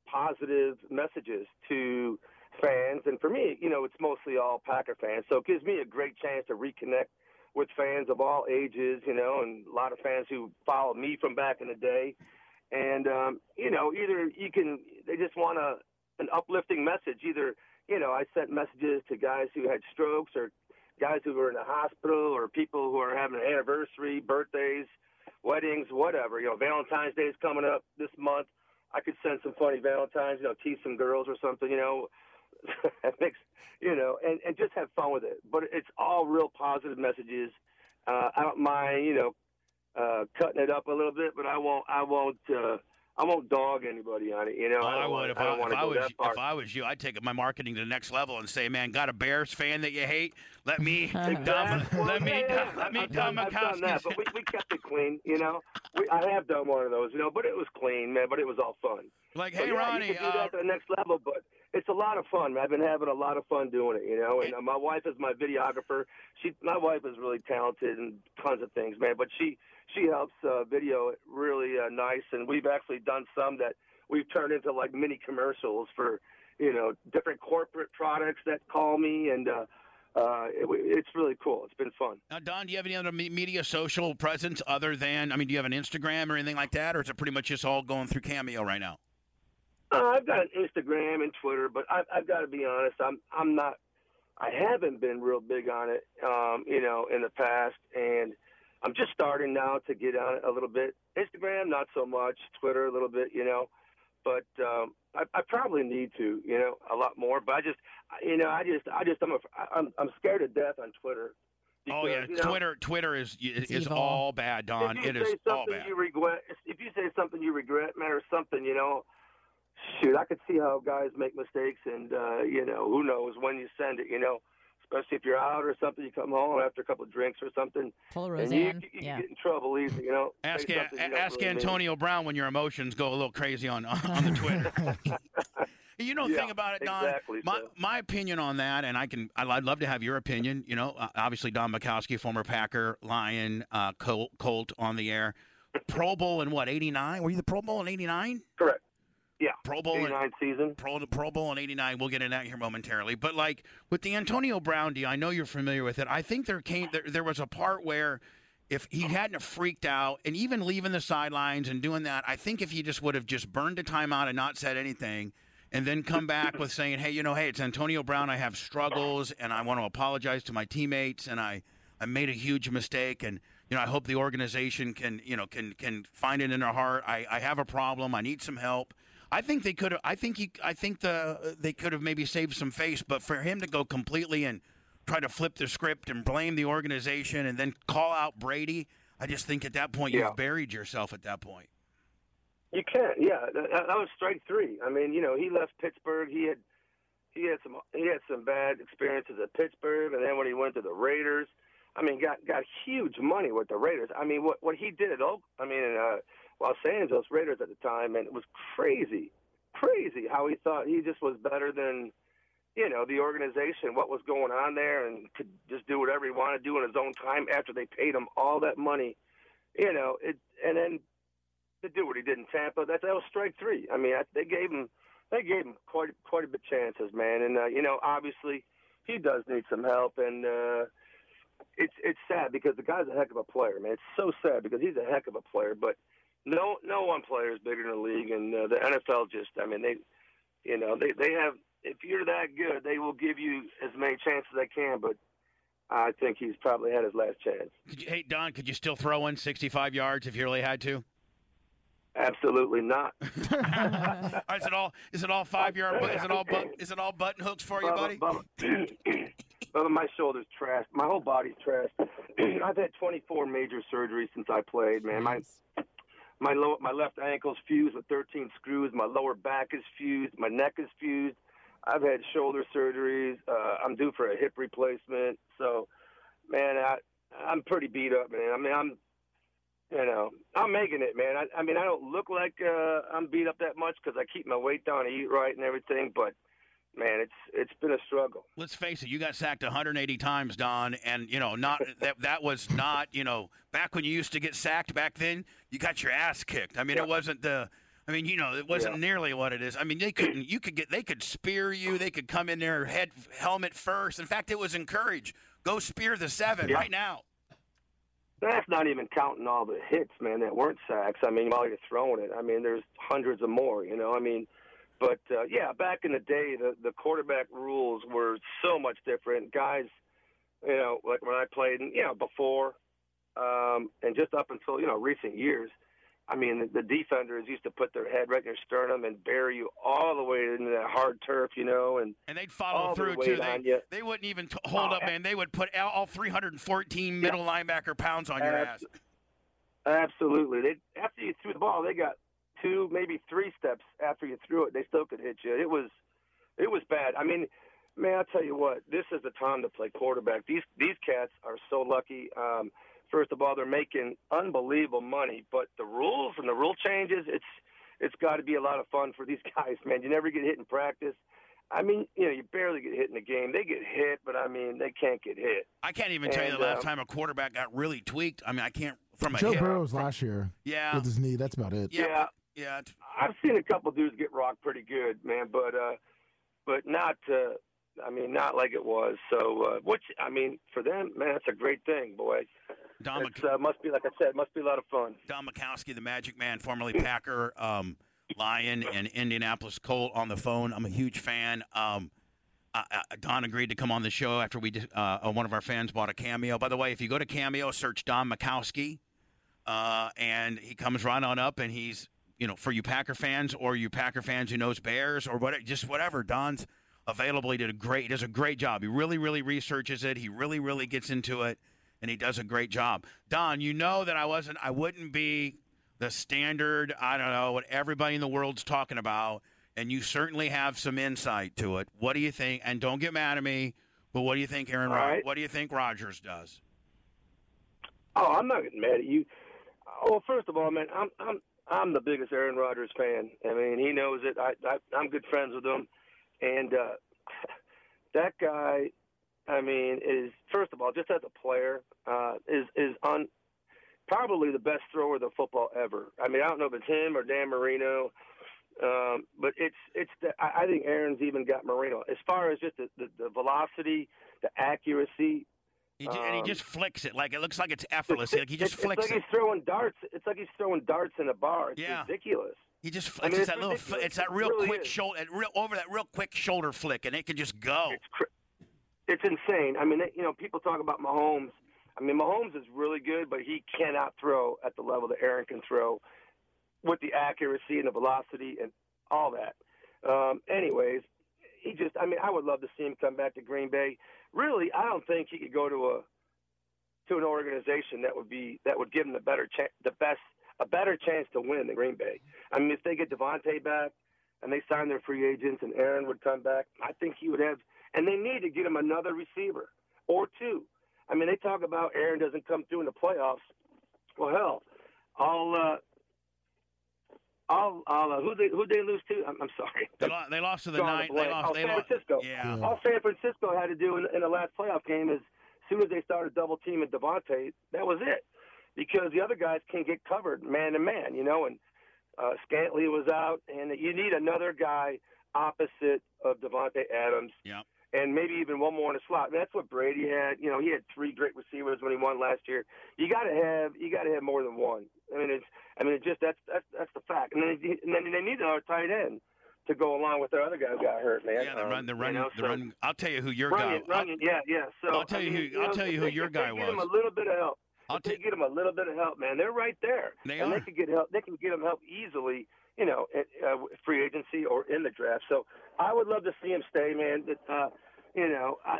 positive messages to fans. And for me, you know, it's mostly all Packer fans, so it gives me a great chance to reconnect with fans of all ages, you know, and a lot of fans who followed me from back in the day and um, you know either you can they just want a an uplifting message either you know i sent messages to guys who had strokes or guys who were in the hospital or people who are having an anniversary birthdays weddings whatever you know valentine's day is coming up this month i could send some funny valentines you know tease some girls or something you know that makes you know and and just have fun with it but it's all real positive messages uh, i don't mind you know uh, cutting it up a little bit, but I won't. I won't. Uh, I won't dog anybody on it. You know,
Well,
I,
I
don't
would
wanna-
if
I
I,
don't want
if
to
I
go
was
that far.
if I was you, I'd take my marketing to the next level and say, man, got a Bears fan that you hate? Let me Don,
Well,
let me
yeah, yeah,
Don, let me
I've
Don
done- I've done that,
Mikowski.
but we, we kept it clean. You know, we, I have done one of those. You know, but it was clean, man. But it was all fun.
Like,
So,
hey,
Oh, yeah,
Ronnie, uh,
you can do that to the next level, but it's a lot of fun. man. I've been having a lot of fun doing it. You know, and uh, my wife is my videographer. She, my wife is really talented and tons of things, man. But she she helps uh, video it really uh, nice, and we've actually done some that we've turned into like mini commercials for you know different corporate products that call me and. uh uh, it, it's really cool. It's been fun.
Now, Don, do you have any other me- media social presence other than, I mean, do you have an Instagram or anything like that, or is it pretty much just all going through Cameo right now?
Uh, I've got an Instagram and Twitter, but I, I've got to be honest. I'm I'm not. I haven't been real big on it, um, you know, in the past, and I'm just starting now to get on it a little bit. Instagram, not so much. Twitter, a little bit, you know, but um, I, I probably need to, you know, a lot more. But I just, you know, I just, I just, I'm, a, I'm, I'm scared to death on Twitter.
Oh yeah,
Because, you know-
Twitter. Twitter is is
evil.
all bad, Don.
If you
It
say
is all
something
bad.
You regret if you say something you regret, man, or something, you know. Shoot, I could see how guys make mistakes, and uh, you know, who knows when you send it, you know. Especially if you're out or something, you come home after a couple of drinks or something,
Full
and you,
Roseanne.
you, you
Yeah.
get in trouble easy, you know. Say
Ask,
something you don't
ask
really mean.
Antonio Brown when your emotions go a little crazy on on the Twitter. you don't
Yeah,
think about it, Don.
exactly,
my
so.
my opinion on that, and I can I'd love to have your opinion. You know, uh, obviously Don Mikowski, former Packer, Lion, uh, Colt, Colt on the air, Pro Bowl in what '89? Were you the Pro Bowl in '89?
Correct. Yeah.
Pro Bowl in-
89 season.
Pro, Pro Bowl in '89. We'll get into that here momentarily. But like with the Antonio Brown deal, I know you're familiar with it. I think there came there, there was a part where if he hadn't have freaked out and even leaving the sidelines and doing that, I think if he just would have just burned a timeout and not said anything. And then come back with saying, "Hey, you know, hey, it's Antonio Brown. I have struggles, and I want to apologize to my teammates, and I, I made a huge mistake, and you know, I hope the organization can, you know, can can find it in their heart. I, I have a problem. I need some help. I think they could. I think he. I think the they could have maybe saved some face, but for him to go completely and try to flip the script and blame the organization and then call out Brady, I just think at that point
Yeah.
you've buried yourself. At that point,
You can, yeah. That, that that was strike three. I mean, you know, he left Pittsburgh. He had he had some he had some bad experiences at Pittsburgh, and then when he went to the Raiders, I mean, got got huge money with the Raiders. I mean, what what he did at Oak, I mean, in, uh, Los Angeles Raiders at the time, and it was crazy, crazy how he thought he just was better than. You know the organization, what was going on there, and could just do whatever he wanted to do in his own time after they paid him all that money. You know it, and then to do what he did in Tampa. That that was strike three. I mean, I, they gave him they gave him quite quite a bit chances, man. And uh, you know, obviously, he does need some help, and uh, it's it's sad because the guy's a heck of a player, man. It's so sad because he's a heck of a player, but no no one player is bigger than the league, and uh, the NFL just I mean they you know they they have if you're that good, they will give you as many chances they can, but. I think he's probably had his last chance.
could you, hey Don, could you still throw in 65 yards if you really had to?
Absolutely not.
is it all is it all five yard? Is it all but, is it all button hooks for you, buddy?
Bubba, Bubba, my shoulder's trashed. My whole body's trashed. I've had 24 major surgeries since I played, man. My my low, my left ankle's fused with 13 screws. My lower back is fused. My neck is fused. I've had shoulder surgeries. Uh, I'm due for a hip replacement. So, man, I I'm pretty beat up, man. I mean, I'm you know, I'm making it, man. I, I mean, I don't look like uh, I'm beat up that much because I keep my weight down, I eat right, and everything. But man, it's it's been a struggle.
Let's face it, you got sacked 180 times, Don, and you know not that that was not you know back when you used to get sacked back then. You got your ass kicked. I mean, it wasn't the. I mean, you know, it wasn't
Yeah.
nearly what it is. I mean, they couldn't. You could get. They could spear you. They could come in there head helmet first. In fact, it was encouraged. Go spear the seven right now.
That's not even counting all the hits, man, that weren't sacks. I mean, while you're throwing it, I mean, there's hundreds of more, you know. I mean, but uh, yeah, back in the day, the, the quarterback rules were so much different. Guys, you know, like when I played, and, you know, before um, and just up until, you know, recent years, I mean, the, the defenders used to put their head right in your sternum and bury you all the way into that hard turf, you know, and
And they'd follow
all their
through too.
weight
They,
on Oh, you.
they wouldn't even t- hold up, man. They would put all, all 314 middle linebacker pounds on your ass.
Abs- Absolutely. They after you threw the ball, they got two, maybe three steps after you threw it. They still could hit you. It was, it was bad. I mean, man, I'll tell you what. This is the time to play quarterback. These these cats are so lucky. Um, first of all, they're making unbelievable money, but the rules and the rule changes. It's it's got to be a lot of fun for these guys, man. You never get hit in practice. I mean, you know, you barely get hit in the game. They get hit, but I mean, they can't get hit.
I can't even tell you
And,
the last
um,
time a quarterback got really tweaked. I mean, I can't from a
Joe
hip.
Burrow's last year.
Yeah.
With his knee. That's about it.
Yeah, yeah.
I've seen a couple dudes get rocked pretty good, man, but uh, but not uh, I mean, not like it was. So, uh, which I mean, for them, man, that's a great thing, boy.
Dom,
It's, uh, must be like I said, must be a lot of fun.
Don Mikowski, the Magic Man, formerly Packer, um, Lion, and Indianapolis Colt on the phone. I'm a huge fan. Um, uh, uh, Don agreed to come on the show after we did, uh, uh, one of our fans bought a cameo. By the way, if you go to Cameo, search Don Mikowski, uh, and he comes right on up, and he's you know for you Packer fans or you Packer fans who knows Bears or whatever, just whatever. Don's available. He did a great, he does a great job. He really, really researches it. He really, really gets into it, and he does a great job. Don, you know that I wasn't, I wouldn't be the standard. I don't know what everybody in the world's talking about and you certainly have some insight to it. What do you think? And don't get mad at me, but what do you think Aaron
All
Rodgers?
right.
What do you think Rodgers does?
Oh, I'm not getting mad at you. Well, first of all, man, I'm I'm I'm the biggest Aaron Rodgers fan. I mean, he knows it. I, I I'm good friends with him, and uh, that guy, I mean, is first of all just as a player uh, is is on probably the best thrower of the football ever. I mean, I don't know if it's him or Dan Marino. Um, but it's it's the, I I think Aaron's even got Marino as far as just the, the, the velocity, the accuracy.
He ju- and he
um,
just flicks it like it looks like it's effortless. Like he
it's-
just flicks
it's like
it.
he's throwing darts. It's like he's throwing darts in a bar. It's
Yeah.
ridiculous.
He just flicks
I mean,
it's
it's
that little. Fl-
ridiculous.
it's that
It
real
really
quick
is.
shoulder, real over that real quick shoulder flick, and it can just go.
It's insane. I mean, it- you know, people talk about Mahomes. I mean, Mahomes is really good, but he cannot throw at the level that Aaron can throw with the accuracy and the velocity and all that. Um, anyways, he just, I mean, I would love to see him come back to Green Bay. Really, I don't think he could go to a to an organization that would be that would give him the better chance, the best, a better chance to win than Green Bay. I mean, if they get Devontae back and they sign their free agents and Aaron would come back, I think he would have, and they need to get him another receiver or two. I mean, they talk about Aaron doesn't come through in the playoffs. Well, hell, I'll, uh, I'll, I'll uh, who they who they lose to? I'm, I'm sorry.
They, lo- they lost to the
Drawing a
night. They
blank.
lost.
Oh,
they
San
lost.
Francisco.
Yeah.
All San Francisco had to do in, in the last playoff game is, as soon as they started double teaming Devontae, that was it, because the other guys can't get covered man to man, you know. And uh, Scantley was out, and you need another guy opposite of Devontae Adams,
yeah.
and maybe even one more in the slot. And that's what Brady had. You know, he had three great receivers when he won last year. You got to have you got to have more than one. I mean, it's I mean, it's just that's that's that's the fact. And then and then they need another tight end. To go along with their other guy who got hurt, man.
Yeah, the
Um,
run, the
you
run,
know,
the
so-
run. I'll tell you who your
Runyon,
guy. I'll,
Runyon, yeah, yeah. So
I'll tell
I
you
mean,
who- I'll
know,
tell you
if
who
they-
your
if
guy
they Give him
was.
a little bit of help.
I'll
if they get him a little bit of help, man. They're right there.
They
and
are.
they could get help. They can get him help easily. You know, at, uh, with free agency or in the draft. So I would love to see him stay, man. But, uh, you know, I,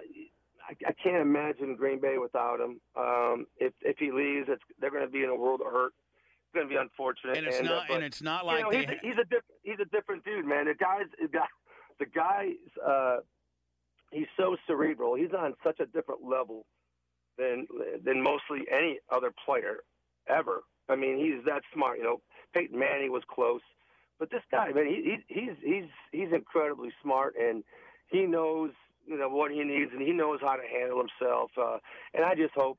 I I can't imagine Green Bay without him. Um, if if he leaves, it's, they're going to be in a world of hurt. It's going to be unfortunate.
And it's
uh,
not-
but,
and it's not
you
like
know,
they
he's,
ha-
a, he's a different he's a different dude, man. The guys, the guy, the guys. Uh, he's so cerebral. He's on such a different level than than mostly any other player ever. I mean, he's that smart. You know, Peyton Manning was close, but this guy, man, he, he he's he's he's incredibly smart, and he knows you know what he needs, and he knows how to handle himself. Uh, and I just hope.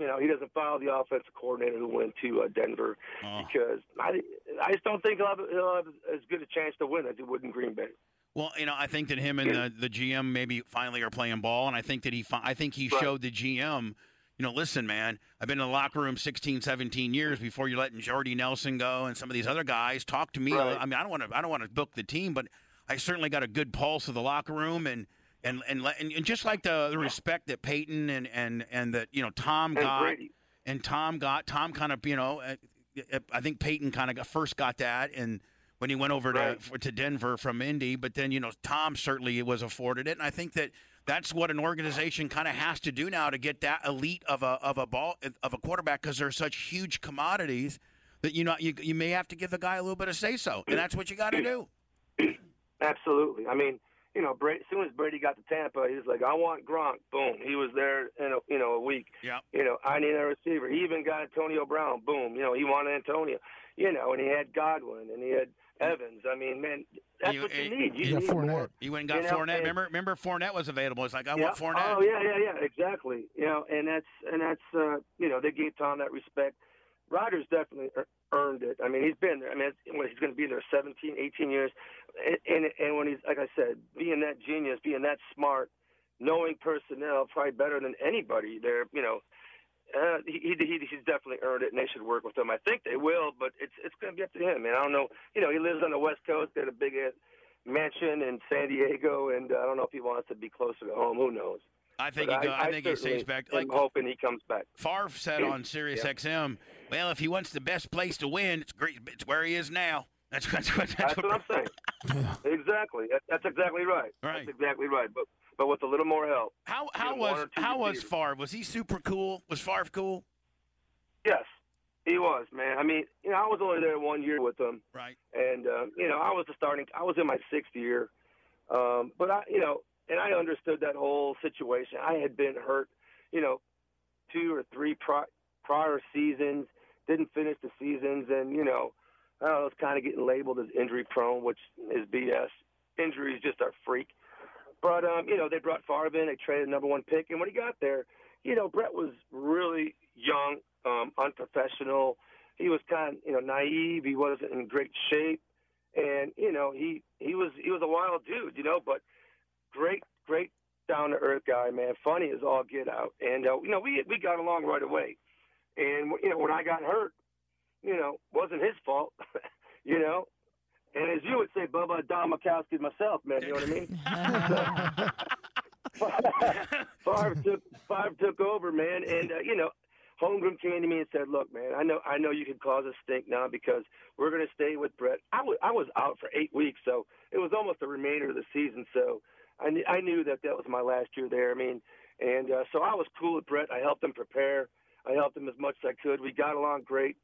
You know he doesn't follow the offensive coordinator who went to uh, Denver
Uh-huh.
because I I just don't think he'll have, he'll have as good a chance to win as he would in Green Bay.
Well, you know, I think that him and the, the GM maybe finally are playing ball, and I think that he, fi- I think he showed the GM, you know, listen, man, I've been in the locker room 16, 17 years before you're letting Jordy Nelson go and some of these other guys talk to me. I mean, I don't want to, I don't want to book the team, but I certainly got a good pulse of the locker room and. And, and, let- and and just like the, the respect that Peyton and, and, and that you know Tom
And
got
Brady.
and Tom got Tom kind of you know uh, uh, I think Peyton kind of got, first got that and when he went over to for, to Denver from Indy, but then you know Tom certainly was afforded it, and I think that that's what an organization kind of has to do now to get that elite of a of a ball of a quarterback because they're such huge commodities that you know you you may have to give the guy a little bit of say so, and that's what you got to do.
Absolutely. I mean, you know, Brady, as soon as Brady got to Tampa, he was like, "I want Gronk." Boom, he was there in a, you know a week.
Yeah.
You know, I need a receiver. He even got Antonio Brown. Boom, you know, he wanted Antonio. You know, and he had Godwin and he had Evans. I mean, man, that's what you need. You
Yeah,
need
Fournette.
more.
He went and got
You know,
Fournette.
and-
Remember, remember Fournette was available. It's like I
yeah.
want Fournette.
Oh yeah, yeah, yeah, exactly. You know, and that's and that's uh, you know they gave Tom that respect. Rodgers definitely ear- earned it. I mean, he's been there. I mean, it's- well, he's going to be there 17, 18 years, and, and and when he's like I said, being that genius, being that smart, knowing personnel probably better than anybody there. You know, uh, he, he he he's definitely earned it, and they should work with him. I think they will, but it's it's going to be up to him. And I don't know. You know, he lives on the West Coast. They had a big uh, mansion in San Diego, and uh, I don't know if he wants to be closer to home. Who knows?
I think
But
he go, I, think he
certainly
stays back.
am
Like
hoping he comes back.
Favre said on Sirius
Yeah.
XM, well, if he wants the best place to win, it's great. It's where he is now. That's what. That's what,
That's what I'm saying. exactly. That- That's exactly right. That's exactly right. But but with a little more help.
How
You
how
know, one
was
or two
how was
receivers.
Favre? Was he super cool? Was Favre cool?
Yes, he was, man. I mean, you know, I was only there one year with him,
Right.
and uh, you know, I was the starting. I was in my sixth year, um, but I, you know, and I understood that whole situation. I had been hurt, you know, two or three pri- prior seasons. Didn't finish the seasons, and you know, I was kind of getting labeled as injury prone, which is BS. Injuries just are freak. But um, you know, they brought Favre in, they traded number one pick, and when he got there, you know, Brett was really young, um, unprofessional. He was kind, of, you know, naive. He wasn't in great shape, and you know, he he was he was a wild dude, you know, but great, great down to earth guy, man. Funny as all get out, and uh, you know, we we got along right away. And you know, when I got hurt, you know, wasn't his fault, you know. And as you would say, Bubba Don Mikowski myself, man, you know what I mean? Favre took Favre took over, man, and uh, you know, Holmgren came to me and said, "Look, man, I know I know you can cause a stink now because we're going to stay with Brett." I was I was out for eight weeks, so it was almost the remainder of the season. So I knew, I knew that that was my last year there. I mean, and uh, so I was cool with Brett. I helped him prepare. I helped him as much as I could. We got along great.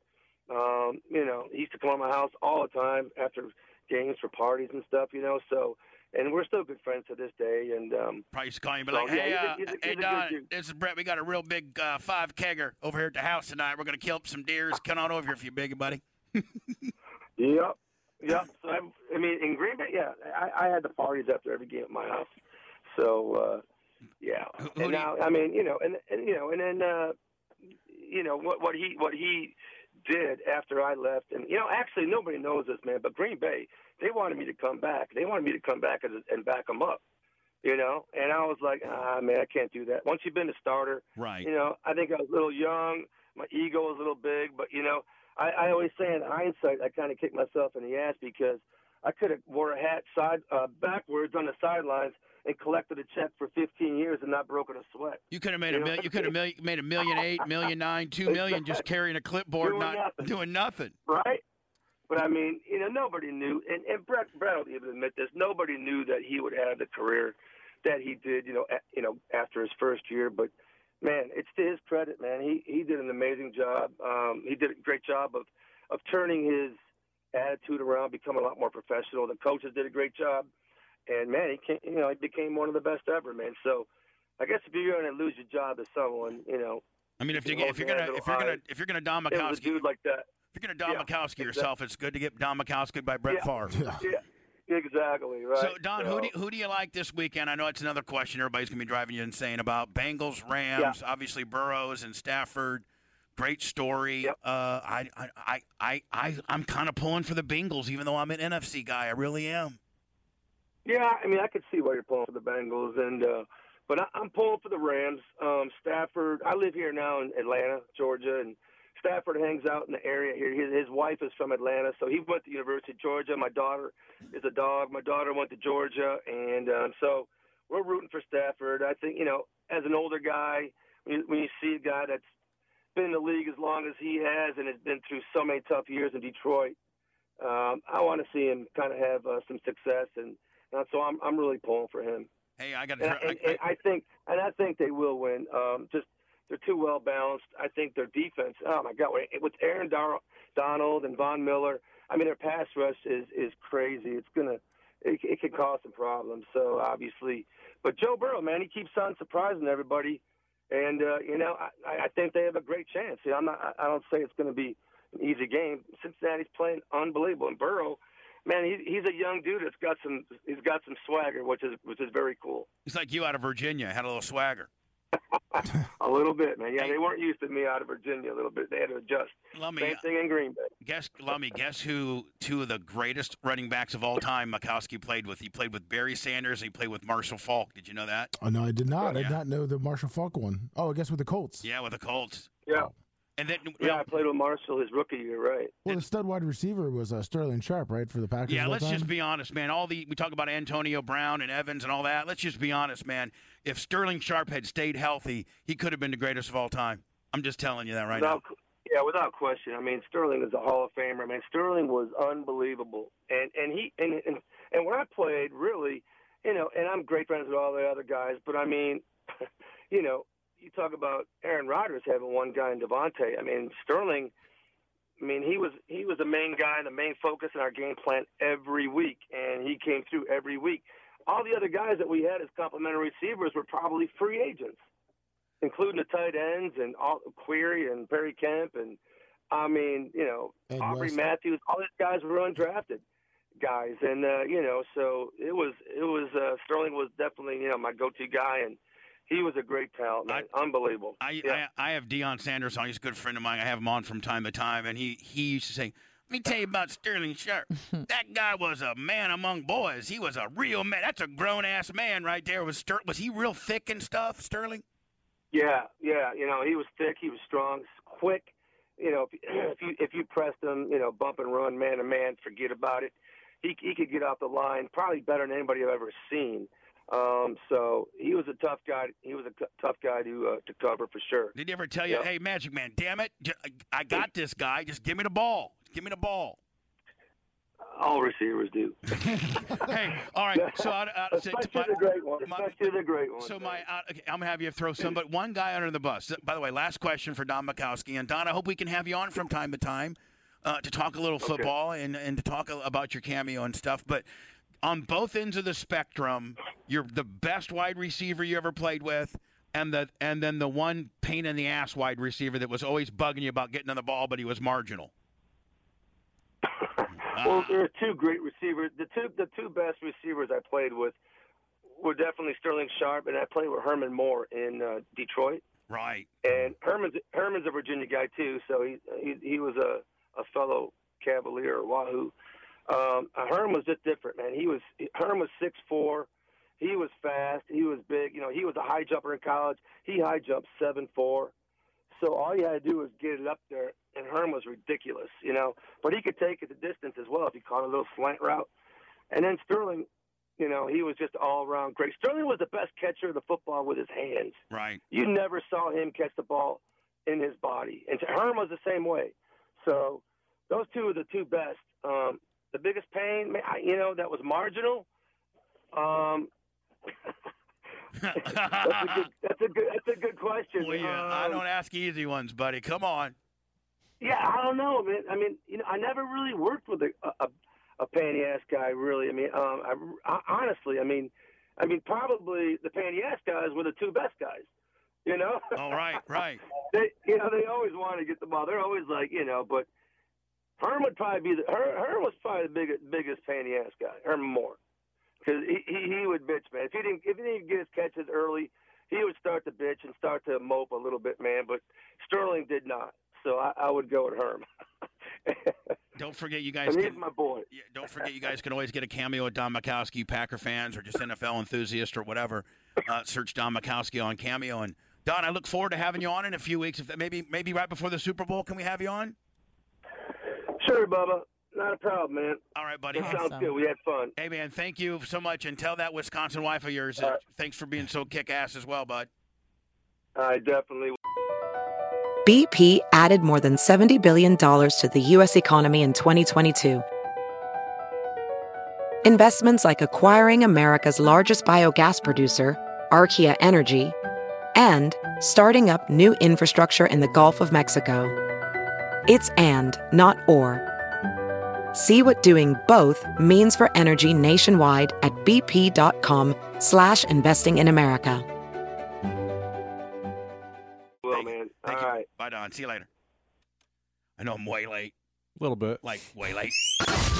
Um, you know, he used to come to my house all the time after games for parties and stuff. You know, so and we're still good friends to this day. And um,
Probably just calling, but
So,
like,
yeah,
hey,
he's a-
uh,
he's a-
hey,
he's a good
Don,
dude.
this is Brett. We got a real big uh, five kegger over here at the house tonight. We're gonna kill up some deers. Come on over here if you big, buddy.
Yep. Yep. So I, I mean, in Green Bay, yeah, I, I had the parties after every game at my house. So uh, yeah, and now I mean, you know, and, and you know, and then uh, you know what what he what he did after I left, and you know, actually nobody knows this, man, but Green Bay, they wanted me to come back. They wanted me to come back and, and back them up. You know, and I was like, ah, man, I can't do that. Once you've been a starter,
Right.
you know, I think I was a little young. My ego was a little big, but you know, I, I always say in hindsight, I kind of kicked myself in the ass because I could have wore a hat side uh, backwards on the sidelines and collected a check for 15 years and not broken a sweat.
You could have made a
You know?
mil- you could have mil- made a million eight, million nine, two million just carrying a clipboard,
Doing
not
nothing.
doing nothing.
right? But I mean, you know, nobody knew, and, and Brett, Brett will even admit this. Nobody knew that he would have the career that he did, you know, a, you know, after his first year. But man, it's to his credit, man. He he did an amazing job. Um, he did a great job of of turning his attitude around, becoming a lot more professional. The coaches did a great job, and man, he came, you know, he became one of the best ever, man. So. I guess if you're going to lose your job to someone, you know.
I mean, if you
can
get, if you're
hold
gonna
their
if you're gonna
hand,
if you're gonna Don
it was a
Mikowski,
dude like that.
if you're gonna Don Mikowski yourself, it's good to get Don Mikowski by Brett Favre.
Yeah, exactly. Right.
So Don, who do you, who do you like this weekend? I know it's another question everybody's gonna be driving you insane about. Bengals, Rams, obviously Burrows and Stafford. Great story. Uh, I, I I I I I'm kind of pulling for the Bengals, even though I'm an NFC guy. I really am.
Yeah, I mean, I could see why you're pulling for the Bengals, and uh, but I, I'm pulling for the Rams. Um, Stafford, I live here now in Atlanta, Georgia, and Stafford hangs out in the area here. His, his wife is from Atlanta, so he went to University of Georgia. My daughter is a dog. My daughter went to Georgia, and um, so we're rooting for Stafford. I think you know, as an older guy, when you, when you see a guy that's been in the league as long as he has and has been through so many tough years in Detroit, um, I want to see him kind of have uh, some success, and, and so I'm I'm really pulling for him.
Hey, I got
And, I- and, and I think and I think they will win. Um, just they're too well balanced. I think their defense. Oh my God, with- with Aaron Dar- Donald and Von Miller, I mean their pass rush is is crazy. It's gonna it, it could cause some problems. So obviously, but Joe Burrow, man, he keeps on surprising everybody. And uh, you know, I- I, I think they have a great chance. You know, I'm not, I I don't say it's going to be an easy game. Cincinnati's playing unbelievable, and Burrow, man, he, he's a young dude that's got some he's got some swagger, which is which is very cool.
He's like you out of Virginia, had a little swagger.
a little bit, man. Yeah, they weren't used to me out of Virginia a little bit. They had to adjust.
Let me-
Same thing in Green Bay.
Guess, Lummy, guess who two of the greatest running backs of all time Mikowski played with? He played with Barry Sanders, he played with Marshall Falk. Did you know that?
Oh no, I did not. I
Yeah.
did not know the Marshall Falk one. Oh, I guess with the Colts.
Yeah, with the Colts.
Yeah.
And then
yeah, I played with Marshall his rookie year, right?
Well, the stud wide receiver was uh, Sterling Sharp, right, for the Packers.
Yeah,
that
let's
time?
just be honest, man. All the we talk about Antonio Brown and Evans and all that. Let's just be honest, man. If Sterling Sharp had stayed healthy, he could have been the greatest of all time. I'm just telling you that right now.
Without- Yeah, without question. I mean, Sterling is a Hall of Famer. I mean, Sterling was unbelievable, and and he and and, and when I played, really, you know, and I'm great friends with all the other guys, but I mean, you know, you talk about Aaron Rodgers having one guy in Devontae. I mean, Sterling. I mean, he was he was the main guy and the main focus in our game plan every week, and he came through every week. All the other guys that we had as complimentary receivers were probably free agents including the tight ends and all Query and Perry Kemp and I mean, you know,
Ed
Aubrey
West.
Matthews, all these guys were undrafted guys, and uh, you know, so it was it was uh, Sterling was definitely you know my go-to guy, and he was a great talent, man, unbelievable.
I, I I have Deion Sanders on. He's a good friend of mine. I have him on from time to time, and he he used to say. Let me tell you about Sterling Sharp. That guy was a man among boys. He was a real man. That's a grown ass man right there. Was Ster- was he real thick and stuff, Sterling?
Yeah, yeah. You know, he was thick. He was strong, quick. You know, if, if you if you pressed him, you know, bump and run, man to man, forget about it. He he could get off the line probably better than anybody I've ever seen. Um, so he was a tough guy. He was a t- tough guy to uh, to cover for sure.
Did he ever tell you, hey, Magic Man, damn it, j- I got this guy. Just give me the ball. Give me the ball.
All receivers do.
hey, all right. So, I, I, so
Especially the great one. Especially the great one.
So my, uh, okay, I'm gonna have you throw somebody, one guy under the bus. By the way, last question for Don Mikowski and Don. I hope we can have you on from time to time uh, to talk a little football and and to talk a- about your cameo and stuff. But on both ends of the spectrum, you're the best wide receiver you ever played with. And the and then the one pain in the ass wide receiver that was always bugging you about getting on the ball, but he was marginal.
Well, there are two great receivers. The two the two best receivers I played with were definitely Sterling Sharp, and I played with Herman Moore in uh, Detroit.
Right.
And Herman's Herman's a Virginia guy too, so he he, he was a a fellow Cavalier or Wahoo. Um, Herm was just different, man. He was Herm was six four. He was fast. He was big. You know, he was a high jumper in college. He high jumped seven four. So all you had to do was get it up there, and Herm was ridiculous, you know. But he could take it the distance as well if he caught a little slant route. And then Sterling, you know, he was just all around great. Sterling was the best catcher of the football with his hands.
Right.
You never saw him catch the ball in his body. And Herm was the same way. So those two are the two best. Um, the biggest pain, man, I- you know, that was marginal. Um, that's, a good, that's a good. That's a good question.
Well, yeah, I
Um,
don't ask easy ones, buddy. Come on.
Yeah, I don't know, man. I mean, you know, I never really worked with a a, a pain in the ass guy, really. I mean, um, I, I- honestly, I mean, I mean, probably the pain in the ass guys were the two best guys. You know.
All right, right.
they, you know, they always want to get the ball. They're always like, you know, but Herm would probably be the Her, Herm was probably the biggest biggest pain in the ass guy. Herm Moore, because he, he he would bitch, man. If he didn't if he didn't get his catches early, he would start to bitch and start to mope a little bit, man. But Sterling did not, so I, I would go with Herm.
Don't forget, you guys.
And he's
Can,
my boy.
yeah, don't forget, you guys can always get a cameo at Don Mikowski, Packer fans, or just NFL enthusiasts or whatever. Uh, search Don Mikowski on Cameo. And Don, I look forward to having you on in a few weeks. If that, maybe, maybe right before the Super Bowl, can we have you on?
Sure, Bubba, not a problem, man.
All right, buddy.
It sounds good. We had fun.
Hey, man, thank you so much, and tell that Wisconsin wife of yours. uh, Thanks for being so kick ass as well, bud.
I definitely.
BP added more than $70 billion to the U.S. economy in 2022. Investments like acquiring America's largest biogas producer, Archaea Energy, and starting up new infrastructure in the Gulf of Mexico. It's and, not or. See what doing both means for energy nationwide at bp.com slash investing in America.
Well, man.
Thank you. Bye, Don. See you later. I know I'm way late.
A little bit.
Like way late.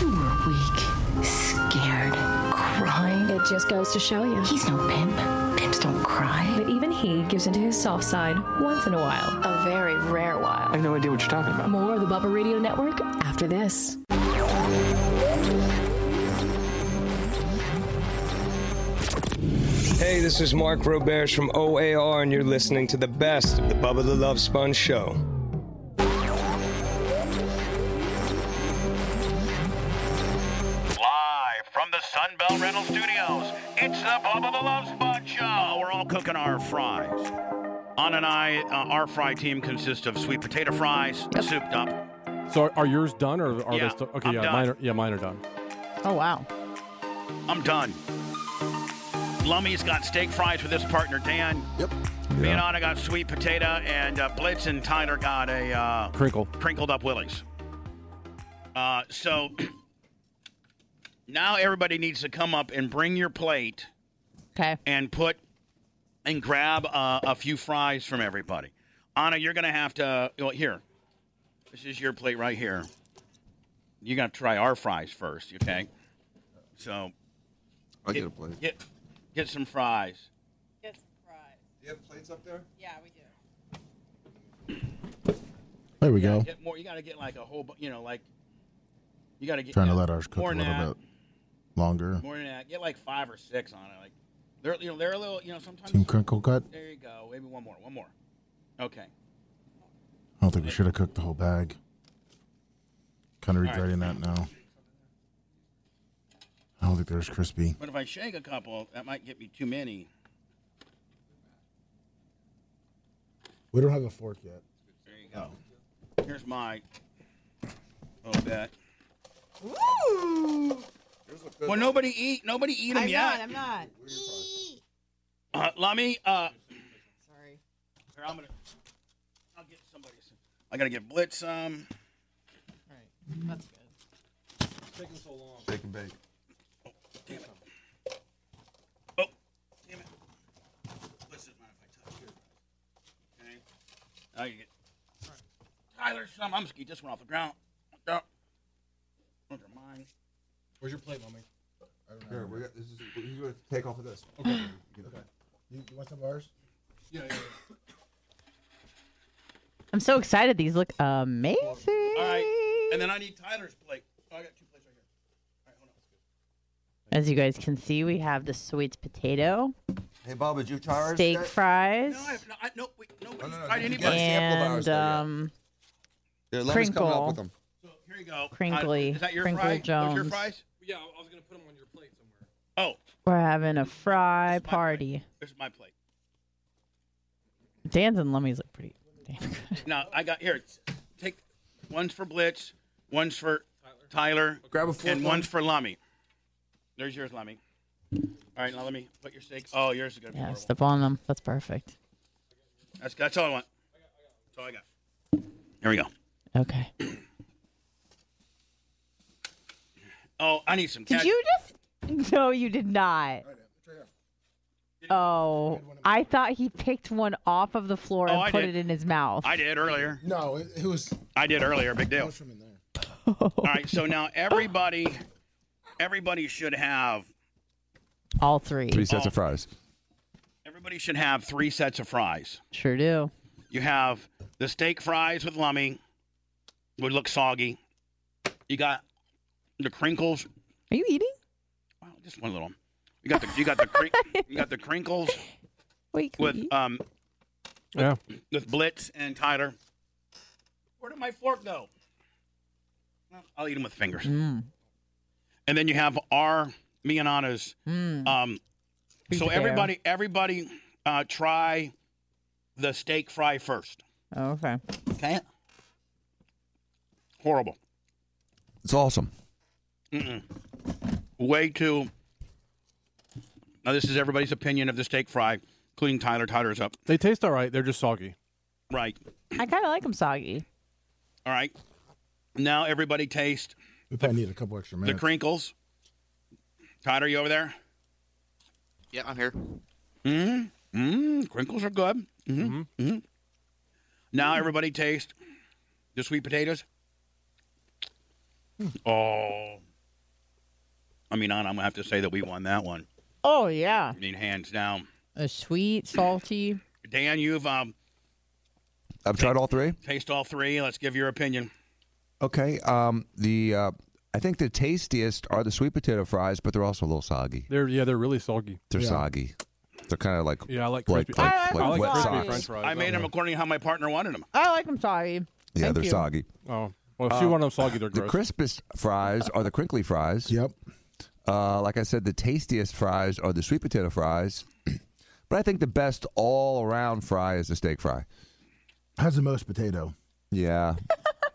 You were weak, scared, crying. It just goes to show you. He's no pimp. Pimps don't cry. But even he gives into his soft side once in a while. A very rare while.
I have no idea what you're talking about.
More of the Bubba Radio Network after this.
Hey, this is Mark Roberts from OAR, and you're listening to the best of the Bubba the Love Sponge show.
Live from the Sunbelt Rental Studios, it's the Bubba the Love Sponge Show. We're all cooking our fries. On and I, uh, our fry team consists of sweet potato fries, souped up.
So are, are yours done or are
Yeah,
they still okay?
I'm
yeah,
done.
mine are, yeah, mine are done.
Oh wow.
I'm done. Lummy's got steak fries with his partner Dan. Yep. Me and
Yeah.
Anna got sweet potato, and uh, Blitz and Tyler got a uh,
Crinkle.
crinkled up willies. Uh, so now everybody needs to come up and bring your plate.
Okay.
And put and grab uh, a few fries from everybody. Anna, you're gonna have to. Well, here, this is your plate right here. You gotta try our fries first, okay? So
I get a plate.
Get get some fries.
Get some fries.
Do you have plates up there?
Yeah, we do.
There we
You gotta
go.
Get more. You gotta get like a whole. bu- You know, like you gotta get
Trying to
yeah,
let ours cook a
more than
little
that,
bit longer.
More than that. Get like five or six on it. Like they're you know they're a little you know sometimes.
Some crinkle cut.
There you go. Maybe one more. One more. Okay.
I don't think we should have cooked the whole bag. Kind of regretting that now. I don't think there's crispy.
But if I shake a couple, that might get me too many.
We don't have a fork yet.
There you go. Here's my little bit.
Ooh.
Well, nobody eat. Nobody eat them
I'm
yet.
not. I'm not.
Uh, Lummy, uh. Sorry. Here, I'm gonna. I'll get somebody. Some. I gotta get Blitz some.
That's good.
It's taking so long.
Bake and bake.
I get Tyler some. I'm ski just went off the ground. Under mine.
Where's your plate, mommy?
Here, we got, this is, he's going to take off of this.
Okay.
okay.
You, you want some bars?
Yeah, yeah,
I'm so excited. These look amazing.
All right, and then I need Tyler's plate. Oh, I got two plates right here.
As you guys can see, we have the sweet potato,
Hey, Bob, did you try ours
steak
yet?
fries,
No, I have not. I, no, wait, nobody's
no,
tried
you
anybody.
got a sample of ours there
and
yet.
um,
Yeah, Levin's
crinkle.
coming up with them.
Here you go. Uh,
Crinkly.
is that your
Crinkle
fry? Those your
Jones.
fries?
Yeah, I was gonna put them on your plate somewhere.
Oh,
We're having a fry party.
there's my plate.
Dan's and Lummy's look pretty.
Now I got here. Take one's for Blitz, one's for Tyler,
Grab a fork,
and
Lummi.
one's for Lummy. There's yours, Lummy. All right, now let me put your steak. Oh, yours is gonna be
Yeah,
horrible.
step on them. That's perfect.
That's that's all I want. That's all I got. There we go.
Okay.
Oh, I need some.
Did
cat-
you just? No, you did not. Oh, I thought he picked one off of the floor
Oh,
and
I
put
did.
it in his mouth.
I did earlier.
No, it, it was.
I did earlier. Big deal. All right, so now everybody, everybody should have
All three.
Three sets of fries.
everybody should have three sets of fries.
Sure do.
You have the steak fries with lummy, would look soggy. You got the crinkles,
Are you eating?
just one little. You got the you got the crink, you got the crinkles
Wait, can
with
we eat?
um
Yeah.
with Blitz and Tyler. Where did my fork go? Well, I'll eat them with fingers.
Mm.
And then you have our me and Anna's.
Mm.
Um, so
Potato.
everybody, everybody, uh, try the steak fry first.
Oh, okay.
Okay. Horrible.
It's awesome.
Mm-mm. Way too. Now this is everybody's opinion of the steak fry, including Tyler. Tyler's up.
They taste all right. They're just soggy.
Right.
I kind of like them soggy.
All right. Now everybody taste
We probably need a couple extra
the
minutes.
crinkles. Todd, are you over there?
Yeah, I'm here.
Mm. Mm. Crinkles are good. Mm-hmm. Mm-hmm. Now everybody taste the sweet potatoes. Oh. I mean, Anna, I'm gonna have to say that we won that one.
Oh yeah.
I mean, hands down.
A sweet, salty.
Dan, you've um,
I've tried all three.
tasted all three. Let's give your opinion.
Okay. Um, the uh, I think the tastiest are the sweet potato fries, but they're also a little soggy.
They're yeah, they're really soggy.
They're soggy. They're kind of like
Yeah, I like
like,
crispy-
like,
I like
wet
crispy
socks.
French fries.
I made them according to how my partner wanted them.
I like them soggy.
Yeah,
Thank
they're
you.
soggy.
Oh, well, if you
Uh,
want them soggy, they're
The
gross.
crispest fries are the crinkly fries. Yep. Uh, like I said, the tastiest fries are the sweet potato fries. but I think the best all around fry is the steak fry.
Has the most potato.
Yeah.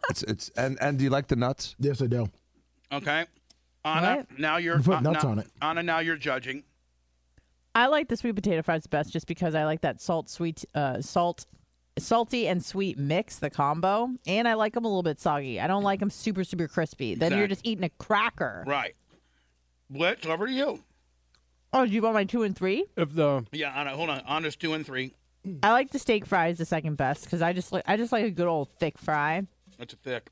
it's it's and and do you like the nuts?
Yes, I do.
Okay. Anna, now you're
We put
uh,
nuts
now-
on it.
Anna, now you're judging.
I like the sweet potato fries best just because I like that salt, sweet, uh, salt, salty and sweet mix, the combo, and I like them a little bit soggy. I don't like them super, super crispy. Then you're
Exact-
just eating a cracker.
Right. Blitz, over to you.
Oh, do you want my two and three?
If the
Yeah, Anna, hold on. Anna's two and three.
I like the steak fries the second best because I just like I just like a good old thick fry,
That's a thick.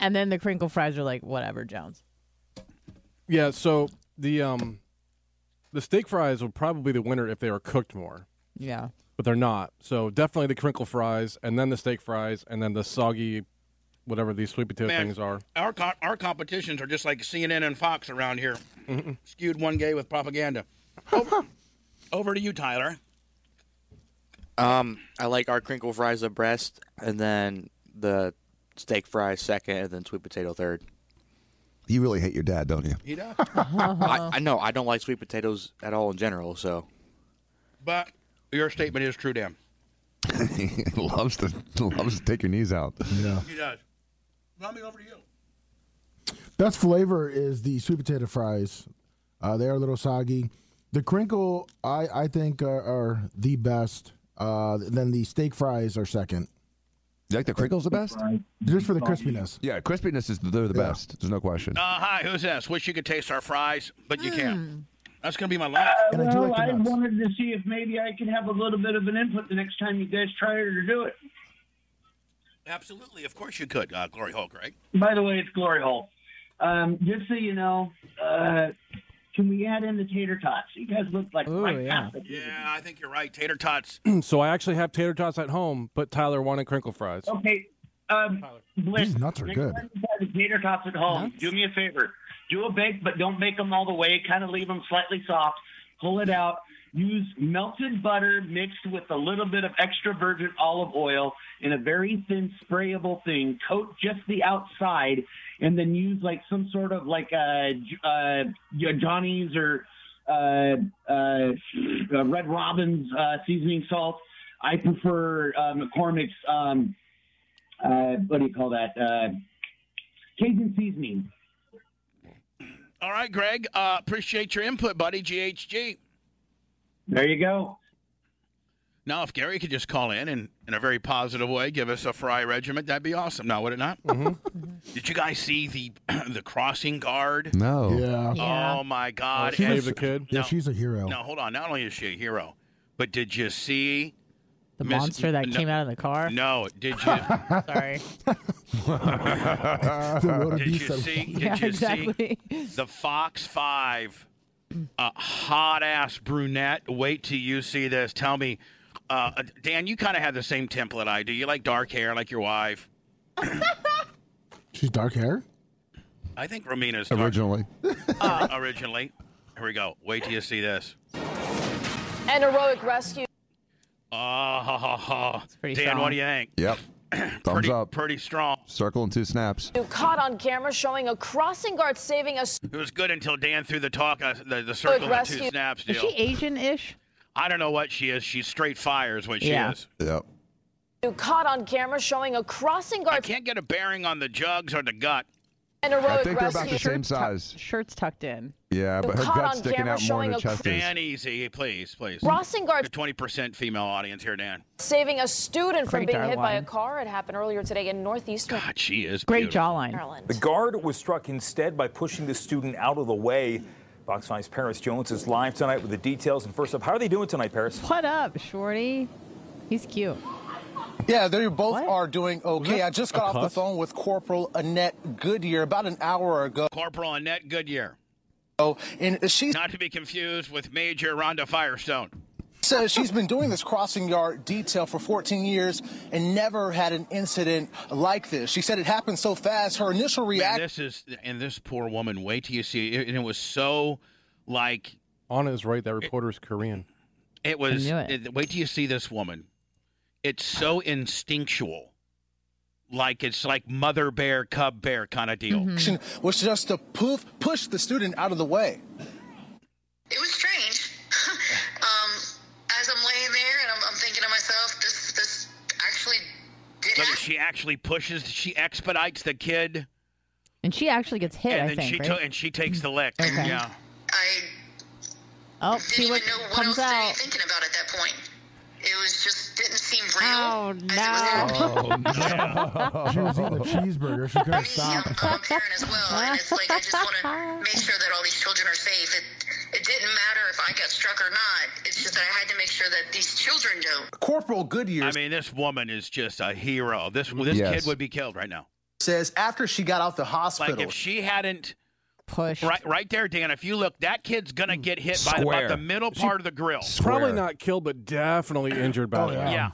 and then the crinkle fries are like whatever Jones.
Yeah, so the um the steak fries were probably the winner if they were cooked more,
Yeah.
but they're not. So definitely the crinkle fries and then the steak fries and then the soggy whatever these sweet potato
Man.
things are.
Our co- our competitions are just like CNN and Fox around here, skewed one gay with propaganda. Over, over to you, Tyler.
Um, I like our crinkle fries abreast, and then the steak fries second, and then sweet potato third.
You really hate your dad, don't you?
He does.
Uh-huh.
I, I know I don't like sweet potatoes at all in general, so
But your statement is true, Dan.
he loves to loves to take your knees out.
Yeah.
He does. Mommy, over to you.
Best flavor is the sweet potato fries. Uh, they are a little soggy. The crinkle, I, I think, are, are the best. Uh, then the steak fries are second.
You like the crinkles the best?
Just for the crispiness.
Yeah, crispiness is they're the best. There's no question.
Uh, hi, who's this? Wish you could taste our fries, but you
Hmm.
can't. That's gonna be my last.
well, I wanted to see if maybe I could have a little bit of an input the next time you guys try to do it.
Absolutely, of course you could, uh, Glory Hulk, right?
By the way, it's Glory Hole. Um, just so you know, uh, can we add in the tater tots? You guys look like right now.
Yeah, I think you're right. Tater tots.
so I actually have tater tots at home, but Tyler wanted crinkle fries.
Okay. Um, Bliss,
These nuts are
next
good.
time you buy the tater tots at home, do me a favor. Do a bake, but don't bake them all the way. Kind of leave them slightly soft. Pull it out. Use melted butter mixed with a little bit of extra virgin olive oil in a very thin sprayable thing. Coat just the outside, and then use like some sort of like uh, J- uh, J- Johnny's or uh, uh, uh, Red Robin's uh, seasoning salt. I prefer uh, McCormick's. Um, uh, what do you call that? Uh, Cajun seasoning.
All right, Greg. Uh, appreciate your input, buddy. GHG.
There you go.
Now, if Gary could just call in and, in a very positive way, give us a fry regiment, that'd be awesome. Now, would it not?
Mm-hmm.
Did you guys see the the crossing guard?
No.
Yeah.
Oh my God!
She's
And-
a- Yeah, she's a hero.
Now, hold on. Not only is she a hero, but did you see
The
Miss-
monster that
no-
came out of the car.
No, did you?
Sorry.
did you see? Did
Yeah,
you
exactly.
see the Fox Five? A hot ass brunette. Wait till you see this. Tell me, uh, Dan. You kind of have the same template I do. You like dark hair, like your wife.
She's dark hair.
I think Romina's dark.
Originally.
originally. Here we go. Wait till you see this.
An heroic rescue.
Oh, ha, ha, ha. Dan,
strong.
what do you think?
Yep. Thumbs
pretty,
up.
Pretty strong.
Circle and two snaps.
Caught on camera showing a crossing guard saving a
It was good until Dan threw the talk, uh, the, the circle and two
rescue.
snaps
Is
deal.
she Asian-ish?
I don't know what she is. She's straight fire is what she
Yeah.
is.
Yep.
caught on camera showing a crossing
I
guard.
can't get a bearing on the jugs or the gut.
An heroic rescue.
same size.
shirt's tucked in.
Yeah, but her
Caught
gut's
on
sticking
camera
out more
showing
than
a
her chest is.
Dan, easy, please, please.
Crossing guard-
Twenty percent female audience here, Dan.
Saving a student from
Great
being hit by a
jawline.
car. It happened earlier today in Northeastern
God, she is
Great
beautiful.
jawline. Maryland.
The guard was struck instead by pushing the student out of the way. Fox 5's Paris Jones is live tonight with the details. And first up, how are they doing tonight, Paris?
What up, shorty? He's cute.
Yeah, they both are doing okay. I just
a
got off the
cuss?
phone with Corporal Annette Goodyear about an hour ago.
Corporal Annette Goodyear.
Oh, and she's
Not to be confused with Major Rhonda Firestone.
says she's been doing this crossing yard detail for 14 years and never had an incident like this. She said it happened so fast. Her initial reaction.
And this is and this poor woman. Wait till you see. It, and it was so like
Anna is right. That reporter is Korean.
it was.
knew
It. wait till you see this woman. It's so instinctual, like it's like mother bear, cub bear kind of deal.
action
Mm-hmm.
was just to poof, push the student out of the way.
Um, As I'm laying there and I'm, I'm thinking to myself, this this actually
Mm-hmm.
Look, she actually pushes. She expedites the kid,
And she actually gets hit,
and
I
then
think.
she
right?
took and she takes the lick.
Okay.
Yeah.
oh, see what comes out.
thinking about at that point. It was just didn't seem
Oh,
real.
no.
Oh,
she was eating a cheeseburger. She couldn't stop.
as well. And it's like I just want to make sure that all these children are safe. It, it didn't matter if I got struck or not. It's just that I had to make sure that these children don't.
Corporal Goodyear.
I mean, this woman is just a hero. This this
Yes.
kid would be killed right now.
Says after she got out the hospital.
Like if she hadn't
pushed
right, right there, Dan. If you look, that kid's gonna get hit by
Square.
about the middle
She-
part of the grill.
Probably not killed, but definitely injured by that.
Yeah,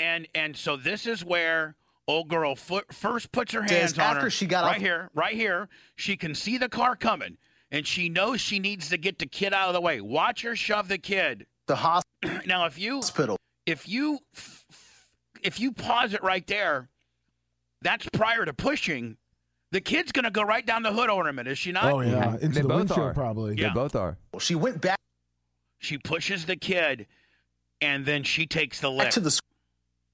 and and so this is where old girl fo- first puts her
Says
hands on
after
her.
she got
right
off-
here, right here, she can see the car coming, and she knows she needs to get the kid out of the way. Watch her shove the kid.
The
hospital. now, if you hospital, if you f- f- if you pause it right there, that's prior to pushing. The kid's gonna go right down the hood ornament, is she not?
Oh yeah, into
They
the
both
windshield
are.
probably.
They Yeah.
both are.
She went back
She pushes the kid, and then she takes the lick.
to the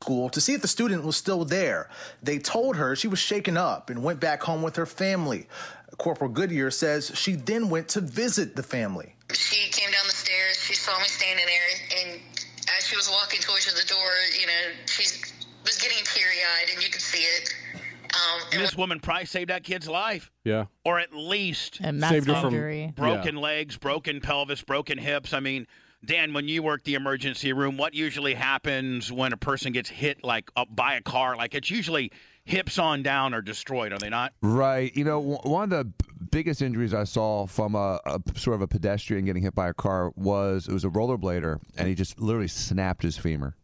school to see if the student was still there. They told her she was shaken up and went back home with her family. Corporal Goodyear says she then went to visit the family.
She came down the stairs. She saw me standing there, and as she was walking towards the door, you know, she was getting teary eyed, and you could see it. Um,
And this woman probably saved that kid's life,
Yeah.
or at least
And mass Saved her from- injury.
broken legs, broken pelvis, broken hips. I mean, Dan, when you work the emergency room, what usually happens when a person gets hit like up by a car? Like it's usually hips on down are destroyed, are they not?
Right. You know, w- one of the b- biggest injuries I saw from a, a p- sort of a pedestrian getting hit by a car was it was a rollerblader, and he just literally snapped his femur.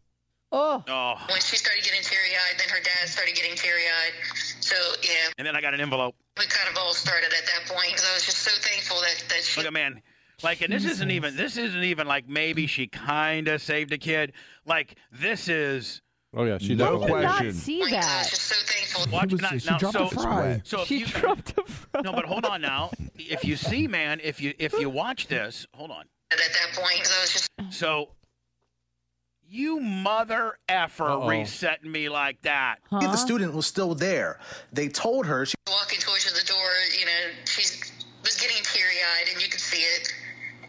Oh.
When she started getting teary eyed, then her dad started getting teary eyed. So yeah,
And then I got an envelope.
we kind of all started at that point because I was just so thankful that that she.
Look at man. Like, and this isn't even this isn't even like maybe she kind of saved a kid. Like this is.
Oh yeah, she
No
definitely.
question.
See that?
Watch now,
she
now,
dropped
so,
a fry.
so if you, dropped a fry. No, but hold on now. If you see, man, if you if you watch this, hold on.
At that point, 'cause I was just
So you mother effer
Uh-oh.
resetting me like that.
See if the student was still there. They told her she
walking towards the door, you know, she was getting teary eyed, and you could see it.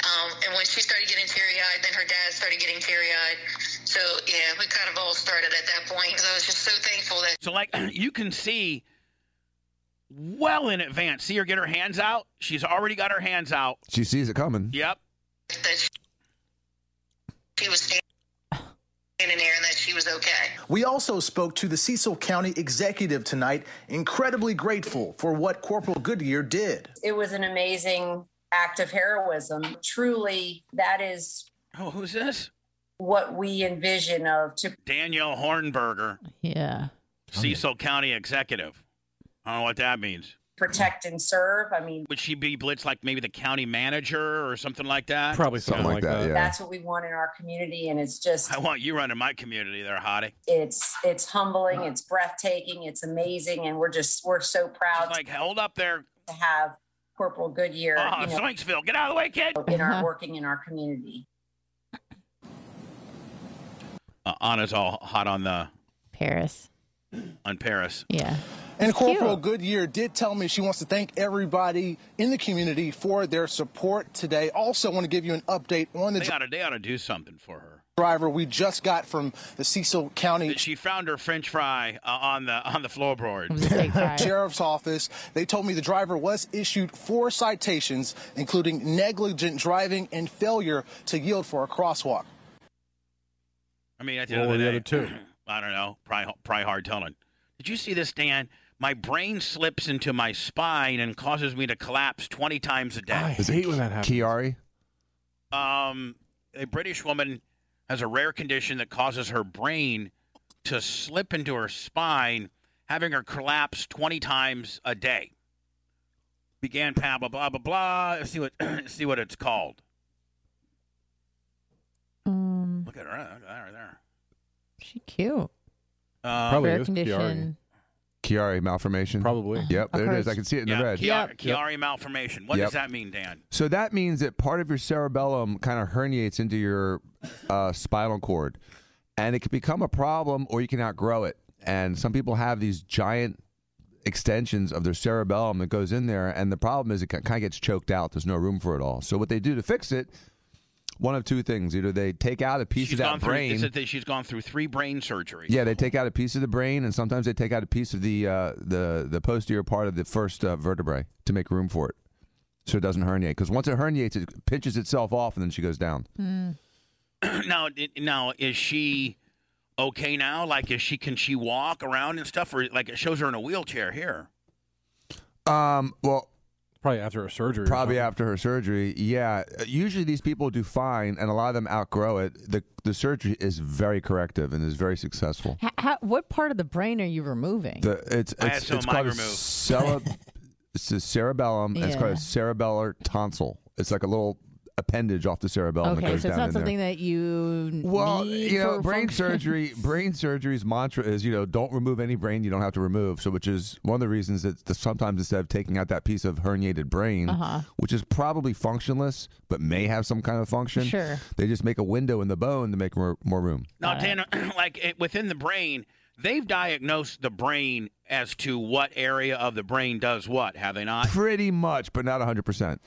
Um, and when she started getting teary eyed, then her dad started getting teary eyed. So yeah, we kind of all started at that point because I was just so thankful that
So like you can see well in advance. See her get her hands out. She's already got her hands out.
She sees it coming.
Yep.
she was standing standing there and that she was okay.
We also spoke to the Cecil County executive tonight, incredibly grateful for what Corporal Goodyear did.
It was an amazing act of heroism. Truly, that is.
Oh, who's this?
What we envision of to
Danielle Hornberger,
Yeah.
Cecil County executive. I don't know what that means.
protect and serve. I mean,
Would she be blitzed like maybe the county manager or something like that?
Probably something Something like like that, that. yeah.
that's what we want in our community, and it's just
I want you running my community there, hottie.
it's it's humbling, it's breathtaking, it's amazing, and we're just we're so proud.
like held up there
to have Corporal Goodyear.
Ah,
you know,
Zoinksville, get out of the way, kid.
In
Uh-huh.
Uh-huh.
our working in our community.
Uh, Anna's all hot on the
Paris.
On Paris.
Yeah.
And Corporal Goodyear did tell me she wants to thank everybody in the community for their support today. Also, want to give you an update on the
They gotta, they ought to do something for her.
driver we just got from the Cecil County
She found her French fry uh, on the on the floorboard.
Sheriff's Office. They told me the driver was issued four citations, including negligent driving and failure to yield for a crosswalk.
I mean, at the
What
end
were
of the,
the
day,
other two?
I don't know. Probably, probably hard telling. Did you see this, Dan? My brain slips into my spine and causes me to collapse twenty times a day.
Is it Kiari?
Um, a British woman, has a rare condition that causes her brain to slip into her spine, having her collapse 20 times a day. Began blah blah blah blah blah. Let's see what see what it's called. Look at her, look at her there.
She cute.
Uh,
Probably
Rare
is Chiari.
condition.
Chiari malformation. Probably. Yep, there it is. I can see it in
yeah,
the red.
Chiari, Chiari malformation. What
Yep.
does that mean, Dan?
So that means that part of your cerebellum kind of herniates into your uh, spinal cord, and it can become a problem, or you can outgrow it. And some people have these giant extensions of their cerebellum that goes in there, and the problem is it kind of gets choked out. There's no room for it all. So what they do to fix it, one of two things: either they take out a piece
She's
of
gone
that
through.
brain.
Is it that she's gone through three brain surgeries?
Yeah, they take out a piece of the brain, and sometimes they take out a piece of the uh, the the posterior part of the first uh, vertebrae to make room for it, so it doesn't herniate. Because once it herniates, it pinches itself off, and then she goes down.
now, it- now is she okay now? Like, is she can she walk around and stuff, or like it shows her in a wheelchair here?
Um, well,
probably after her surgery. or
Probably
something.
after her surgery. Yeah, Uh, usually these people do fine, and a lot of them outgrow it. the The surgery is very corrective and is very successful.
H- how, what part of the brain are you removing?
The it's
I had
it's,
some
it's
of mine
called a
removed.
cere- it's a cerebellum. and It's called
Yeah.
a cerebellar tonsil. It's like a little appendage off the cerebellum that
okay,
goes
so it's
down
not
in
something
there.
that you
Well,
need
you know,
for
brain
function.
surgery. Brain surgery's mantra is, you know, don't remove any brain you don't have to remove. So, which is one of the reasons that the, sometimes instead of taking out that piece of herniated brain,
Uh-huh.
which is probably functionless but may have some kind of function,
Sure.
they just make a window in the bone to make more, more room.
Now, Dan, like it, within the brain, they've diagnosed the brain as to what area of the brain does what, have they not?
Pretty much, but not hundred percent.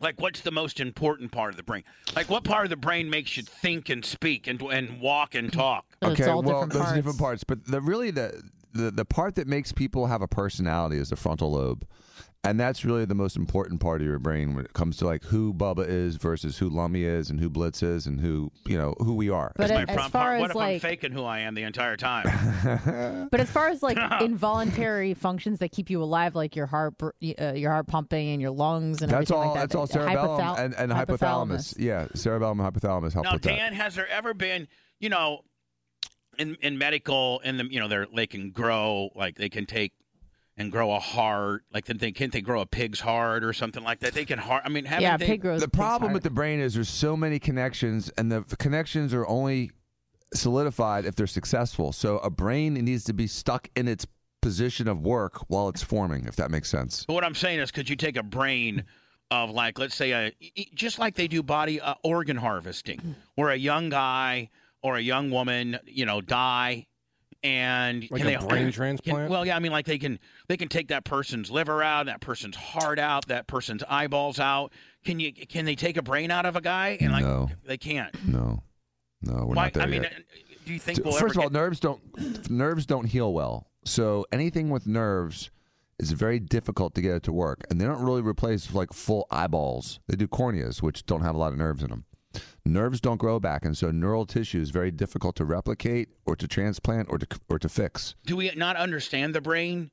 Like, what's the most important part of the brain? Like, what part of the brain makes you think and speak and and walk and talk?
okay, well, those are different parts, but the really the, the the part that makes people have a personality is the frontal lobe, and that's really the most important part of your brain when it comes to like who Bubba is versus who Lummy is and who Blitz is and who you know who we are.
That's my
as
front
far
part.
as,
What if I'm
like-
faking who I am the entire time?
But as far as like involuntary functions that keep you alive, like your heart, br- uh, your heart pumping, and your lungs, and
that's
everything
all.
Like that,
that's all
that-
cerebellum
hypothal-
and, and hypothalamus. Yeah, cerebellum and hypothalamus help
Now,
with that.
Dan, has there ever been, you know, in in medical, in the you know, they they can grow like they can take and grow a heart, like then they can't they grow a pig's heart or something like that? They can heart. I mean, haven't they,
The problem with the brain is there's so many connections, and the f- connections are only solidified if they're successful. So a brain needs to be stuck in its position of work while it's forming, if that makes sense.
But what I'm saying is, could you take a brain of like, let's say, a, e- e- just like they do body uh, organ
Mm.
harvesting, where a young guy or a young woman, you know, die, and
Like
can
a
they,
brain
can-
transplant?
well, yeah, I mean, like they can they can take that person's liver out, that person's heart out, that person's eyeballs out. Can you can they take a brain out of a guy? And like
No.
they can't.
No, no, we're
Why-
not there
I mean,
yet.
uh, do you think
So,
we'll
First of
ever
all, nerves don't nerves don't heal well. So anything with nerves is very difficult to get it to work, and they don't really replace like full eyeballs. They do corneas, which don't have a lot of nerves in them. Nerves don't grow back, and so neural tissue is very difficult to replicate, or to transplant, or to or to fix.
do we not understand the brain?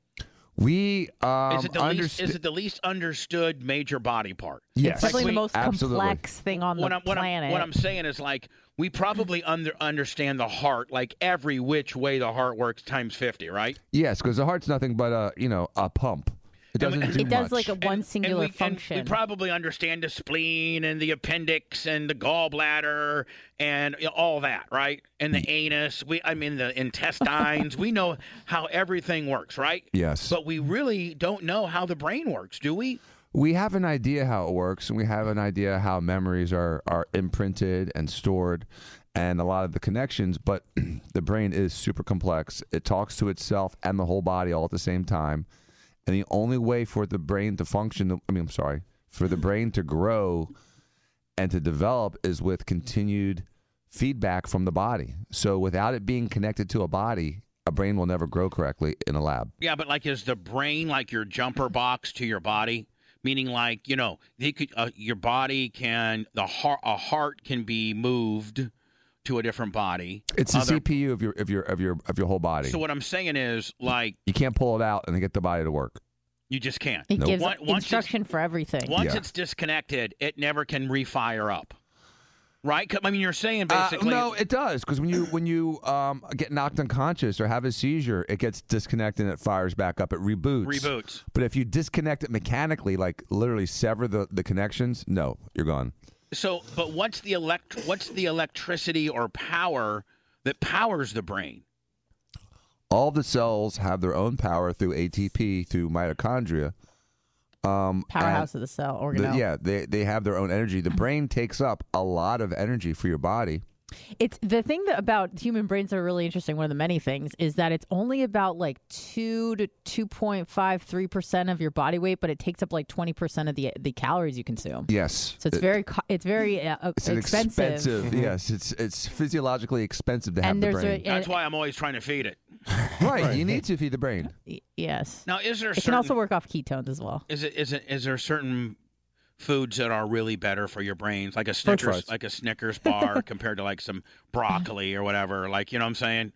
We um,
is it the least
understand.
is it the least understood major body part?
Yes. It's
definitely
Like
the
we-
most
absolutely.
complex thing on
what
the
I'm, what
planet.
I'm, what I'm saying is like we probably under, understand the heart, like every which way the heart works times fifty, right?
yes, because the heart's nothing but a you know a pump. It doesn't do much.
And- and we- and we probably understand the spleen and the appendix and the gallbladder and all that, right? And the anus. We, I mean, the intestines. we know how everything works, right?
Yes.
But we really don't know how the brain works, do we?
we have an idea how it works and we have an idea how memories are are imprinted and stored and a lot of the connections but the brain is super complex it talks to itself and the whole body all at the same time and the only way for the brain to function i mean i'm sorry for the brain to grow and to develop is with continued feedback from the body so without it being connected to a body a brain will never grow correctly in a lab
Yeah, but like, is the brain like your jumper box to your body? Meaning, like, you know, they could, uh, your body can, the heart, a heart can be moved to a different body.
it's the cpu of your of your of your of your whole body
So what I'm saying is, like,
you can't pull it out and then get the body to work.
you just can't.
It Nope. gives
Once- once it's-
instruction for everything.
Once
Yeah.
it's disconnected, it never can refire up. right? 'Cause, I mean, you're saying
Uh,
basically.
no, it does because when you when you um, get knocked unconscious or have a seizure, it gets disconnected and it fires back up. It reboots.
Reboots.
But if you disconnect it mechanically, like literally sever the, the connections, no, you're gone.
So, but what's the elect? What's the electricity or power that powers the brain?
All the cells have their own power through ATP through mitochondria. Um, and
Powerhouse of the cell
the-
organelle.
yeah, they they have their own energy. The brain takes up a lot of energy for your body.
It's the thing that about human brains that are really interesting. One of the many things is that it's only about like two to two point five three percent of your body weight, but it takes up like twenty percent of the the calories you consume.
Yes.
So it's
It-
very co- it's very uh, uh,
It's an
expensive.
expensive.
Mm-hmm.
Yes, it's it's physiologically expensive to have
And
the
there's a-
brain.
That's why I'm always trying to feed it.
right, you need to feed the brain.
Yes.
Now, is there
It can also
certain-
work off ketones as well.
Is it is it is there certain foods that are really better for your brains, like a
French
Snickers,
fries.
like a Snickers bar compared to like some broccoli or whatever? Like you know what I'm saying?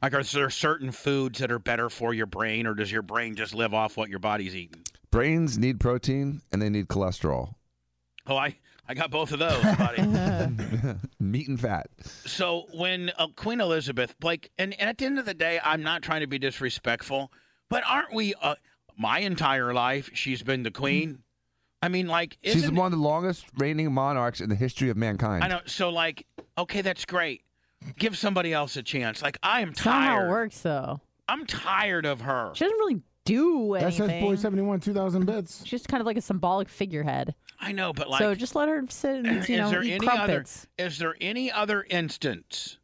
Like are there certain foods that are better for your brain, or does your brain just live off what your body's eating?
Brains need protein and they need cholesterol,
Oh, I I got both of those, buddy.
meat and fat.
So when uh, Queen Elizabeth, like, and, and at the end of the day, I'm not trying to be disrespectful, but aren't we? Uh, my entire life, she's been the
Mm-hmm.
queen. I mean, like, isn't
She's one of the longest reigning monarchs in the history of mankind.
I know. So like, okay, that's great. Give somebody else a chance. Like, I am
Not how it
tired.
works though.
I'm tired of her.
She doesn't really do
That
anything.
says
seventy-one, two thousand bits. She's just kind of like a symbolic figurehead.
I know, but like,
so just let her sit and you
is
know
there
eat
any
crumpets.
other? Is there any other instance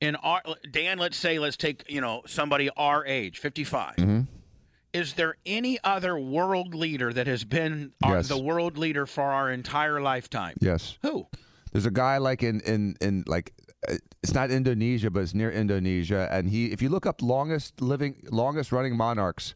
in our Dan? Let's say, let's take you know somebody our age, 55.
Mm-hmm.
Is there any other world leader that has been our,
Yes.
the world leader for our entire lifetime?
Yes.
Who?
There's a guy like in in in like uh, it's not Indonesia, but it's near Indonesia, and he if you look up longest living longest running monarchs.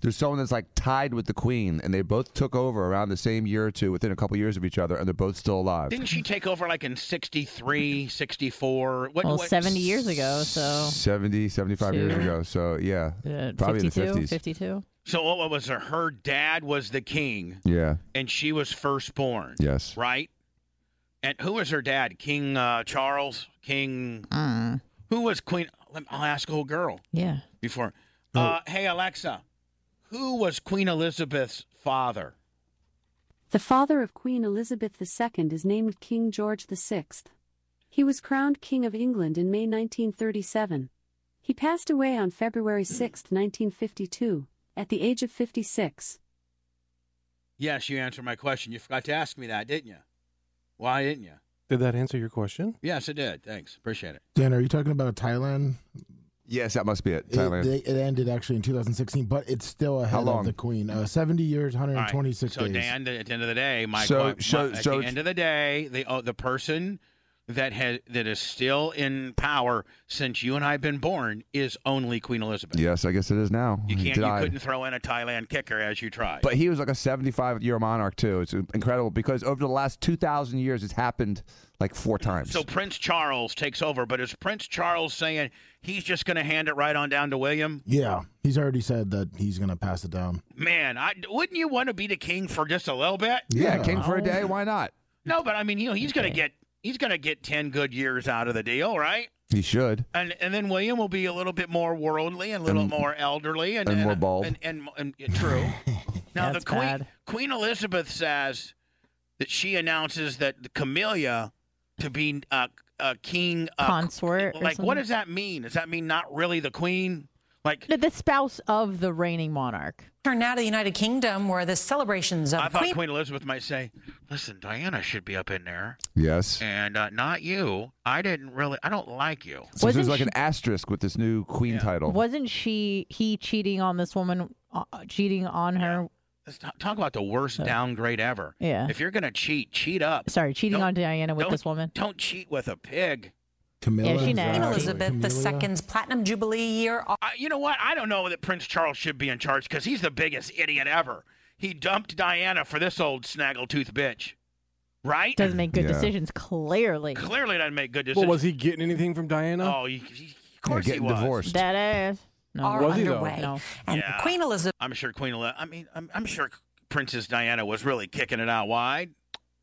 There's someone that's like tied with the queen, and they both took over around the same year or two, within a couple years of each other, and they're both still alive.
Didn't she take over like in 63, 64? What,
well,
what-
seventy years ago, so
70, 75 years
Two.
ago. So, yeah.
uh,
probably
52,
in the 50s.
Fifty-two.
So what what was her? Her dad was the king,
Yeah.
and she was firstborn.
Yes.
Right. And who was her dad? King uh, Charles. King.
Uh,
Who was Queen? let- I'll ask old girl
Yeah.
before. Uh, hey Alexa, who was Queen Elizabeth's father?
The father of Queen Elizabeth II is named King George VI. He was crowned King of England in May 1937. He passed away on February 6, 1952, at the age of 56.
Yes, you answered my question. You forgot to ask me that, didn't you? Why didn't you?
Did that answer your question?
Yes, it did. Thanks, appreciate it.
Dan, are you talking about Thailand?
Yes, that must be it.
It, they- it ended actually in 2016, but it's still ahead
How long?
of the Queen. Uh, 70 years,
All right,
126
so
days.
Dan, at the end of the day, my,
So-
my-
so-
at
so
the
it's-
end of the day, the oh, the person that has that is still in power since you and I have been born is only Queen Elizabeth.
Yes, I guess it is now.
You can't, you
Denied.
couldn't throw in a Thailand kicker as you tried.
But he was like a 75 year monarch, too. It's incredible because over the last 2,000 years, it's happened like four times.
so Prince Charles takes over, but is Prince Charles saying he's just going to hand it right on down to William?
Yeah, he's already said that he's going to pass it down.
Man, I, wouldn't you want to be the king for just a little bit?
Yeah, Yeah. king for a
day, why not?
No, but I mean, you know, he's going to get he's going to get 10 good years out of the deal, right?
He should.
And and then William will be a little bit more worldly and a little
And-
more elderly and,
and more bald.
And, and, and- yeah, true. now the
That's
queen
bad.
Queen Elizabeth says that she announces that the Camellia to be uh, uh, king uh,
Consort or
Like, what
something?
does that mean? Does that mean not really the queen? Like
No, the spouse of the reigning monarch.
Turn now to the United Kingdom, where the celebrations of
I thought
Queen.
Queen Elizabeth might say, "Listen, Diana should be up in there."
Yes.
And uh, not you. I didn't really. I don't like you.
So there's like an asterisk with this new queen title.
Wasn't she he cheating on this woman, uh, cheating on her?
Let's ta- talk about the worst downgrade ever.
Oh. Yeah.
If you're gonna cheat, cheat up.
Sorry, cheating on Diana with
don't-
this woman.
Don't cheat with a pig.
Camilla.
Queen
Exactly.
Elizabeth II's Platinum Jubilee year.
I- you know what? I don't know that Prince Charles should be in charge because he's the biggest idiot ever. He dumped Diana for this old snaggletooth bitch, right?
Doesn't make good decisions, clearly.
Clearly, doesn't make good
Well,
decisions.
was he getting anything from Diana?
Oh, he, he- of course he was.
That ass. No.
Are
Was he, though?
underway.
No.
And
Yeah.
Queen Elizabeth
I'm sure Queen Elizabeth. I mean, I'm, I'm sure Princess Diana was really kicking it out wide.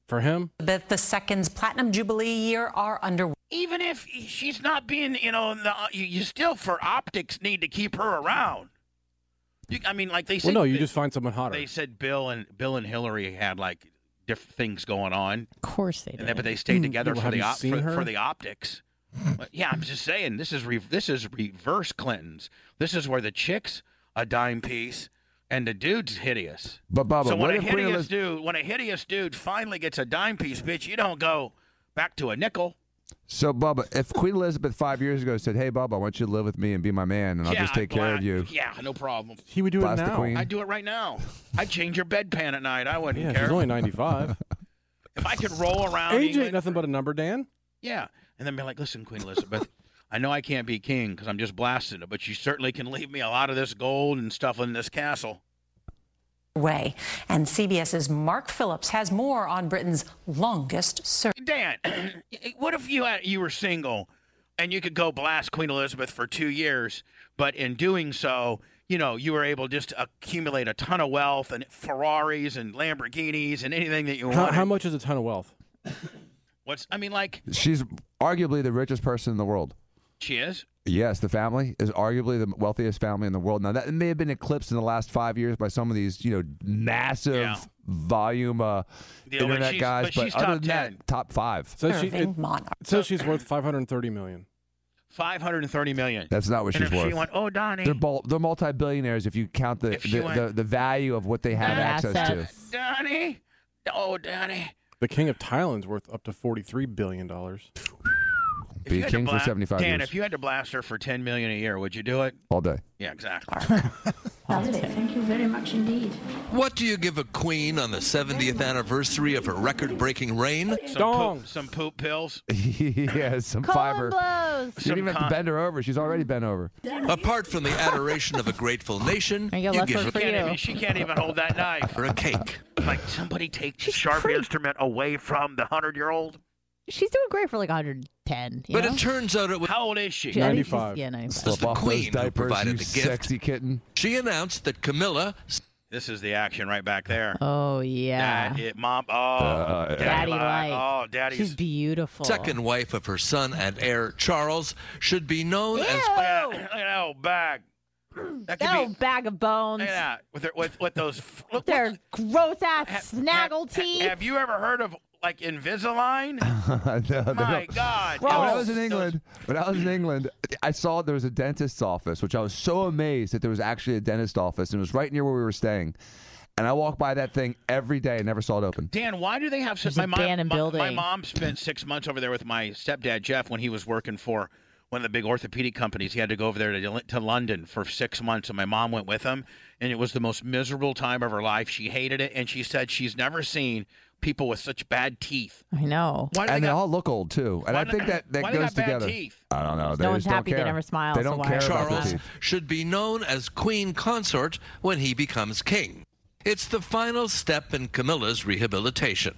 for him.
Elizabeth II's Platinum Jubilee year are underway.
Even if she's not being, you know, the, uh, you, you still for optics need to keep her around. You, I mean, like they
Well,
said,
no, you just find someone hotter.
they said Bill and Bill and Hillary had like different things going on.
Of course they
And then, but they stayed together
Mm, Well,
for
have
the
you
op-
seen
for,
her?
for the optics. But, yeah, I'm just saying this is re- this is reverse Clintons. This is where the chicks a dime piece and the dude's hideous.
But Bubba,
so when
what
a
if Queen
hideous
Eliz-
dude when a hideous dude finally gets a dime piece, bitch, you don't go back to a nickel.
So, Bubba, if Queen Elizabeth five years ago said, "Hey, Bubba, I want you to live with me and be my man, and I'll
yeah,
just take
I'd
care of
bla-
you,"
Yeah, no problem.
He would
do it Blast the now. queen.
I'd do it right now. I'd change your bedpan at night. I wouldn't
Yeah,
care.
she's only 95.
if I could roll around
Age
England-
ain't nothing but a number, Dan.
Yeah, and then be like, listen, Queen Elizabeth, I know I can't be king because I'm just blasting it, but you certainly can leave me a lot of this gold and stuff in this castle.
Way. And CBS's Mark Phillips has more on Britain's longest service.
Dan, what if you had, you were single and you could go blast Queen Elizabeth for two years, but in doing so, you know, you were able just to accumulate a ton of wealth and Ferraris and Lamborghinis and anything that you
How,
wanted.
how much is a ton of wealth?
What's I mean, like
she's arguably the richest person in the world.
she is.
Yes, the family is arguably the wealthiest family in the world. Now that may have been eclipsed in the last five years by some of these, you know, massive volume uh,
Yeah, but
internet
she's-
guys,
but she's
other
top
than that, top five.
So she, it, it says she's worth 530 million.
530 million.
That's not what
And
she's
if she
worth.
went,
"Oh, Donnie."
they're bul- they're multi-billionaires if you count the the,
went-
the the value of what they have access to.
Donnie. Oh, Donnie.
The king of Thailand's worth up to 43 billion dollars.
Be a king for
Bla-
seventy five
Dan,
years
if you had to blast her for 10 million a year, would you do it?
all day.
Yeah, exactly.
Valid. Thank you very much indeed.
What do you give a queen on the 70th anniversary of her record breaking reign?
Some poop, some poop pills.
yeah, some fiber.
blows.
You don't even have to bend her over. She's already bent over.
Apart from the adoration of a grateful nation, you, give
she,
her
can't even, she can't even hold that knife.
for a cake.
Like somebody take the sharp instrument away from the hundred year old.
She's doing great for like 110. You
But
know?
it turns out it was.
How old is she?
She- I think she's- Yeah, 95.
It's the queen who provided the gift.
sexy kitten.
She announced that Camilla.
This is the action right back there.
Oh yeah.
Dad, it, mom. Oh,
Uh,
daddy,
Daddy
light.
light.
Oh, daddy's.
She's beautiful.
Second wife of her son and heir Charles should be known as
Yeah, Look at that old bag. That, could
That
be,
old bag of bones.
look at that. With, her- with, with those. f- Look,
They're gross ass
have,
snaggle
ha-
teeth.
have you ever heard of like Invisalign?
No, they
My
don't-
God. Oh,
When I
Gross.
was in England, when I was in England, I saw there was a dentist's office, which I was so amazed that there was actually a dentist's office, and it was right near where we were staying. And I walked by that thing every day and never saw it open.
Dan, why do they have such?
There's
My
a
mom,
Dan in
my,
building.
my mom spent six months over there with my stepdad Jeff when he was working for one of the big orthopedic companies. He had to go over there to, to London for six months, and my mom went with him, and it was the most miserable time of her life. She hated it, and she said she's never seen people with such bad teeth.
I know.
Why do
and
they
they all look old too. And
why
I
do-
think that that
why they
goes
got bad
together.
teeth?
I don't know. They
No one's
just don't
happy, they
care.
never smile,
They
so
don't
why
care about the
Charles
teeth.
should be known as Queen Consort when he becomes king. It's the final step in Camilla's rehabilitation.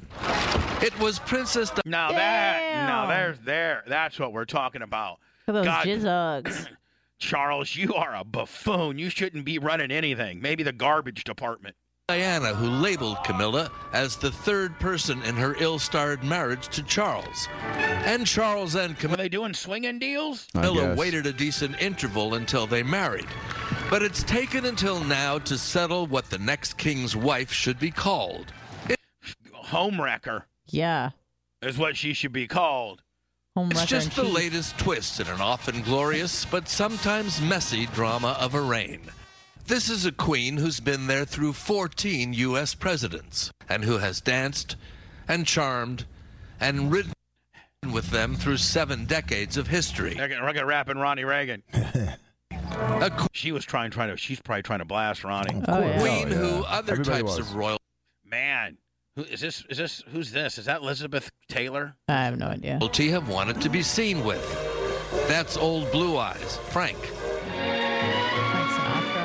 It was Princess. Di-
now that now there's there. That's what we're talking about.
Look at those
God,
jizzugs.
Charles, you are a buffoon. You shouldn't be running anything. Maybe the garbage department.
Diana, who labeled Camilla as the third person in her ill starred marriage to Charles. And Charles and Camilla.
Are they doing swinging deals?
I
Camilla
guess.
waited a decent interval until they married. But it's taken until now to settle what the next king's wife should be called.
Homewrecker
Yeah.
is what she should be called.
It's
Homewrecker in
just the
chief.
latest twist in an often glorious but sometimes messy drama of a reign. This is a queen who's been there through 14 U.S. presidents and who has danced and charmed and ridden with them through seven decades of history.
They're gonna, they're gonna rap in Ronnie Reagan. she was trying, trying to. She's probably trying to blast Ronnie.
Oh,
Queen who other types of royal
Man, who is this? Is this who's this? Is that Elizabeth Taylor?
I have no idea.
royalty have wanted to be seen with. That's old Blue Eyes, Frank.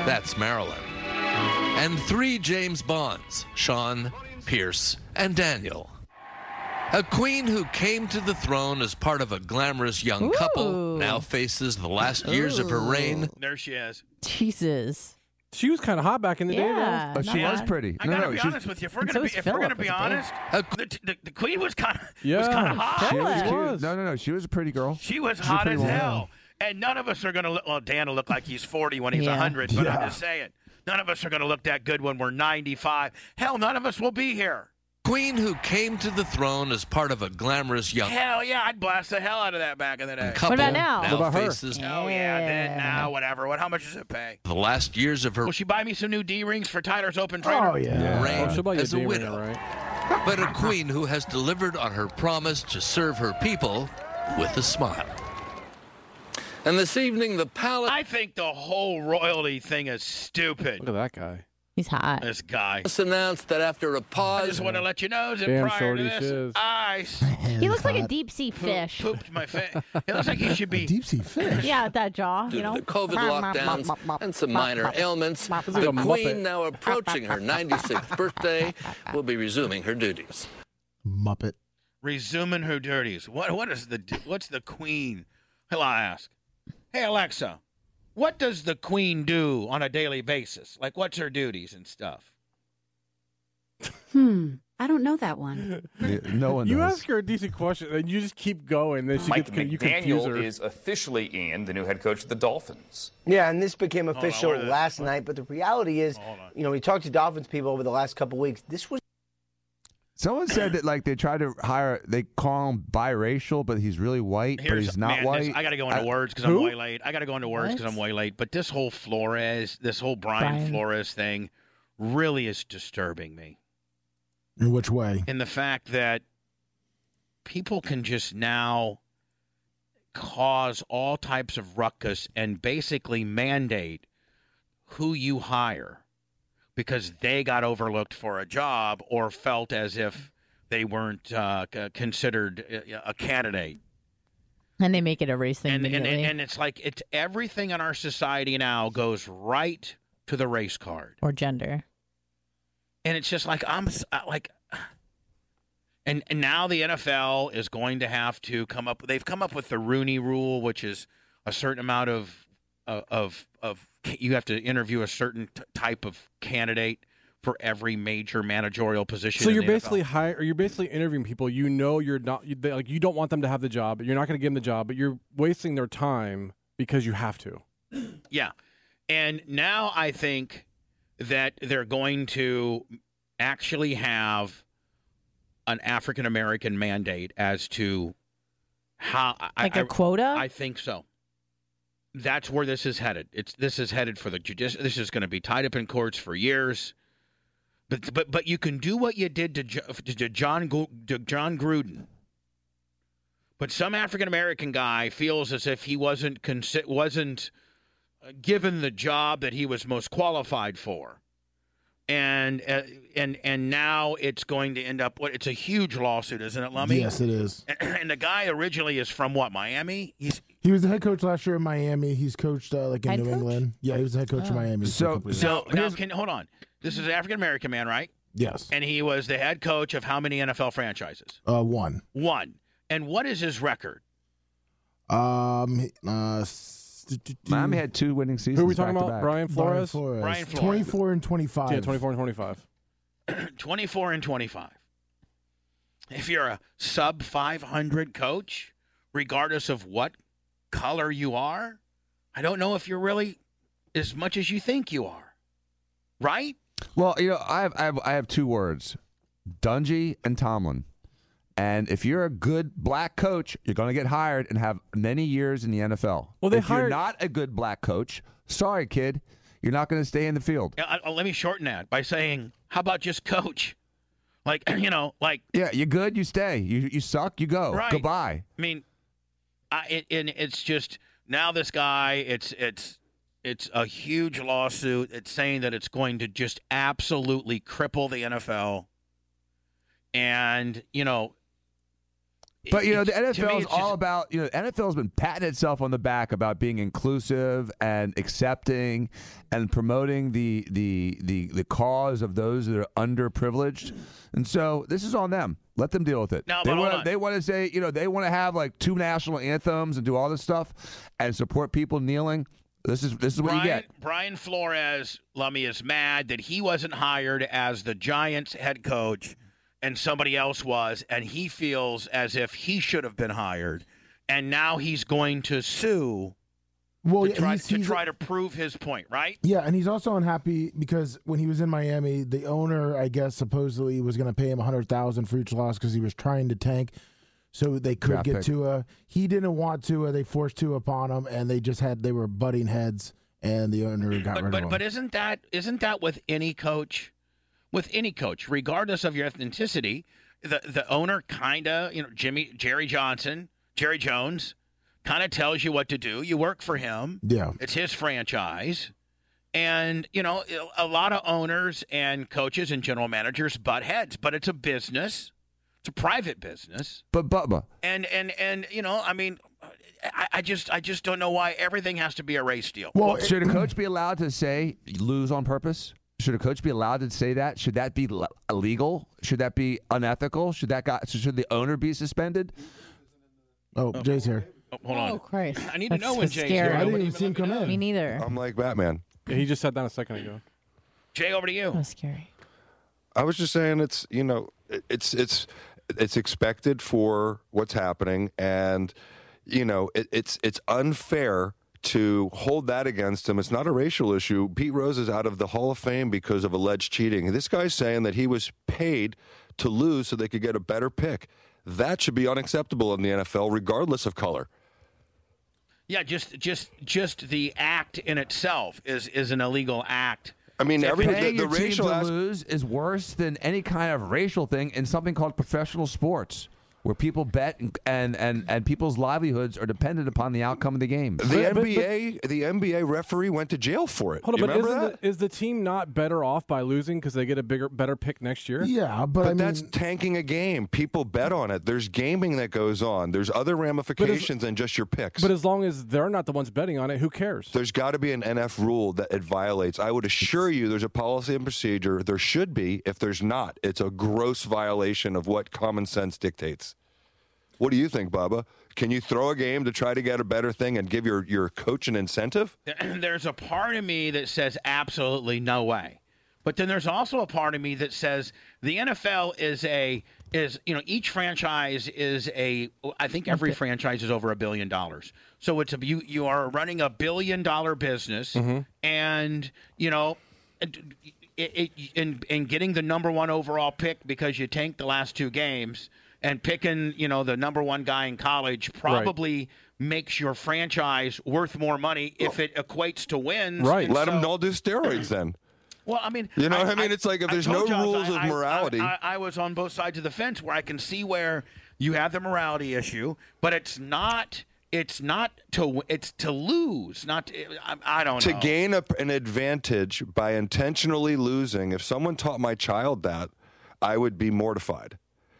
That's Marilyn. And three James Bonds, Sean, Pierce, and Daniel. A queen who came to the throne as part of a glamorous young couple now faces the last years of her reign
There she is.
Jesus.
She was kind of hot back in the
Yeah,
day.
Uh, she not was bad. pretty.
I
No,
gotta
no,
be
she's-
honest with you. If we're
and
gonna
so
be,
is
if we're gonna
Philip,
be
I
honest,
think.
the, the, the queen was kind of
Yeah,
was kind of hot.
She was cute. No, no, no. She was pretty girl.
She was
She's a
hot
pretty
as
woman.
hell. And none of us are going to look, well, Dan will look like he's 40 when he's a
Yeah.
100, but I'm
Yeah.
just saying, none of us are going to look that good when we're 95. Hell, none of us will be here.
Queen who came to the throne as part of a glamorous young
Hell yeah, I'd blast the hell out of that back in the day.
couple. faces
Oh, yeah, then, now, whatever. What? How much does it pay?
the last years of her
Will she buy me some new D rings for Tyler's Open
Oh,
Trader?
reign as a
D-ring,
widow. But a queen who has delivered on her promise to serve her people with a smile. And this evening, the palace.
I think the whole royalty thing is stupid. Look
at that guy.
He's hot.
This guy.
Just announced that after a pause.
I just want to let you know that
Damn
prior to
shorty she
this,
is.
I s-
He looks like a deep sea fish.
pooped my face. It looks like he should be
deep sea fish.
Yeah, with that jaw.
Due
you know,
to the COVID lockdowns and some minor ailments,
Looks like
the
a Muppet.
Queen, now approaching her 96th birthday, will be resuming her duties.
Muppet.
resuming her duties. What? What is the? What's the Queen? Hell, I ask. Hey Alexa, what does the Queen do on a daily basis? Like, what's her duties and stuff?
Hmm. I don't know that one.
no
You ask her a decent question, and you just keep going. Then she
Mike
gets, you confuse her.
McDaniel is officially in the new head coach of the Dolphins.
Yeah, and this became
Hold on,
official
where did this-
last night. But the reality is, you know, we talked to Dolphins people over the last couple weeks. This was
Someone said that like they tried to hire. They call him biracial, but he's really white, but he's not
man,
white.
This, I got to go into
I-
words because
Who?
I'm way late. I got to go into words
What?
because I'm way late. But this whole Flores, this whole Brian,
Brian.
Flores thing, really is disturbing me.
In which way?
In the fact that people can just now cause all types of ruckus and basically mandate who you hire because they got overlooked for a job or felt as if they weren't uh, c- considered uh, a- a candidate
and they make it a race thing.
and, and,
immediately.
and it's like it's everything in our society now goes right to the race card
or gender.
and it's just like i'm s- uh, like and, and now the nfl is going to have to come up they've come up with the rooney rule which is a certain amount of of of, of you have to interview a certain t- type of candidate for every major managerial position
So
in
you're
the NFL.
basically hire, you're basically interviewing people. You know you're not you, they, like you don't want them to have the job. You're not going to give them the job, but you're wasting their time because you have to.
Yeah. And now I think that they're going to actually have an African American mandate as to how
Like
a
a quota?
I think so. That's where this is headed. It's this is headed for the judici This is going to be tied up in courts for years. But but but you can do what you did to, Jo- to John Gru- to John Gruden. But some African American guy feels as if he wasn't consi- wasn't uh, given the job that he was most qualified for. And uh, and and now it's going to end up what it's a huge lawsuit, isn't it, Lummy?
Yes, it is.
And the guy originally is from what Miami. He's
He was the head coach last year in Miami. He's coached uh, like in
Head
New
coach?
England. Yeah, he was the head coach in Miami. completely-
so Oh. now can hold on. This is an African American man, right?
Yes.
And he was the head coach of how many NFL franchises?
uh, one.
One. And what is his record?
Um, uh, s- do- do- do-
Miami had two winning seasons.
Who are we talking
back to
about?
back.
Brian Flores?
Brian Flores.
Twenty-four and twenty-five.
Yeah, 24 and 25.
24 and 25. If you're a sub 500 coach, regardless of what color you are, I don't know if you're really as much as you think you are. Right?
Well, you know, I have, I have I have two words, Dungy and Tomlin. And if you're a good black coach, you're going to get hired and have many years in the NFL.
Well, they
if you're
hired-
not a good black coach, sorry kid, you're not going to stay in the field.
Uh, uh, let me shorten that by saying, how about just coach? Like, you know, like,
Yeah, you're good, you stay. You you suck, you go.
Right.
Goodbye.
I mean, I, it, and it's just now this guy. It's it's it's a huge lawsuit. It's saying that it's going to just absolutely cripple the NFL. And you know,
But you know, the
it's- to me,
NFL is
it's just-
all about you know, the NFL's been patting itself on the back about being inclusive and accepting and promoting the the the the cause of those that are underprivileged. And so this is on them. Let them deal with it.
No,
they
but hold
wanna-
on.
they want to say, you know, they want to have like two national anthems and do all this stuff and support people kneeling. This is this is what
Brian,
you get.
Brian Flores, Lummy, is mad that he wasn't hired as the Giants head coach and somebody else was, and he feels as if he should have been hired. And now he's going to sue
Well,
to,
yeah,
try,
he's-
to
he's-
try to prove his point, right?
Yeah, and he's also unhappy because when he was in Miami, the owner, I guess, supposedly was going to pay him a hundred thousand for each loss because he was trying to tank, so they could
Draft
get
pick.
Tua. He didn't want Tua; they forced Tua upon him, and they just had they were butting heads, and the owner got rid of
But
him.
but isn't that isn't that with any coach, with any coach, regardless of your ethnicity, the the owner kinda you know Jimmy Jerry Johnson Jerry Jones kind of tells you what to do. You work for him.
Yeah.
it's his franchise, and you know a lot of owners and coaches and general managers butt heads. But it's a business. It's a private business.
But Bubba,
And and and you know, I mean, I, I just I just don't know why everything has to be a race deal.
well, should a coach be allowed to say lose on purpose? Should a coach be allowed to say that? Should that be le- illegal? Should that be unethical? Should that guy? Should the owner be suspended?
Oh, Jay's here.
Oh, hold on.
Oh Christ!
I need
to know when Jay's here. I didn't even see him come in.
Me neither.
I'm like Batman.
Yeah, he just said that a second ago.
Jay, over to you.
That's scary.
I was just saying it's you know it- it's it's it's expected for what's happening, and you know it, it's it's unfair to hold that against him. It's not a racial issue. Pete Rose is out of the Hall of Fame because of alleged cheating. This guy's saying that he was paid to lose so they could get a better pick. That should be unacceptable in the NFL, regardless of color.
Yeah, just just just the act in itself is is an illegal act.
I mean,
If-
Paying your team to lose is worse than any kind of racial thing in something called professional sports, where people bet and and and, and people's livelihoods are dependent upon the outcome of the game.
The NBA, the NBA referee went to jail for it.
Hold on,
you
but
remember
isn't
that?
The, is the team not better off by losing because they get a bigger, better pick next year?
but that's tanking a game. People bet on it. There's gaming that goes on. There's other ramifications than just your picks.
But as long as they're not the ones betting on it, who cares?
There's got to be an NF rule that it violates. I would assure you there's a policy and procedure. There should be. If there's not, it's a gross violation of what common sense dictates. What do you think, Baba? Can you throw a game to try to get a better thing and give your, your coach an incentive?
there's a part of me that says absolutely no way. But then there's also a part of me that says the NFL is a is you know each franchise is a I think every franchise is over a billion dollars. So it's a you you are running a billion dollar business
Mm-hmm.
and you know and it, it and and getting the number 1 overall pick because you tanked the last two games and picking, you know, the number 1 guy in college probably makes your franchise worth more money if it equates to wins. And
Let
so-
them all do steroids then.
Well, I mean,
You know what I mean? It's like if there's
told
no
y'all,
rules of
I- I-
morality-
I, I was on both sides of the fence where I can see where you have the morality issue, but it's not. It's not to. w- It's to lose. Not. To, I, I don't
to
know.
gain a, an advantage by intentionally losing if someone taught my child that i would be mortified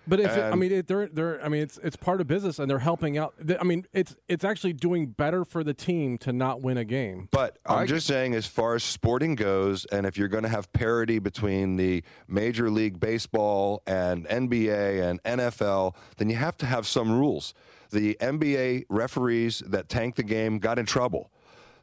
But if it, I
And-
mean, it, they're they're I mean, it's it's part of business, and they're helping out. Th- I mean, it's it's actually doing better for the team to not win a game.
but i'm
I-
just saying as far as sporting goes and if you're going to have parity between the major league baseball and nba and nfl then you have to have some rules the nba referees that tanked the game got in trouble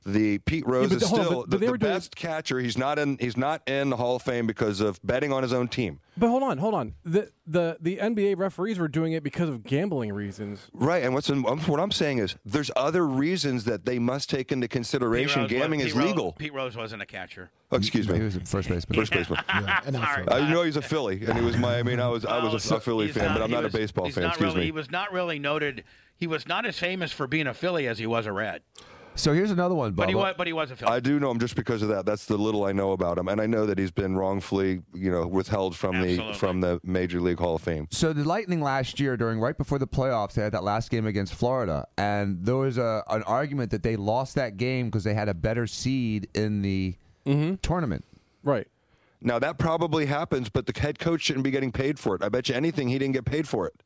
the Pete Rose
but
is
hold on,
still
but- but
the,
they
the
were doing-
best catcher. He's not in. He's not in the Hall of Fame because of betting on his own team.
But hold on, hold on. The the the NBA referees were doing it because of gambling reasons.
Right, and what's in, um, what I'm saying is there's other reasons that they must take into
Pete
consideration.
Rose
Gaming
was-
is
Pete Rose-
legal.
Pete Rose wasn't a catcher.
Oh, excuse me, he
was first baseman.
First baseman.
Sorry.
I know he's a Philly, and he was my. I mean, I was I was a, a Philly
Oh, He's
fan, but I'm
he
not
was-
a baseball
he's
fan.
not
Excuse
really- He
me.
was not really noted. He was not as famous for being a Philly as he was a Red.
So here's another one, Bubba.
But he was. But he was a Philly.
I do know him just because of that. That's the little I know about him, and I know that he's been wrongfully, you know, withheld from
Absolutely.
the from the Major League Hall of Fame.
So the Lightning last year, during right before the playoffs, they had that last game against Florida, and there was a, an argument that they lost that game because they had a better seed in the tournament.
Right.
Now that probably happens, but the head coach shouldn't be getting paid for it. I bet you anything he didn't get paid for it.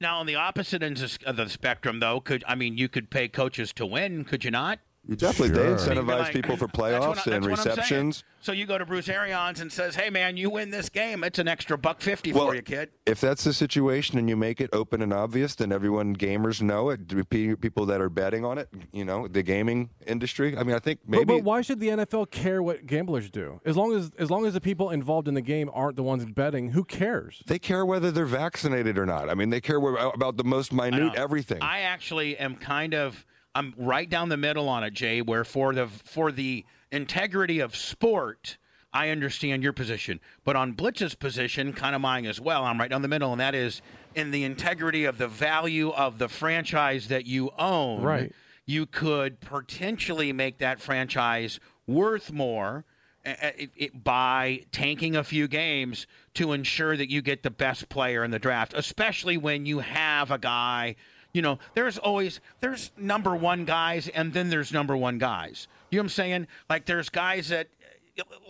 Now, on the opposite ends of the spectrum, though, could I mean you could pay coaches to win, could you not?
You definitely they
Sure.
incentivize
Be like-
people for
That's what I-
playoffs and
that's what I'm saying.
receptions.
So you go to Bruce Arians and says, "Hey man, you win this game. It's an extra buck fifty
Well,
for you, kid."
If that's the situation and you make it open and obvious, then everyone gamers know it. The pe- People that are betting on it, you know, the gaming industry. I mean, I think maybe
But, but why should the NFL care what gamblers do? As long as as long as the people involved in the game aren't the ones betting, who cares?
they care whether they're vaccinated or not. I mean, they care whe- about the most minute everything.
I actually am kind of I'm right down the middle on it, Jay. Where for the for the integrity of sport, I understand your position, but on Blitz's position, kind of mine as well. I'm right down the middle, and that is in the integrity of the value of the franchise that you own.
Right.
You could potentially make that franchise worth more. uh, uh, It, it, by tanking a few games to ensure that you get the best player in the draft, especially when you have a guy you know, there's always there's number one guys, and then there's number one guys. You know what I'm saying? Like there's guys that,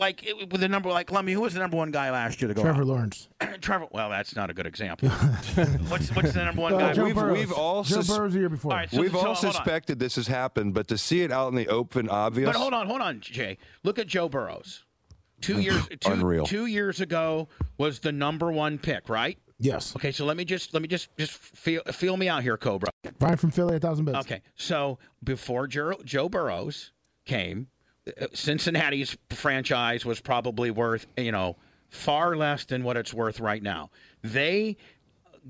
like it, with the number like Lemmy, who was the number one guy last year to go?
Trevor
out?
Lawrence.
Trevor. Well, that's not a good example. what's what's the number one
Uh,
guy?
Joe
we've,
Burrows.
we've all
Joe Burrows the year before.
All right, so-
we've
so
all
hold on.
suspected this has happened, but to see it out in the open, obvious.
But hold on, hold on, Jay. Look at Joe Burrows. Two years, two,
Unreal.
two years ago was the number one pick, right?
Yes.
Okay, so let me just let me just just feel feel me out here, Cobra.
Brian from Philly, a thousand bits.
Okay, so before Joe, Joe Burrows came, uh, Cincinnati's franchise was probably worth you know far less than what it's worth right now. They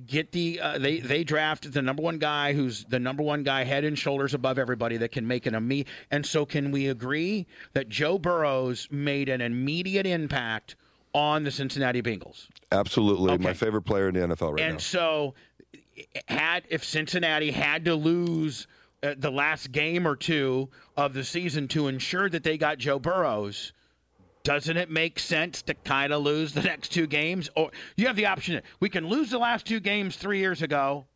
get the uh, they they draft the number one guy who's the number one guy head and shoulders above everybody that can make an immediate. And so, can we agree that Joe Burrows made an immediate impact on the Cincinnati Bengals?
Absolutely, my favorite player in the NFL Oh, right
and so, had if Cincinnati had to lose uh, the last game or two of the season to ensure that they got Joe Burrows, doesn't it make sense to kind of lose the next two games? Or you have the option: we can lose the last two games three years ago,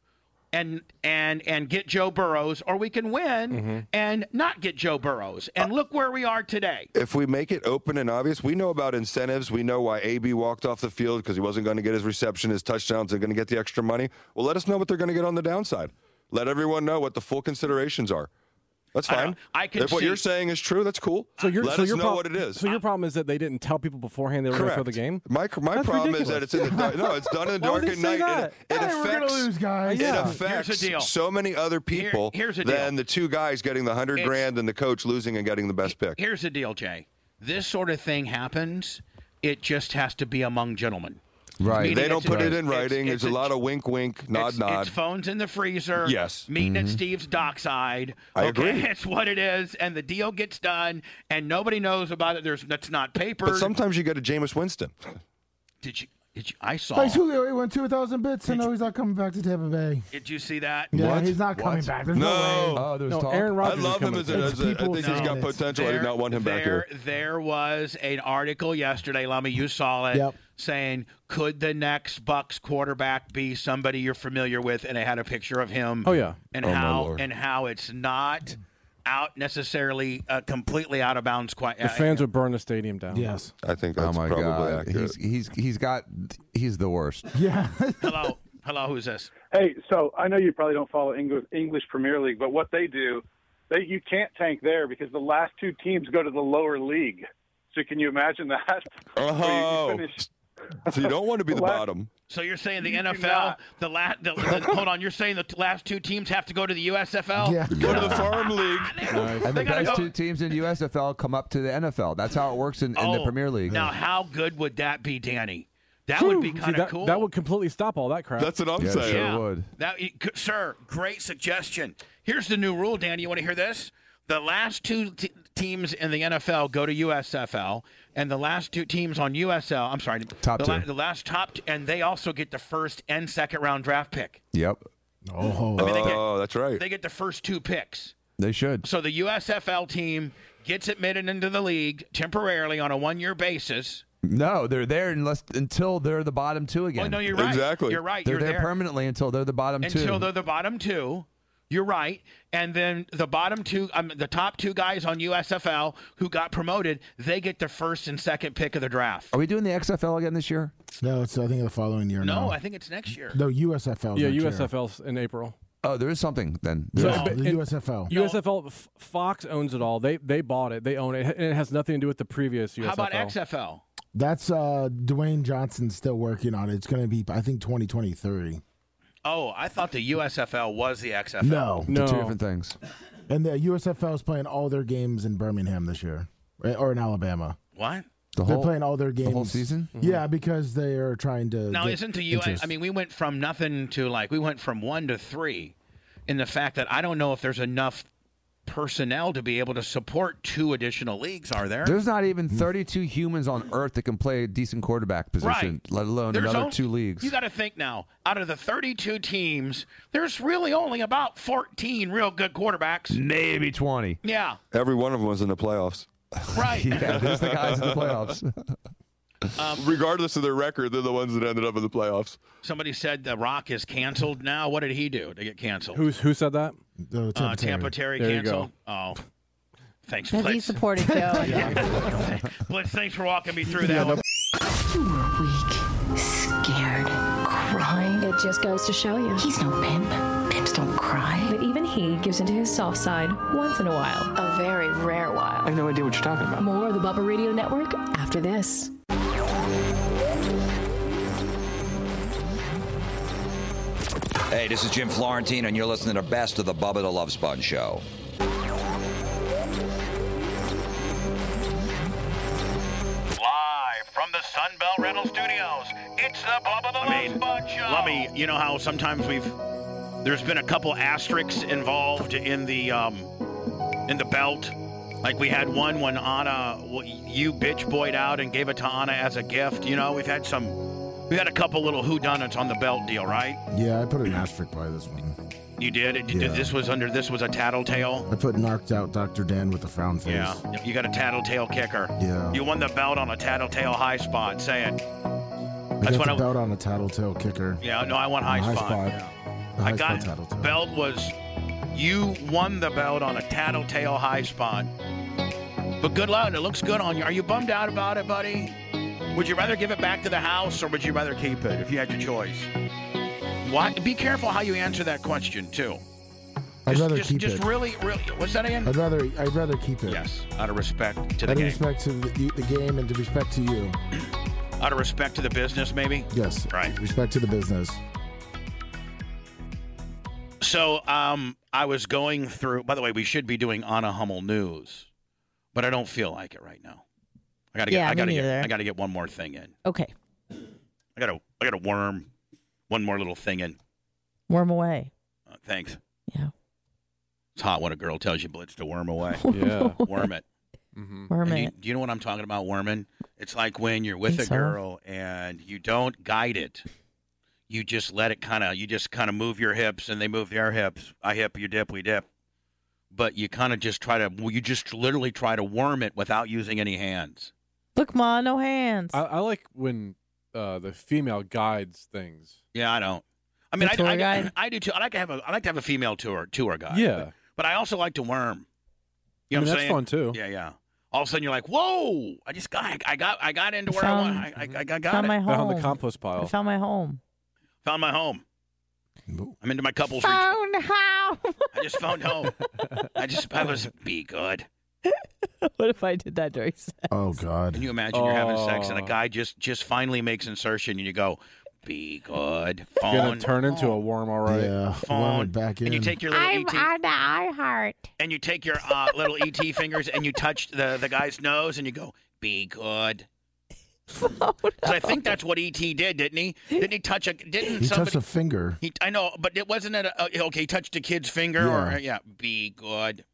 and and and get Joe Burrows, or we can win
Mm-hmm.
Mm-hmm.
and not get Joe Burrows. And look where we are today.
if we make it open and obvious, we know about incentives. We know why AB walked off the field because he wasn't going to get his reception, his touchdowns, and going to get the extra money. Well, let us know what they're going to get on the downside. Let everyone know what the full considerations are. That's
I
fine.
don't- I can
if what
see-
you're saying is true, that's cool.
So you're,
let
so
us
your
know
prob-
what it is.
So your problem is that they didn't tell people beforehand they were going to throw the
Correct.
game.
My my
That's
problem
ridiculous.
is that it's in the dark. No, it's done in the
Why
dark
would they
at night.
say That?
And it, it
Hey, we're gonna
affects,
lose, guys.
It
Yeah.
affects
Here's the deal.
so many other people
here's the deal.
than the two guys getting the hundred
It's-
grand and the coach losing and getting the best pick.
Here's the deal, Jay. This sort of thing happens. It just has to be among gentlemen. Meaning
They don't
it's-
put it in
it's-
writing.
it's
There's a lot of wink, wink, nod,
it's,
nod.
It's phones in the freezer.
Yes.
Meeting at
Mhm.
Steve's dockside.
I
okay,
agree.
It's what it is, and the deal gets done, and nobody knows about it. There's that's not paper.
But sometimes you get a Jameis Winston.
Did you? Did you? I saw.
Thanks, Julio. He went two thousand bits, and now he's not coming back to Tampa Bay.
Did you see that?
Yeah, he's not coming back. There's no, way.
No, talk. Aaron Rodgers
I
is
love him
coming
as a,
back.
as a I
People
think he's
saying
got
it.
potential. I do not want him back here.
There, there was an article yesterday, Lama, you saw it,
Yep.
saying, could the next Bucks quarterback be somebody you're familiar with? And it had a picture of him.
Oh, yeah.
And
Oh, my
how
Lord.
and how it's not out necessarily uh, completely out of bounds quite. uh,
The fans would burn the stadium down.
Yes.
I think
that's probably
Oh He's, he's he's got he's the worst.
Yeah.
hello. Hello, who's this?
Hey, so I know you probably don't follow English, English Premier League, but what they do, they you can't tank there because the last two teams go to the lower league. So can you imagine that?
Oh. So you don't want to be the bottom.
So you're saying the NFL, the last, the, the, hold on, you're saying the t- last two teams have to go to the USFL?
Go to the farm league.
And the
gotta
best
go-
two teams in USFL come up to the NFL. That's how it works in, in the
Oh,
Premier League.
Now, how good would that be, Danny? That would be
See,
kind of
that-
cool.
That would completely stop all that crap.
That's what I'm Yeah, saying. sure would.
That, you could- sir, great suggestion. Here's the new rule, Danny. You want to hear this? The last two t- teams in the NFL go to USFL, and the last two teams on USL, I'm sorry,
Top
the, la-
two.
the last top, t- and they also get the first and second round draft pick.
Yep.
Oh,
oh that's right.
They get the first two picks.
They should.
So the USFL team gets admitted into the league temporarily on a one year basis.
No, they're there unless until they're the bottom two again.
Oh, no, you're right. Exactly. You're right.
They're
You're
there,
there.
permanently until they're the bottom
until
two.
they're the bottom two. You're right. And then the bottom two, um, the top two guys on USFL who got promoted, they get the first and second pick of the draft.
Are we doing the XFL again this year?
No, it's I think the following year.
No,
now.
I think it's next year.
No, USFL. 's
Yeah,
next year.
USFL's in April.
Oh, there is something then.
So,
There is-
but- and-
USFL.
USFL. F- Fox owns it all. They they bought it. They own it, and it has nothing to do with the previous USFL.
How about XFL?
That's uh, Dwayne Johnson still working on it. It's going to be, I think, 2023.
Oh, I thought the USFL was the XFL.
No.
They're two different things.
And the USFL is playing all their games in Birmingham this year, right? or in Alabama.
What?
They're playing all their games
whole season?
Yeah, because they are trying to.
Now,
get
isn't the U.S.
interest.
I mean, we went from nothing to like we went from one to three, in the fact that I don't know if there's enough personnel to be able to support two additional leagues. Are there?
There's not even 32 humans on Earth that can play a decent quarterback position,
Right.
let alone
There's
another
only-
two leagues.
You got to think now. Out of the 32 teams, there's really only about 14 real good quarterbacks.
Maybe 20.
Yeah,
Every one of them was in the playoffs.
right.
yeah, there's the guys in the playoffs.
Um,
Regardless of their record, they're the ones that ended up in the playoffs.
Somebody said The Rock is canceled now. What did he do to get canceled?
Who's who said that?
Uh, Tampa Terry
There you go.
canceled. Oh, thanks,
Because he
Blitz.
supported Joe.
Blitz, thanks for walking me through that one.
You were weak, scared, crying. It just goes to show you. He's no pimp. Pimps don't cry. But even he gives into his soft side once in a while. A very rare while.
I have no idea what you're talking about.
More of the Bubba Radio Network after this.
Hey, this is Jim Florentine, and you're listening to Best of the Bubba the Love Sponge Show.
Live from the Sunbelt Rental Studios, it's the Bubba the I mean, Let me, you know how sometimes we've, there's been a couple asterisks involved in the, um, in the belt. Like we had one when Anna, well, you bitch boyed out and gave it to Anna as a gift. You know, we've had some, we had a couple little whodunits on the belt deal, right?
Yeah, I put an asterisk by this one.
You did. It,
Yeah.
This was under, this was a tattletale.
I put knocked out Dr. Dan with a frown face.
Yeah, you got a tattletale kicker.
Yeah.
You won the belt on a tattletale high spot. Say it.
I
That's
got
what
the
I-
belt on a tattletale kicker.
Yeah, no, I want high,
High
spot.
spot.
Yeah.
The
I
high
got
spot tattletale.
belt was you won the belt on a tattletale high spot. But good luck. It looks good on you. Are you bummed out about it, buddy? Would you rather give it back to the house or would you rather keep it if you had your choice? What? Be careful how you answer that question too.
I'd
just,
rather
just,
keep
just
it.
really, really. What's that again?
I'd rather I'd rather keep it.
Yes, out of respect to
Out
the
of
game,
respect to the, the game and to respect to you.
out of respect to the business, maybe.
Yes.
Right.
Respect to the business.
So um, I was going through. By the way, we should be doing Anna Hummel news, but I don't feel like it right now. I gotta get.
Yeah,
I
me
gotta
neither.
get. I gotta get one more thing in.
Okay.
I gotta. I gotta worm one more little thing in.
Worm away.
Uh, thanks.
Yeah.
It's hot when a girl tells you blitz to worm away.
Yeah.
worm it. Mm-hmm.
Worm
Do you,
it.
do you know what I'm talking about? Worming. It's like when you're with a
Think so.
girl and you don't guide it. You just let it kind of. You just kind of move your hips and they move their hips. I hip, you dip, we dip. But you kind of just try to. You just literally try to worm it without using any hands.
Look, Ma, no hands.
I, I like when uh, the female guides things.
Yeah, I don't. I mean,
The
I,
tour
I,
guide?
I do too. I like to have a. I like to have a female tour tour guide.
Yeah.
But, but I also like to worm. You know what
I mean,
I'm
that's
saying?
fun, too.
Yeah, yeah. All of a sudden, you're like, "Whoa! I just got. I, I got. I got into where I
Found-
want. I, I, I got
found
it.
my home.
Found the compost pile.
I found my home.
Found my home. I'm into my couples. retreat.
Found home.
I just found home. I just. I was be good.
what if I did that during sex?
Oh God.
Can you imagine you're having sex and a
Oh.
guy just just finally makes insertion and you go, "Be good."
You're gonna
Phone.
turn into a worm, all right?
Yeah.
Phone.
back in.
And you take your little ET.
I heart.
and you take your uh, little ET fingers and you touch the, the guy's nose and you go, be good. 'Cause I think that's what ET did, didn't he? Didn't he touch a? Didn't
He
somebody?
touched a finger.
he, I know, but it wasn't it. A, okay, he touched a kid's finger, or yeah, be good.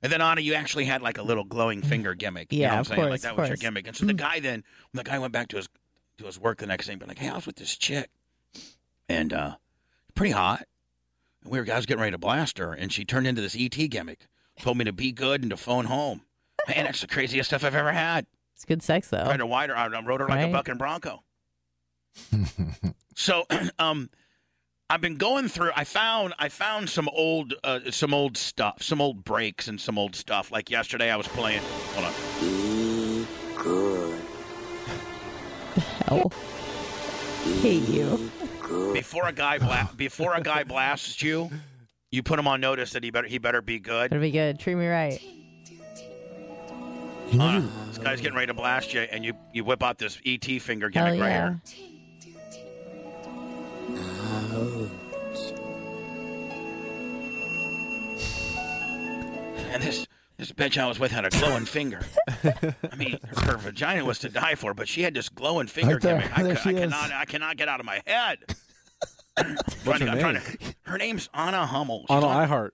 And then Anna, you actually had like a little glowing finger gimmick. you
Yeah,
know what I'm
of
saying? like
course,
that
of
was your
course. Mm.
gimmick. And so the guy then, when the guy went back to his to his work the next day, and be like, hey, I was with this chick, and uh pretty hot. And we were, I was getting ready to blast her, and she turned into this ET gimmick. Told me to be good and to phone home. Man, that's the craziest stuff I've ever had.
It's good sex though.
Tried to wide her. I rode her like a
Right.
bucking bronco. so, um, I've been going through. I found I found some old uh, some old stuff, some old breaks and some old stuff. Like yesterday, I was playing. Hold on.
Oh, Hell. Hate you.
Before a guy bla- before a guy blasts you, you put him on notice that he better he better be good.
That'd be good. Treat me right.
Uh, this guy's getting ready to blast you, and you you whip out this ET finger gimmick
Hell
right
yeah.
here. Oh. And this this bitch I was with had a glowing finger. I mean, her, her vagina was to die for, but she had this glowing finger
Right there.
gimmick. I,
There
cou- I
she is.
cannot I cannot get out of my head.
What's
Trying to-
her
I'm
name?
trying to- her name's Anna Hummel. She's
On
on-
iHeart.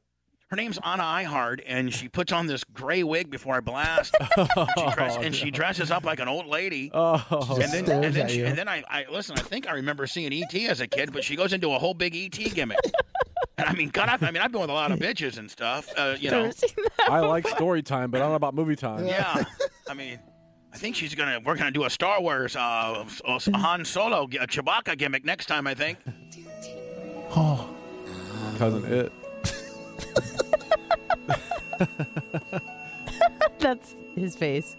her name's Anna Ihard, and she puts on this gray wig before I blast. she dress- and she dresses up like an old lady.
Oh.
and then,
Stares
and then,
at
she,
you.
and then I, I listen. I think I remember seeing ET as a kid, but she goes into a whole big ET gimmick. and I mean, God, I, I mean, I've been with a lot of bitches and stuff. Uh, you know,
I like story time, but I don't know about movie time.
yeah. I mean, I think she's gonna. We're gonna do a Star Wars uh, s- uh, Han Solo, a Chewbacca gimmick next time. I think.
Oh. Cousin it.
That's his face.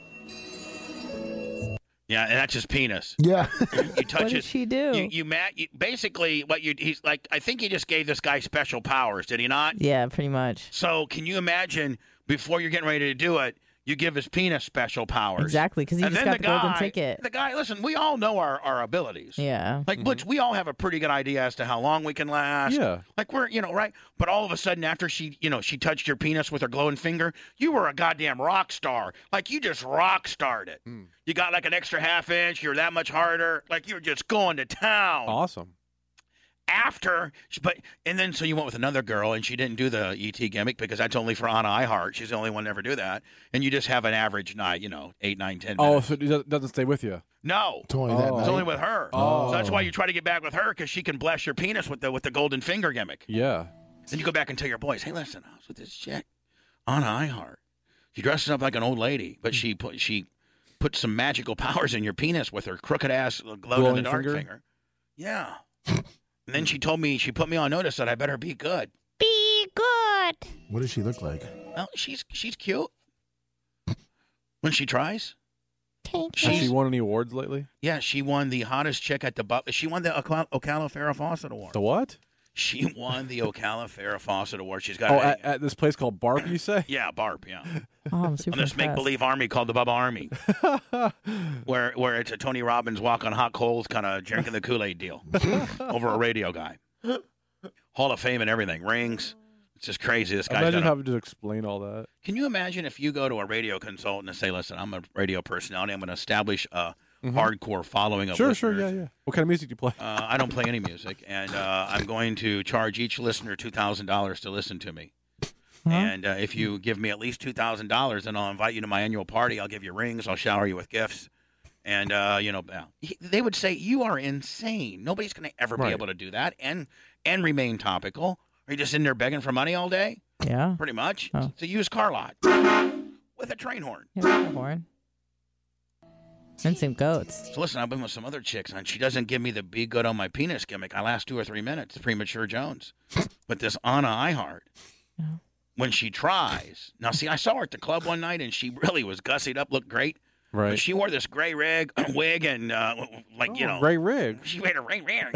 Yeah, and that's his penis.
Yeah.
you touch
What did
it.
she do?
You, you, Matt. You, basically, what you he's like. I think he just gave this guy special powers. Did he not?
Yeah, pretty much.
So can you imagine before you're getting ready to do it, you give his penis special powers?
Exactly, 'cause he
And
just
then
got the golden
guy-
ticket.
The guy, listen, we all know our, our abilities.
Yeah.
Like Butch, we all have a pretty good idea as to how long we can last.
Yeah.
Like we're, you know, right? But all of a sudden, after she, you know, she touched your penis with her glowing finger, you were a goddamn rock star. Like you just rock starred it.
Hmm.
You got like an extra half inch. You're that much harder. Like you were just going to town.
Awesome.
After, but and then so you went with another girl, and she didn't do the ET gimmick because that's only for Anna Iheart. She's the only one to ever do that. And you just have an average night, you know, eight, nine, ten.
Oh,
minutes.
so it doesn't- doesn't stay with you.
No,
It's only that
it's
night.
only with her.
Oh.
So that's why you try to get back with her because she can bless your penis with the with the golden finger gimmick.
Yeah.
Then you go back and tell your boys, hey, listen, I was with this chick on iHeart. She dresses up like an old lady, but she put she put some magical powers in your penis with her crooked ass glow in the
Glowing
dark finger.
finger?
Yeah. and then she told me she put me on notice that I better be good.
Be good.
What does she look like?
Well, she's she's cute when she tries.
Has she won any awards lately?
Yeah, she won the hottest chick at the bu- she won the Ocala, Ocala Farrah Fawcett Award.
The what?
She won the Ocala Farrah Fawcett Award. She's got
Oh,
a-
at, at this place called Barb, you say?
yeah, Barb, yeah.
Oh, I'm super
on this make believe army called the Bubba Army, where where it's a Tony Robbins walk on hot coals kind of drinking the Kool Aid deal over a radio guy. Hall of Fame and everything, rings. It's just crazy. This guy's
Imagine
done a-
having to explain all that.
Can you imagine if you go to a radio consultant and say, "Listen, I'm a radio personality. I'm going to establish a
Mhm.
hardcore following of
Sure,
listeners.
sure, yeah, yeah. What kind of music do you play?
Uh, I don't play any music, and uh, I'm going to charge each listener two thousand dollars to listen to me. And uh, if you give me at least two thousand dollars, then I'll invite you to my annual party. I'll give you rings. I'll shower you with gifts. And uh, you know, yeah. He- they would say you are insane. Nobody's going to ever
Right.
be able to do that, and and remain topical. Are you just in there begging for money all day?
Yeah.
Pretty much.
Oh.
It's a used car lot with a train horn.
Yeah, horn. And some goats.
So listen, I've been with some other chicks, and she doesn't give me the be good on my penis gimmick. I last two or three minutes, premature Jones. But this Anna Ihart, when she tries, now see, I saw her at the club one night, and she really was gussied up, looked great.
Right.
But she wore this gray rig, wig, and uh, like you know,
Ray Rigg.
she made a ring ring.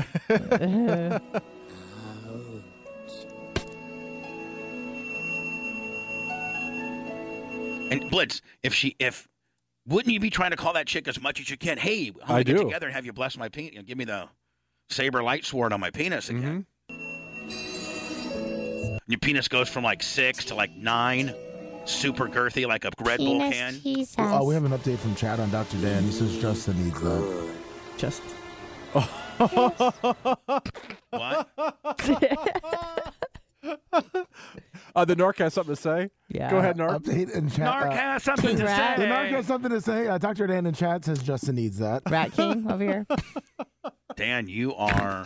And Blitz, if she if wouldn't you be trying to call that chick as much as you can? Hey, I'm gonna
I
get
do.
together and have you bless my penis. give me the saber light sword on my penis again.
Mm-hmm.
Your penis goes from like six to like nine, super girthy like a Red Bull
Penis
can.
Oh, we have an update from Chad on Dr. Dan. He says Justin needs that.
Justin.
what?
Oh,
Uh, the Narc has something to say.
Yeah.
Go ahead, Narc.
Update in chat.
Narc has something to
The
say.
Narc has something to say. Uh, Dr. Dan in chat says Justin needs that.
Rat King over here.
Dan, you are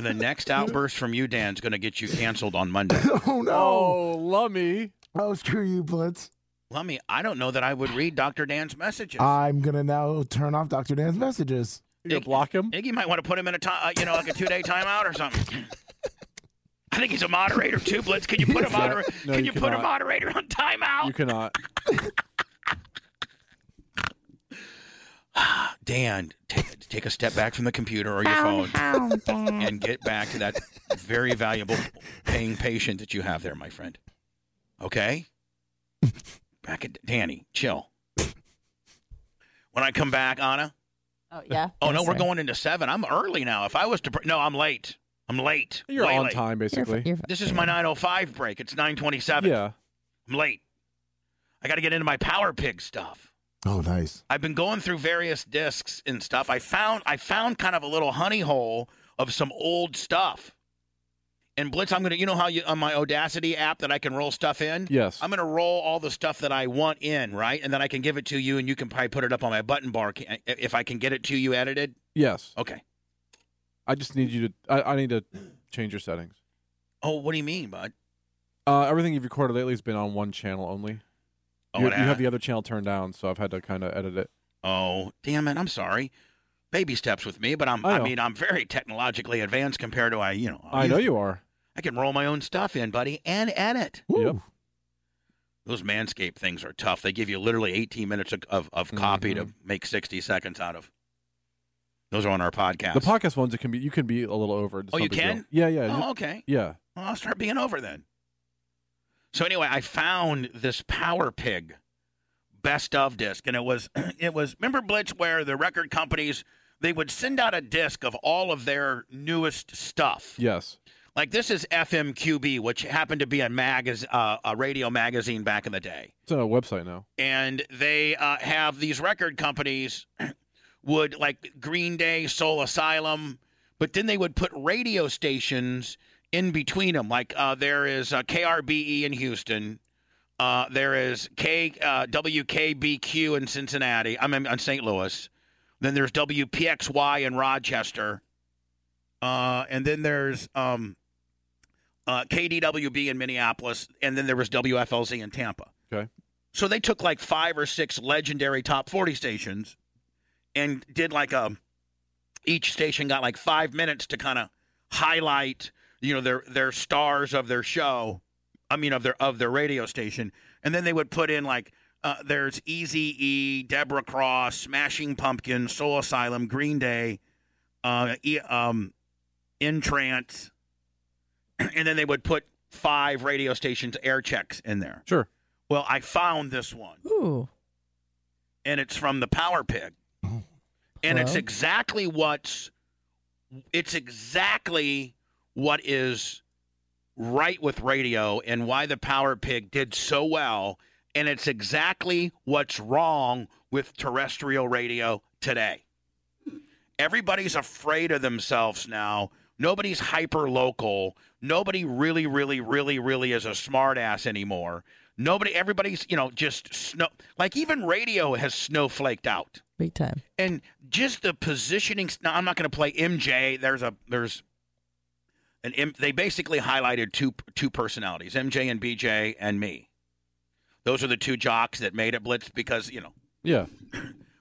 the next outburst from you. Dan's gonna get you canceled on Monday.
oh no!
Oh, Lummy.
Oh, screw you, Blitz.
Lummy, I don't know that I would read Dr. Dan's messages.
I'm gonna now turn off Dr. Dan's messages.
You gonna block him?
Iggy might want to put him in a ti uh, you know, like a two day timeout or something. I think he's a moderator too, Blitz. Can you put a moderator?
no,
can
you
you, put a
cannot.
moderator on timeout?
You cannot.
Dan, t- take a step back from the computer or your phone and get back to that very valuable paying patient that you have there, my friend. Okay? Back at Danny, chill. When I come back, Anna.
Oh yeah.
Oh no, we're going into seven. I'm early now. If I was to, pr- no, I'm late. I'm late.
You're
Way
on
late.
time, basically. You're fi- you're fi-
this is my 9:05 break. It's 9:27. Yeah, I'm late. I got to get into my Power Pig stuff.
Oh, nice.
I've been going through various discs and stuff. I found I found kind of a little honey hole of some old stuff. And Blitz, I'm gonna, you know how you on my Audacity app that I can roll stuff in.
Yes.
I'm gonna roll all the stuff that I want in, right, and then I can give it to you, and you can probably put it up on my button bar ca- if I can get it to you edited.
Yes.
Okay.
I just need you to. I, I need to change your settings.
Oh, what do you mean, bud?
Uh, everything you've recorded lately has been on one channel only.
Oh,
you,
it
you
has?
have the other channel turned down, so I've had to kind of edit it.
Oh, damn it! I'm sorry. Baby steps with me, but I'm.
I
I,
know.
mean, I'm very technologically advanced compared to I. You know.
I know you are.
I can roll my own stuff in, buddy, and edit.
Yep.
Those Manscaped things are tough. They give you literally 18 minutes of, of, of copy to
Mm-hmm.
make 60 seconds out of. Those are on our podcast.
The podcast ones, it can be. You can be a little over. It's
Oh,
no
you
big deal.
can?
Yeah, yeah.
Oh,
Ju-
okay.
Yeah.
Well, I'll start being over then. So anyway, I found this Power Pig best of disc, and it was it was remember Blitz where the record companies they would send out a disc of all of their newest stuff.
Yes.
Like this is FMQB, which happened to be a magaz- uh, a radio magazine back in the day
It's on a website now.
and they uh, have these record companies would like Green Day, Soul Asylum, but then they would put radio stations in between them. Like uh, there is uh, KRBE in Houston, uh, there is K uh, WKBQ in Cincinnati. I'm in, in St. Louis. Then there's WPXY in Rochester, uh, and then there's um, uh, KDWB in Minneapolis, and then there was WFLZ in Tampa.
Okay.
So they took like five or six legendary top 40 stations and did like a each station got like 5 minutes to kind of highlight, you know, their their stars of their show, I mean of their of their radio station. And then they would put in like uh, there's Easy E, Deborah Cross, Smashing Pumpkins, Soul Asylum, Green Day, uh, e, um, Entrance, and then they would put five radio stations air checks in there.
Sure.
Well, I found this one,
Ooh.
and it's from the Power Pig, and it's
Hello?
exactly what's it's exactly what is right with radio and why the Power Pig did so well, and it's exactly what's wrong with terrestrial radio today. Everybody's afraid of themselves now. Nobody's hyper local. Nobody really, really, really, really is a smartass anymore. Nobody, everybody's, you know, just snow, like even radio has snowflaked out.
Big time.
And just the positioning. Now, I'm not going to play MJ. There's a, there's an, M- they basically highlighted two, two personalities, MJ and BJ and me. Those are the two jocks that made it Blitz because, you know,
Yeah.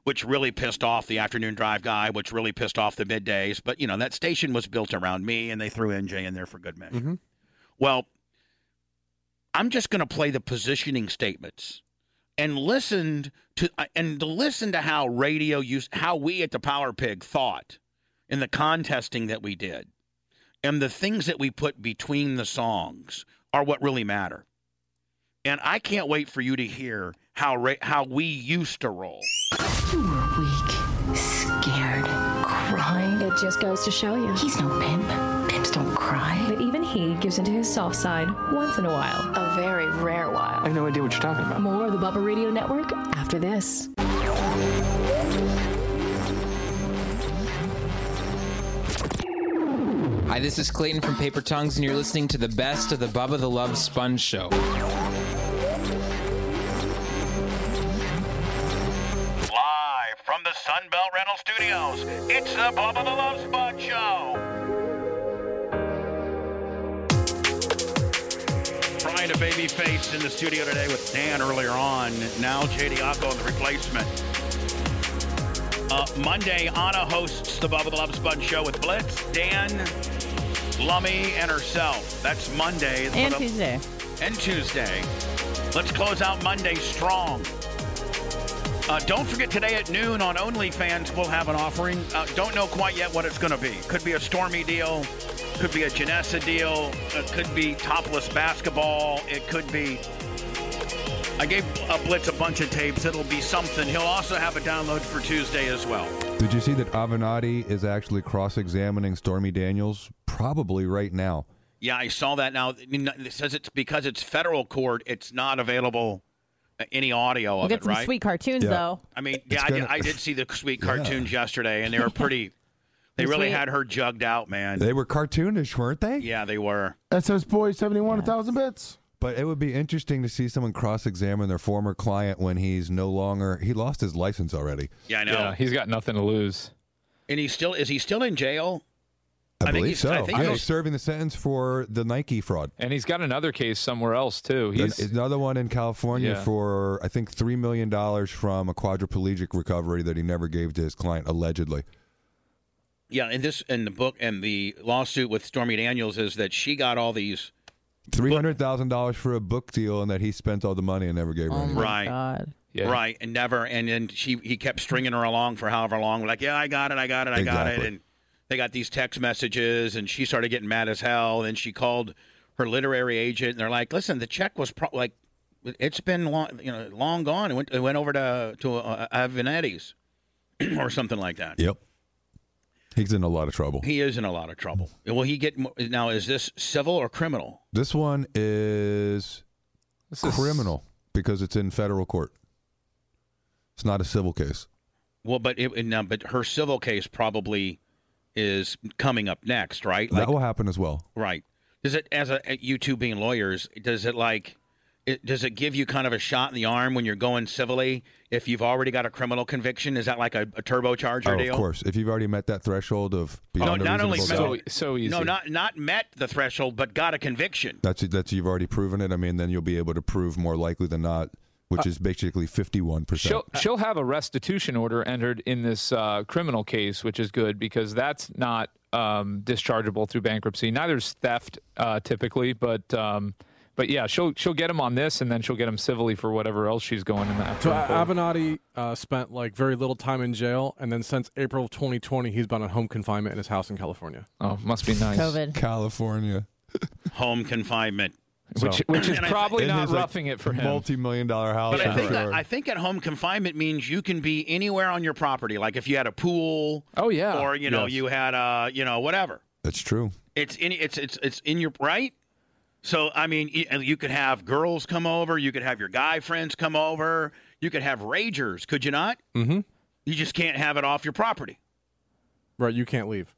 which really pissed off the afternoon drive guy, which really pissed off the middays. But you know that station was built around me, and they threw NJ in there for good measure.
Mm-hmm.
Well, I'm just going to play the positioning statements and listened to uh, and to listen to how radio used how we at the Power Pig thought in the contesting that we did, and the things that we put between the songs are what really matter. And I can't wait for you to hear how ra- how we used to roll.
You were weak, scared, crying. It just goes to show you. He's no pimp. Pimps don't cry. But even he gives into his soft side once in a while. A very rare while.
I have no idea what you're talking about.
More of the Bubba Radio Network after this.
Hi, this is Clayton from Paper Tongues, and you're listening to the best of the Bubba the Love Sponge Show.
Live from the Sunbelt Rental Studios, it's the Bubba the Love Sponge Show. Brian a baby face in the studio today with Dan earlier on. Now JD Ocko on the replacement. Uh, Monday, Anna hosts the Bubba the Love Sponge Show with Blitz, Dan, Lummy, and herself. That's Monday.
And
But, uh,
Tuesday.
and Tuesday. Let's close out Monday strong. Uh, don't forget today at noon on OnlyFans, we'll have an offering. Uh, don't know quite yet what it's going to be. Could be a Stormy deal, could be a Janessa deal, it could be topless basketball, it could be. I gave uh, Blitz a bunch of tapes. It'll be something. He'll also have a download for Tuesday as well.
Did you see that Avenatti is actually cross-examining Stormy Daniels probably right now?
Yeah, I saw that now. I mean, It says it's because it's federal court, it's not available uh, any audio
We'll
of
get
it,
some
right?
sweet cartoons
Yeah.
though.
I mean, yeah, I, did, I did see the sweet cartoons yesterday, and they were pretty. They
They're
really
sweet.
had her jugged out, man.
They were cartoonish, weren't they?
Yeah, they were.
SS Boy 71, a 1,000 bits.
But it would be interesting to see someone cross-examine their former client when he's no longer. He lost his license already.
Yeah, I know.
Yeah,
he's got nothing to lose. And he's still is he still in jail?
I,
think
believe
he's-
so.
I think
yeah,
he'll-
he's serving the sentence for the Nike fraud.
And he's got another case somewhere else
Oh,
too.
There's
He's
another one in California
Yeah.
for I think three million dollars from a quadriplegic recovery that he never gave to his client allegedly.
Yeah, and this in the book and the lawsuit with Stormy Daniels is that she got all these
Three hundred thousand dollars for a book deal, and that he spent all the money and never gave her. anything.
right, right, and never, and then she he kept stringing her along for however long. Like, yeah, I got it, I got it, I got it,
Exactly.
and they got these text messages, and she started getting mad as hell. Then she called her literary agent, and they're like, "Listen, the check was pro- like, it's been long, you know, long gone. It went, it went over to to uh, Avenatti's or something like that."
Yep. He's in a lot of trouble.
He is in a lot of trouble. Will he get mo- now? Is this civil or criminal?
This one is criminal because it's in federal court. It's not a civil case.
Well, but it, no, but her civil case probably is coming up next, right?
that will happen as well.
Right. Does it, as a, you two being lawyers, does it like, it, does it give you kind of a shot in the arm when you're going civilly if you've already got a criminal conviction? Is that like a, a turbocharger
Oh,
deal?
of course. Oh, If you've already met that threshold of
Oh,
No,
beyond a
not only
reasonable
met,
doubt,
No, not not met the threshold, but got a conviction.
that's that's you've already proven it. I mean, then you'll be able to prove more likely than not, which
Uh,
is basically fifty-one percent.
she'll she'll have a restitution order entered in this uh, criminal case, which is good because that's not um, dischargeable through bankruptcy. Neither is theft uh, typically, but um, but yeah, she'll she'll get him on this, and then she'll get him civilly for whatever else she's going in that.
So A- Avenatti uh, spent like very little time in jail, and then since April of 2020, he's been on home confinement in his house in California.
Oh, must be nice. COVID.
California.
Home confinement.
Which- which is
And I-
probably
In
not
his, like,
roughing it for him.
Multi-million dollar house.
But I
I'm
think,
sure.
that, I think at home confinement means you can be anywhere on your property. Like if you had a pool.
Oh yeah.
Or you know
Yes.
you had a you know whatever.
That's true.
It's in it's it's it's in your right. So I mean, y- uh, you could have girls come over. You could have your guy friends come over. You could have ragers. Could you not?
Mm-hmm.
You just can't have it off your property.
Right. You can't leave.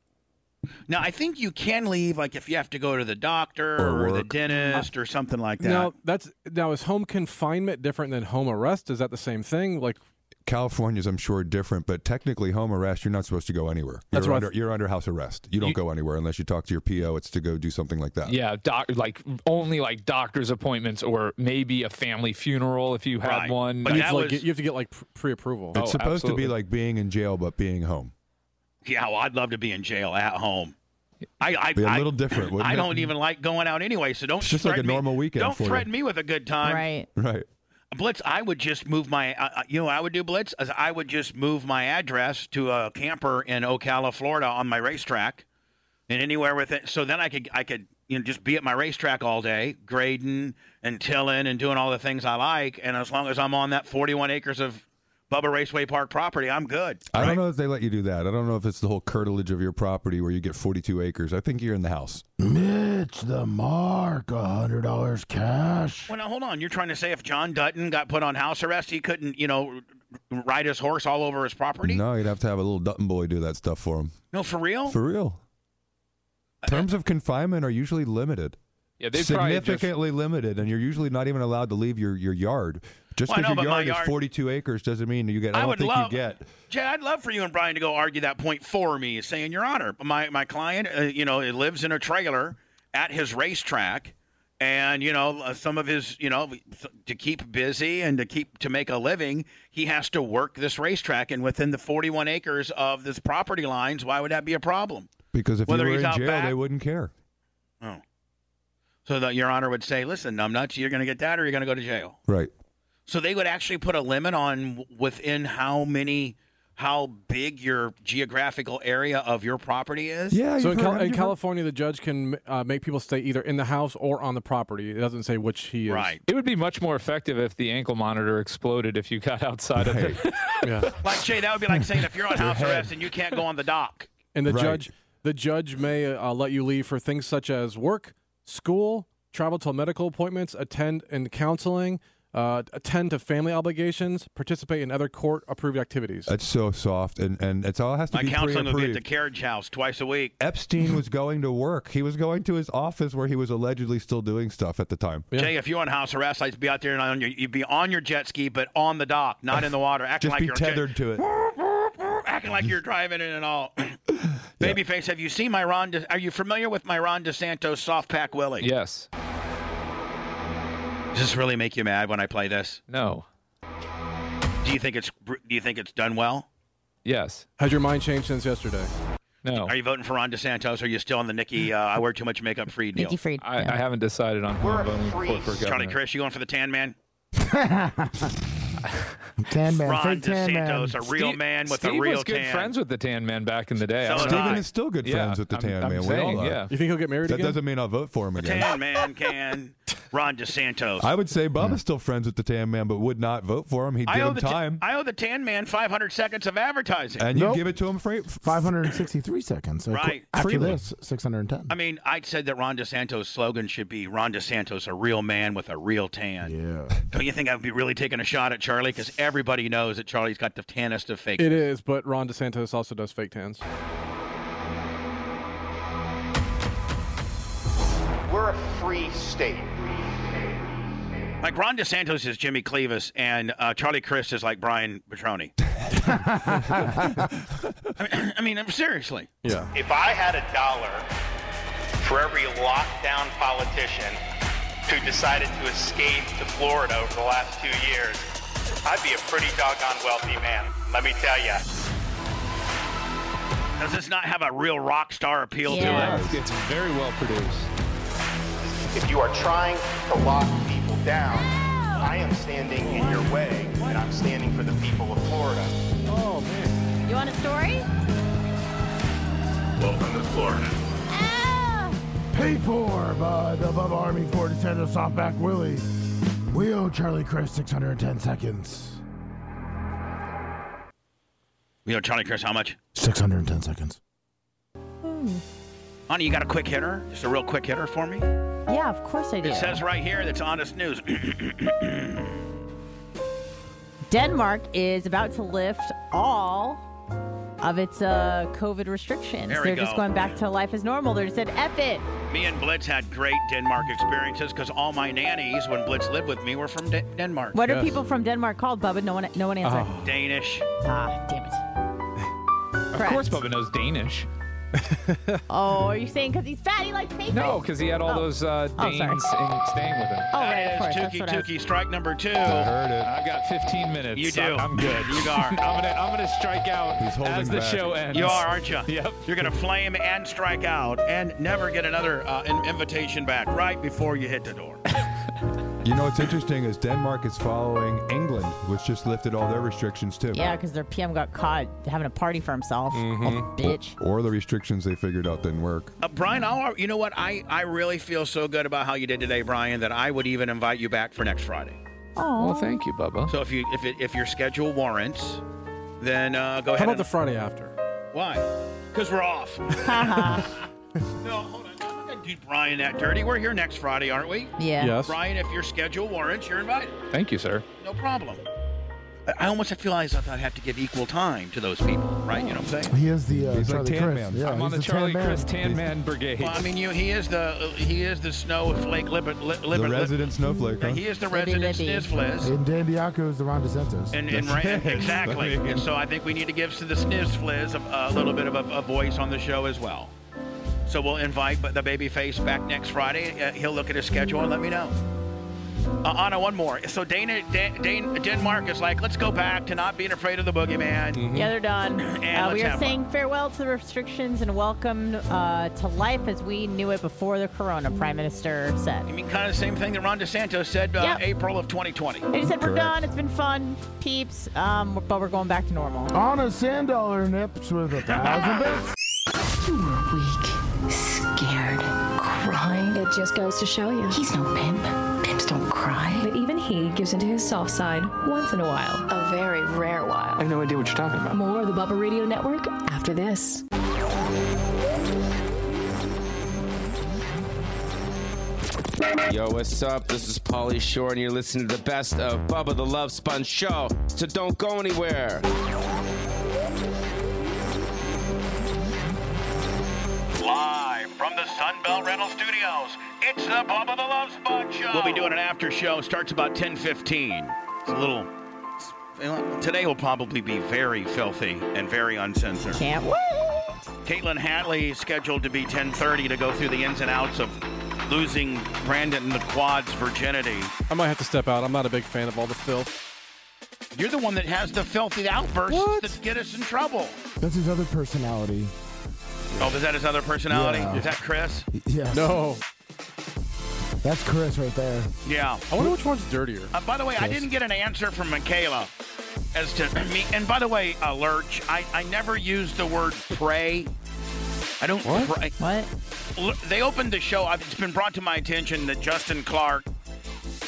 Now I think you can leave, like if you have to go to the doctor or, the dentist or something like that.
Now that's now is home confinement different than home arrest? Is that the same thing? Like
California's, I'm sure, different, but technically, home arrest, you're not supposed to go anywhere.
That's
you're,
what I
under,
th-
you're under house arrest. You don't
You-
go anywhere unless you talk to your PO. It's to go do something like that.
Yeah, doc, like only like doctor's appointments or maybe a family funeral if you had
Right.
one.
But You that have to, like, was- get- you have to get like pre-approval.
It's supposed to be like being in jail, but being home.
yeah, well, I'd love to be in jail at home. I, I,
Be a
I-
little different, wouldn't
I
it?
don't even like going out anyway, so don't
It's just like
threaten
a normal
me.
weekend
Don't
for you.
threaten me with a good time,
Right.
Right.
Blitz, I would just move my, uh, uh, you know, what I would do Blitz is I would just move my address to a camper in Ocala, Florida, on my racetrack, and anywhere with it. So then I could, I could, you know, just be at my racetrack all day, grading and tilling and doing all the things I like. And as long as I'm on that 41 acres of Bubba Raceway Park property, I'm good.
I don't know if they let you do that. I don't know if it's the whole curtilage of your property where you get 42 acres. I think you're in the house.
Mitch the Mark, $100 cash.
Well, now hold on. You're trying to say if John Dutton got put on house arrest, he couldn't, you know, r- ride his horse all over his property?
No, you'd have to have a little Dutton boy do that stuff for him.
No, for real.
For real. Terms of confinement are usually limited.
Yeah, they'd probably just-
significantly limited, and you're usually not even allowed to leave your, your yard. Just
Well, I
because
know,
your
but my
yard,
yard-
is 42 acres doesn't mean you get. I,
I
don't
would
think
love-
you get.
Jay, I'd love for you and Brian to go argue that point for me, saying, Your Honor, my, my client, uh, you know, he lives in a trailer at his racetrack. And, you know, uh, some of his, you know, th- to keep busy and to keep to make a living, he has to work this racetrack. And within the 41 acres of this property lines, why would that be a problem?
Because if
Whether
you were
he's
in
out
jail,
back-
they wouldn't care.
Oh. So that Your Honor would say, Listen, I'm nuts. You're going to get that or you're going to go to jail.
Right.
So they would actually put a limit on w- within how many, how big your geographical area of your property is.
So in, Cal- in California, the judge can uh, make people stay either in the house or on the property. It doesn't say which he is.
Right.
It would be much more effective if the ankle monitor exploded if you got outside of it.
yeah.
Like Jay, that would be like saying if you're on house arrest and you can't go on the dock.
And the
Right.
judge, the judge may uh, let you leave for things such as work, school, travel to medical appointments, attend in counseling, uh, attend to family obligations, participate in other court-approved activities.
It's so soft, and and it's all has to
My
be
counseling would be at
pre-approved.
the carriage house twice a week.
Epstein was going to work. He was going to his office where he was allegedly still doing stuff at the time.
Jay, if you're on house arrest, I'd be out there and on your, you'd be on your jet ski, but on the dock, not in the water, acting
Just
like
be
you're
tethered to it.
acting like you're driving in and all. Babyface, have you seen my Ron? De- are you familiar with my Ron DeSantos soft pack Willie?
Yes.
Does this really make you mad when I play this?
No.
Do you think it's br- Do you think it's done well?
Yes.
Has your mind changed since yesterday?
No.
Are you voting for Ron DeSantos? Or are you still on the Nikki? Uh, I wear too much makeup free deal.
I, I haven't decided on who I'm voting for for
Charlie
governor.
Chris, you going for the tan man?
Tan man,
Ron
fake tan man.
DeSantos, a real man with
Steve
a real
was good
tan.
friends with the tan man back in the day.
So was Steven I. is
still good friends with the
I'm-
tan
I'm
man. We
saying,
all are.
yeah.
You think he'll get married
That
again?
doesn't mean I'll vote for him
The
again.
tan man can. Ron DeSantos.
I would say Bubba's still friends with the tan man, but would not vote for him. He'd
I
give
owe
him
the ta-
time,
I owe the tan man 500 seconds of advertising.
and you give it to him free.
563 seconds. So
Right.
After
Freely.
this, 610.
I mean, I said that Ron DeSantos' slogan should be Ron DeSantos, a real man with a real tan.
Yeah.
Don't you think I would be really taking a shot at Charlie? Because everybody knows that Charlie's got the tannest of fake.
It is, but Ron DeSantis also does fake tans.
We're a free state.
Like Ron DeSantos is Jimmy Clevis, and uh, Charlie Crist is like Brian Petroni. I mean, I'm seriously.
Yeah.
If I had a dollar for every lockdown politician who decided to escape to Florida over the last two years, I'd be a pretty doggone wealthy man. Let me tell you.
Does this not have a real rock star appeal
Yeah.
to it?
It's very well produced.
If you are trying to lock people down, I am standing in your way, and I'm standing for the people of Florida.
Oh man. You want a story?
Welcome to Florida.
Paid for by the above Army Ford Nintendo Softback Willie. We owe Charlie Chris 610 seconds.
You know, Charlie Crist, how much?
610 seconds.
Honey, you got a quick hitter? Just a real quick hitter for me?
Yeah, of course I do.
It says right here that's honest news.
Denmark is about to lift all of its uh, COVID restrictions.
There we
They're just
go.
going back to life as normal. They just said, F it.
me and Blitz had great Denmark experiences because all my nannies, when Blitz lived with me, were from De- Denmark.
What are people from Denmark called, Bubba? No one, no one answered.
Danish.
Ah, damn it.
Of course, Bubba knows Danish.
Oh, are you saying because he's fat, he likes paper?
No, because he had all those uh,
Oh, sorry.
Danes in, staying with him.
Oh,
That
right,
is
of course. That's
Tukey
what I was-
Tukey strike number two.
I heard it. I've got 15 minutes.
You do.
I- I'm good.
You are.
I'm gonna. I'm gonna strike out as the show ends.
You are, aren't you?
Yep.
You're going to flame and strike out and never get another uh, in- invitation back right before you hit the door.
You know what's interesting is Denmark is following England, which just lifted all their restrictions too.
Yeah, because their PM got caught having a party for himself.
Mm-hmm.
Mhm.
Bitch.
Or the restrictions they figured out didn't work.
Uh, Brian, I'll, you know what? I, I really feel so good about how you did today, Brian, that I would even invite you back for next Friday.
Oh.
Well, thank you, Bubba.
So if you if it, if your schedule warrants, then uh, go
How
ahead.
about the Friday after?
and, why? Because we're off. no, hold on. I'm not gonna do Brian that dirty. We're here next Friday, aren't we?
Yeah. Yes.
Brian, if your schedule warrants, you're invited.
Thank you, sir.
No problem. I- I almost feel as if I have to give equal time to those people, right? You know what I'm saying?
He is the uh, Charlie Chris. Yeah,
I'm on
he's
the Charlie
tan
Chris
man.
Tan Man Brigade.
Well, I mean, you, he is the he is the snowflake liberal. Li, liber-
the resident snowflake, huh?
He is the resident sniffless.
And Dan Diaco is the Ron DeSantis.
And, and right, exactly. And so I think we need to give to the Snizz Fliz a, a little bit of a, a voice on the show as well. So we'll invite the baby face back next Friday. Uh, he'll look at his schedule and let me know. Uh, Anna, one more. So Dana, Dan, Dan, Denmark is like, let's go back to not being afraid of the boogeyman.
Yeah, they're done.
Mm-hmm. And
Uh, we
let's
are
have
saying farewell to the restrictions and welcome uh, to life as we knew it before the corona, Prime Minister said.
I mean, kind of the same thing that Ron DeSanto said uh,
Yep.
April of 2020.
They said, we're done. It's been fun, peeps, um, but we're going back to normal.
Oh,
Anna Sandaler nips with a thousand bits.
You were weak, scared, crying. It just goes to show you. He's no pimp. Pimps don't cry. But even he gives into his soft side once in a while. A very rare while.
I have no idea what you're talking about.
More of the Bubba Radio Network after this.
Yo, what's up? This is Pauly Shore, and you're listening to the best of Bubba the Love Sponge Show. So don't go anywhere.
Live from the Sunbelt Rental Studios, it's the Bubba the Love Sponge Show. We'll be doing an after show. Starts about 10:15. It's a little. it's- Today will probably be very filthy and very uncensored.
Can't wait.
Caitlin Hatley is scheduled to be 10:30 to go through the ins and outs of losing Brandon the Quad's virginity.
I might have to step out. I'm not a big fan of all the filth.
You're the one that has the filthy outbursts that get us in trouble.
That's his other personality.
Oh, is that his other personality?
Yeah.
Is that Chris?
Yes.
No.
That's Chris right there.
Yeah.
I wonder which one's dirtier.
Uh, by the way, I
Yes.
didn't get an answer from Michaela as to me. And by the way, uh, Lurch, I, I never used the word pray. I don't what? pray.
What?
They opened the show. I've- It's been brought to my attention that Justin Clark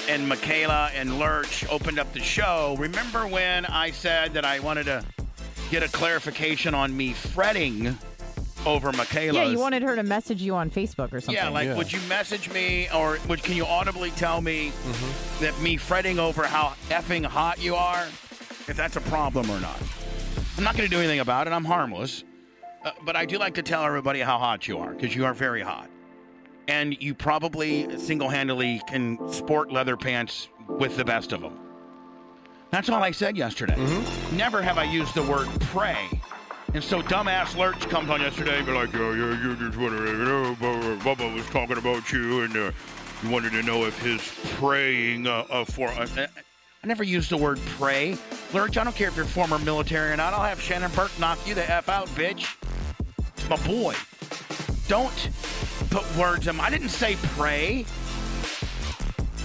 and Michaela and Lurch opened up the show. Remember when I said that I wanted to get a clarification on me fretting over Michaela?
Yeah, you wanted her to message you on Facebook or something.
Yeah, like would you message me or would, can you audibly tell me that me fretting over how effing hot you are, if that's a problem or not? I'm not going to do anything about it. I'm harmless. Uh, but I do like to tell everybody how hot you are because you are very hot. And you probably single handedly can sport leather pants with the best of them. That's all I said yesterday. Never have I used the word pray. And so dumbass Lurch comes on yesterday and be like, yeah, yeah, you just wanted to know, Bubba Bubba was talking about you and uh, you wanted to know if his praying uh, uh, for... Uh, uh, I never used the word pray. Lurch, I don't care if you're former military or not. I'll have Shannon Burke knock you the F out, bitch. It's my boy. Don't put words in my... I didn't say pray.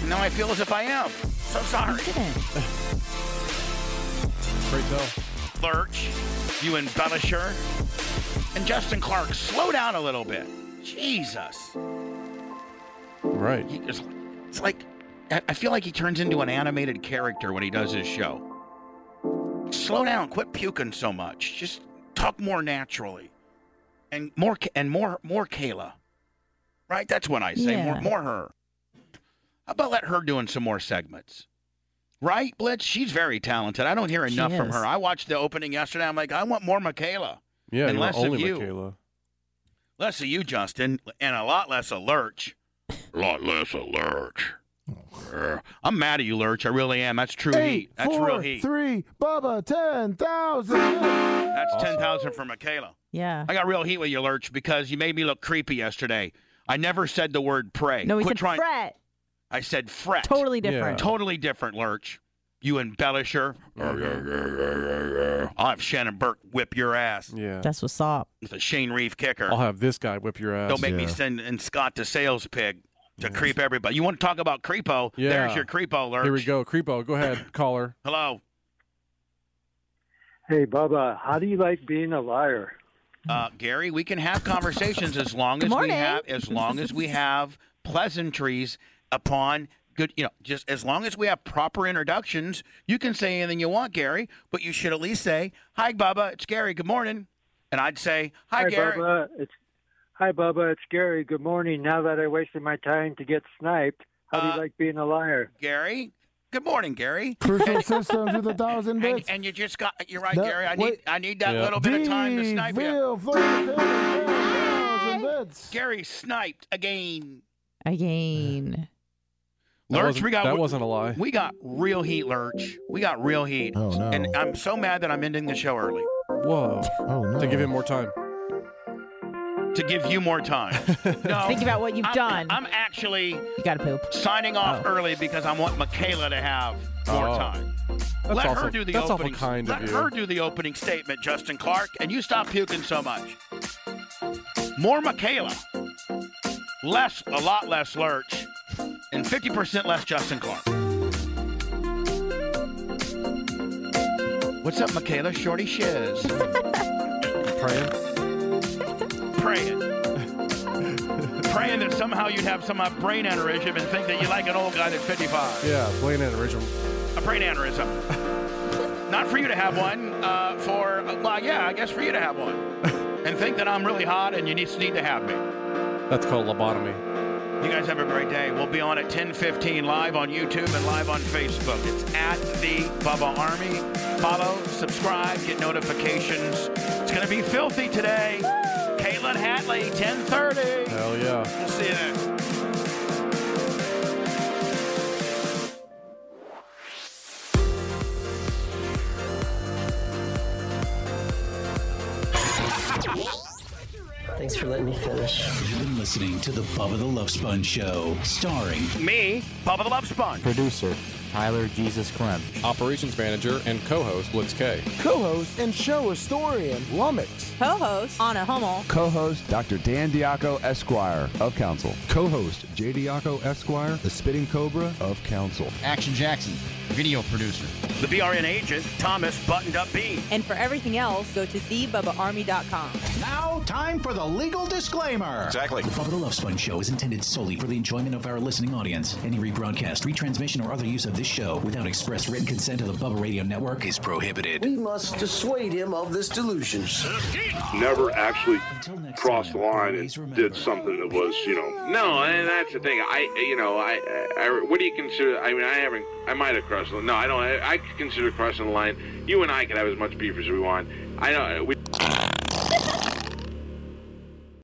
And now I feel as if I am. So sorry.
Great tell.
Lurch, you embellisher, and Justin Clark, slow down a little bit. Jesus.
Right.
It's, it's like, I I feel like he turns into an animated character when he does his show. Slow down, quit puking so much. Just talk more naturally. And more, K- and more, more Kayla. Right? That's what I say.
Yeah.
More, more her. How about let her doing some more segments? Right, Blitz? She's very talented. I don't hear
She
enough from
is.
her. I watched the opening yesterday. I'm like, I want more Michaela.
Yeah,
and
you were
less
only
of you.
Michaela.
Less of you, Justin, and a lot less of Lurch. A lot less of Lurch. Grr. I'm mad at you, Lurch. I really am. That's true heat.
Eight,
That's
four,
real heat.
Three, Bubba, ten thousand.
That's 10,000 for Michaela.
Yeah.
I got real heat with you, Lurch, because you made me look creepy yesterday. I never said the word pray.
No, he said
Quit trying-
fret.
I said fret.
Totally different. Yeah.
Totally different, Lurch. You embellisher. I'll have Shannon Burke whip your ass.
Yeah.
That's what's up.
With a Shane Reeve kicker.
I'll have this guy whip your ass.
Don't make me send and Scott to sales pig to creep everybody. You want to talk about creepo?
Yeah.
There's your creepo, Lurch.
Here we go. Creepo, go ahead. Caller.
Hello.
Hey, Bubba, Uh, how do you like being a liar?
Uh, Gary, we can have conversations as long
Good
as we
morning.
have as long as we have pleasantries upon good you know, just as long as we have proper introductions, you can say anything you want, Gary, but you should at least say, Hi Bubba, it's Gary, good morning. And I'd say, Hi, Gary.
Bubba. It's Hi, Bubba. It's Gary. Good morning. Now that I wasted my time to get sniped, how do you like being a liar?
Uh, Gary. Good morning, Gary.
Crucial systems with a thousand
And,
bits.
and you just got you're right,
No,
Gary. I
wait.
need I need that little bit of time to snipe you.
Deville, Florida, Taylor, 10,000 bits.
Gary sniped again.
Again.
That
Lurch,
wasn't-
we got
that wasn't a lie.
We got real heat, Lurch. We got real heat.
Oh, no.
And I'm so mad that I'm ending the show early.
Whoa.
Oh, no.
To give him more time.
to give you more time. No,
Think about what you've
I'm-
done.
I'm actually
you gotta poop. Oh.
signing off early because I want Michaela to have more
Oh.
time.
That's
Let her
awful-
do the
that's awful
opening.
kind
let
of you.
her do the opening statement, Justin Clark, and you stop puking so much. More Michaela, less, a lot less Lurch, and 50% less Justin Clark. What's up, Michaela? Shorty shiz.
Praying.
Praying. Praying that somehow you'd have some uh, brain aneurysm and think that you like an old guy that's 55.
Yeah, playing an original.
a brain aneurysm. Not for you to have one. Uh, for well, yeah, I guess for you to have one, and think that I'm really hot and you need need to have me.
That's called lobotomy.
You guys have a great day. We'll be on at 10:15 live on YouTube and live on Facebook. It's at the Bubba Army. Follow, subscribe, get notifications. It's gonna be filthy today. Caitlin Hatley, 10:30.
Hell yeah.
We'll see you then.
Thanks for letting me finish.
You've been listening to the Bubba the Love Sponge Show, starring
Me, Bubba the Love Sponge.
Producer Tyler Jesus Clem. Operations manager and co-host Blitz K.
Co-host and show historian Lummox.
Co-host Anna Hummel.
Co-host Dr. Dan Diaco Esquire of Council.
Co-host J. Diaco Esquire, the Spitting Cobra of Council.
Action Jackson, video producer.
The BRN agent, Thomas Buttoned Up Bean.
And for everything else, go to thebubbaarmy.com.
Now, time for the legal disclaimer.
Exactly.
The Bubba the Love Sponge Show is intended solely for the enjoyment of our listening audience. Any rebroadcast, retransmission, or other use of this show without express written consent of the Bubba Radio Network is prohibited.
We must dissuade him of this delusion.
never actually crossed the line and did something that was, you know.
No, and that's the thing. I, you know, I, I, what do you consider? I mean, I haven't. I might have crossed. the No, I don't. I, I consider crossing the line. You and I can have as much beef as we want. I don't. We.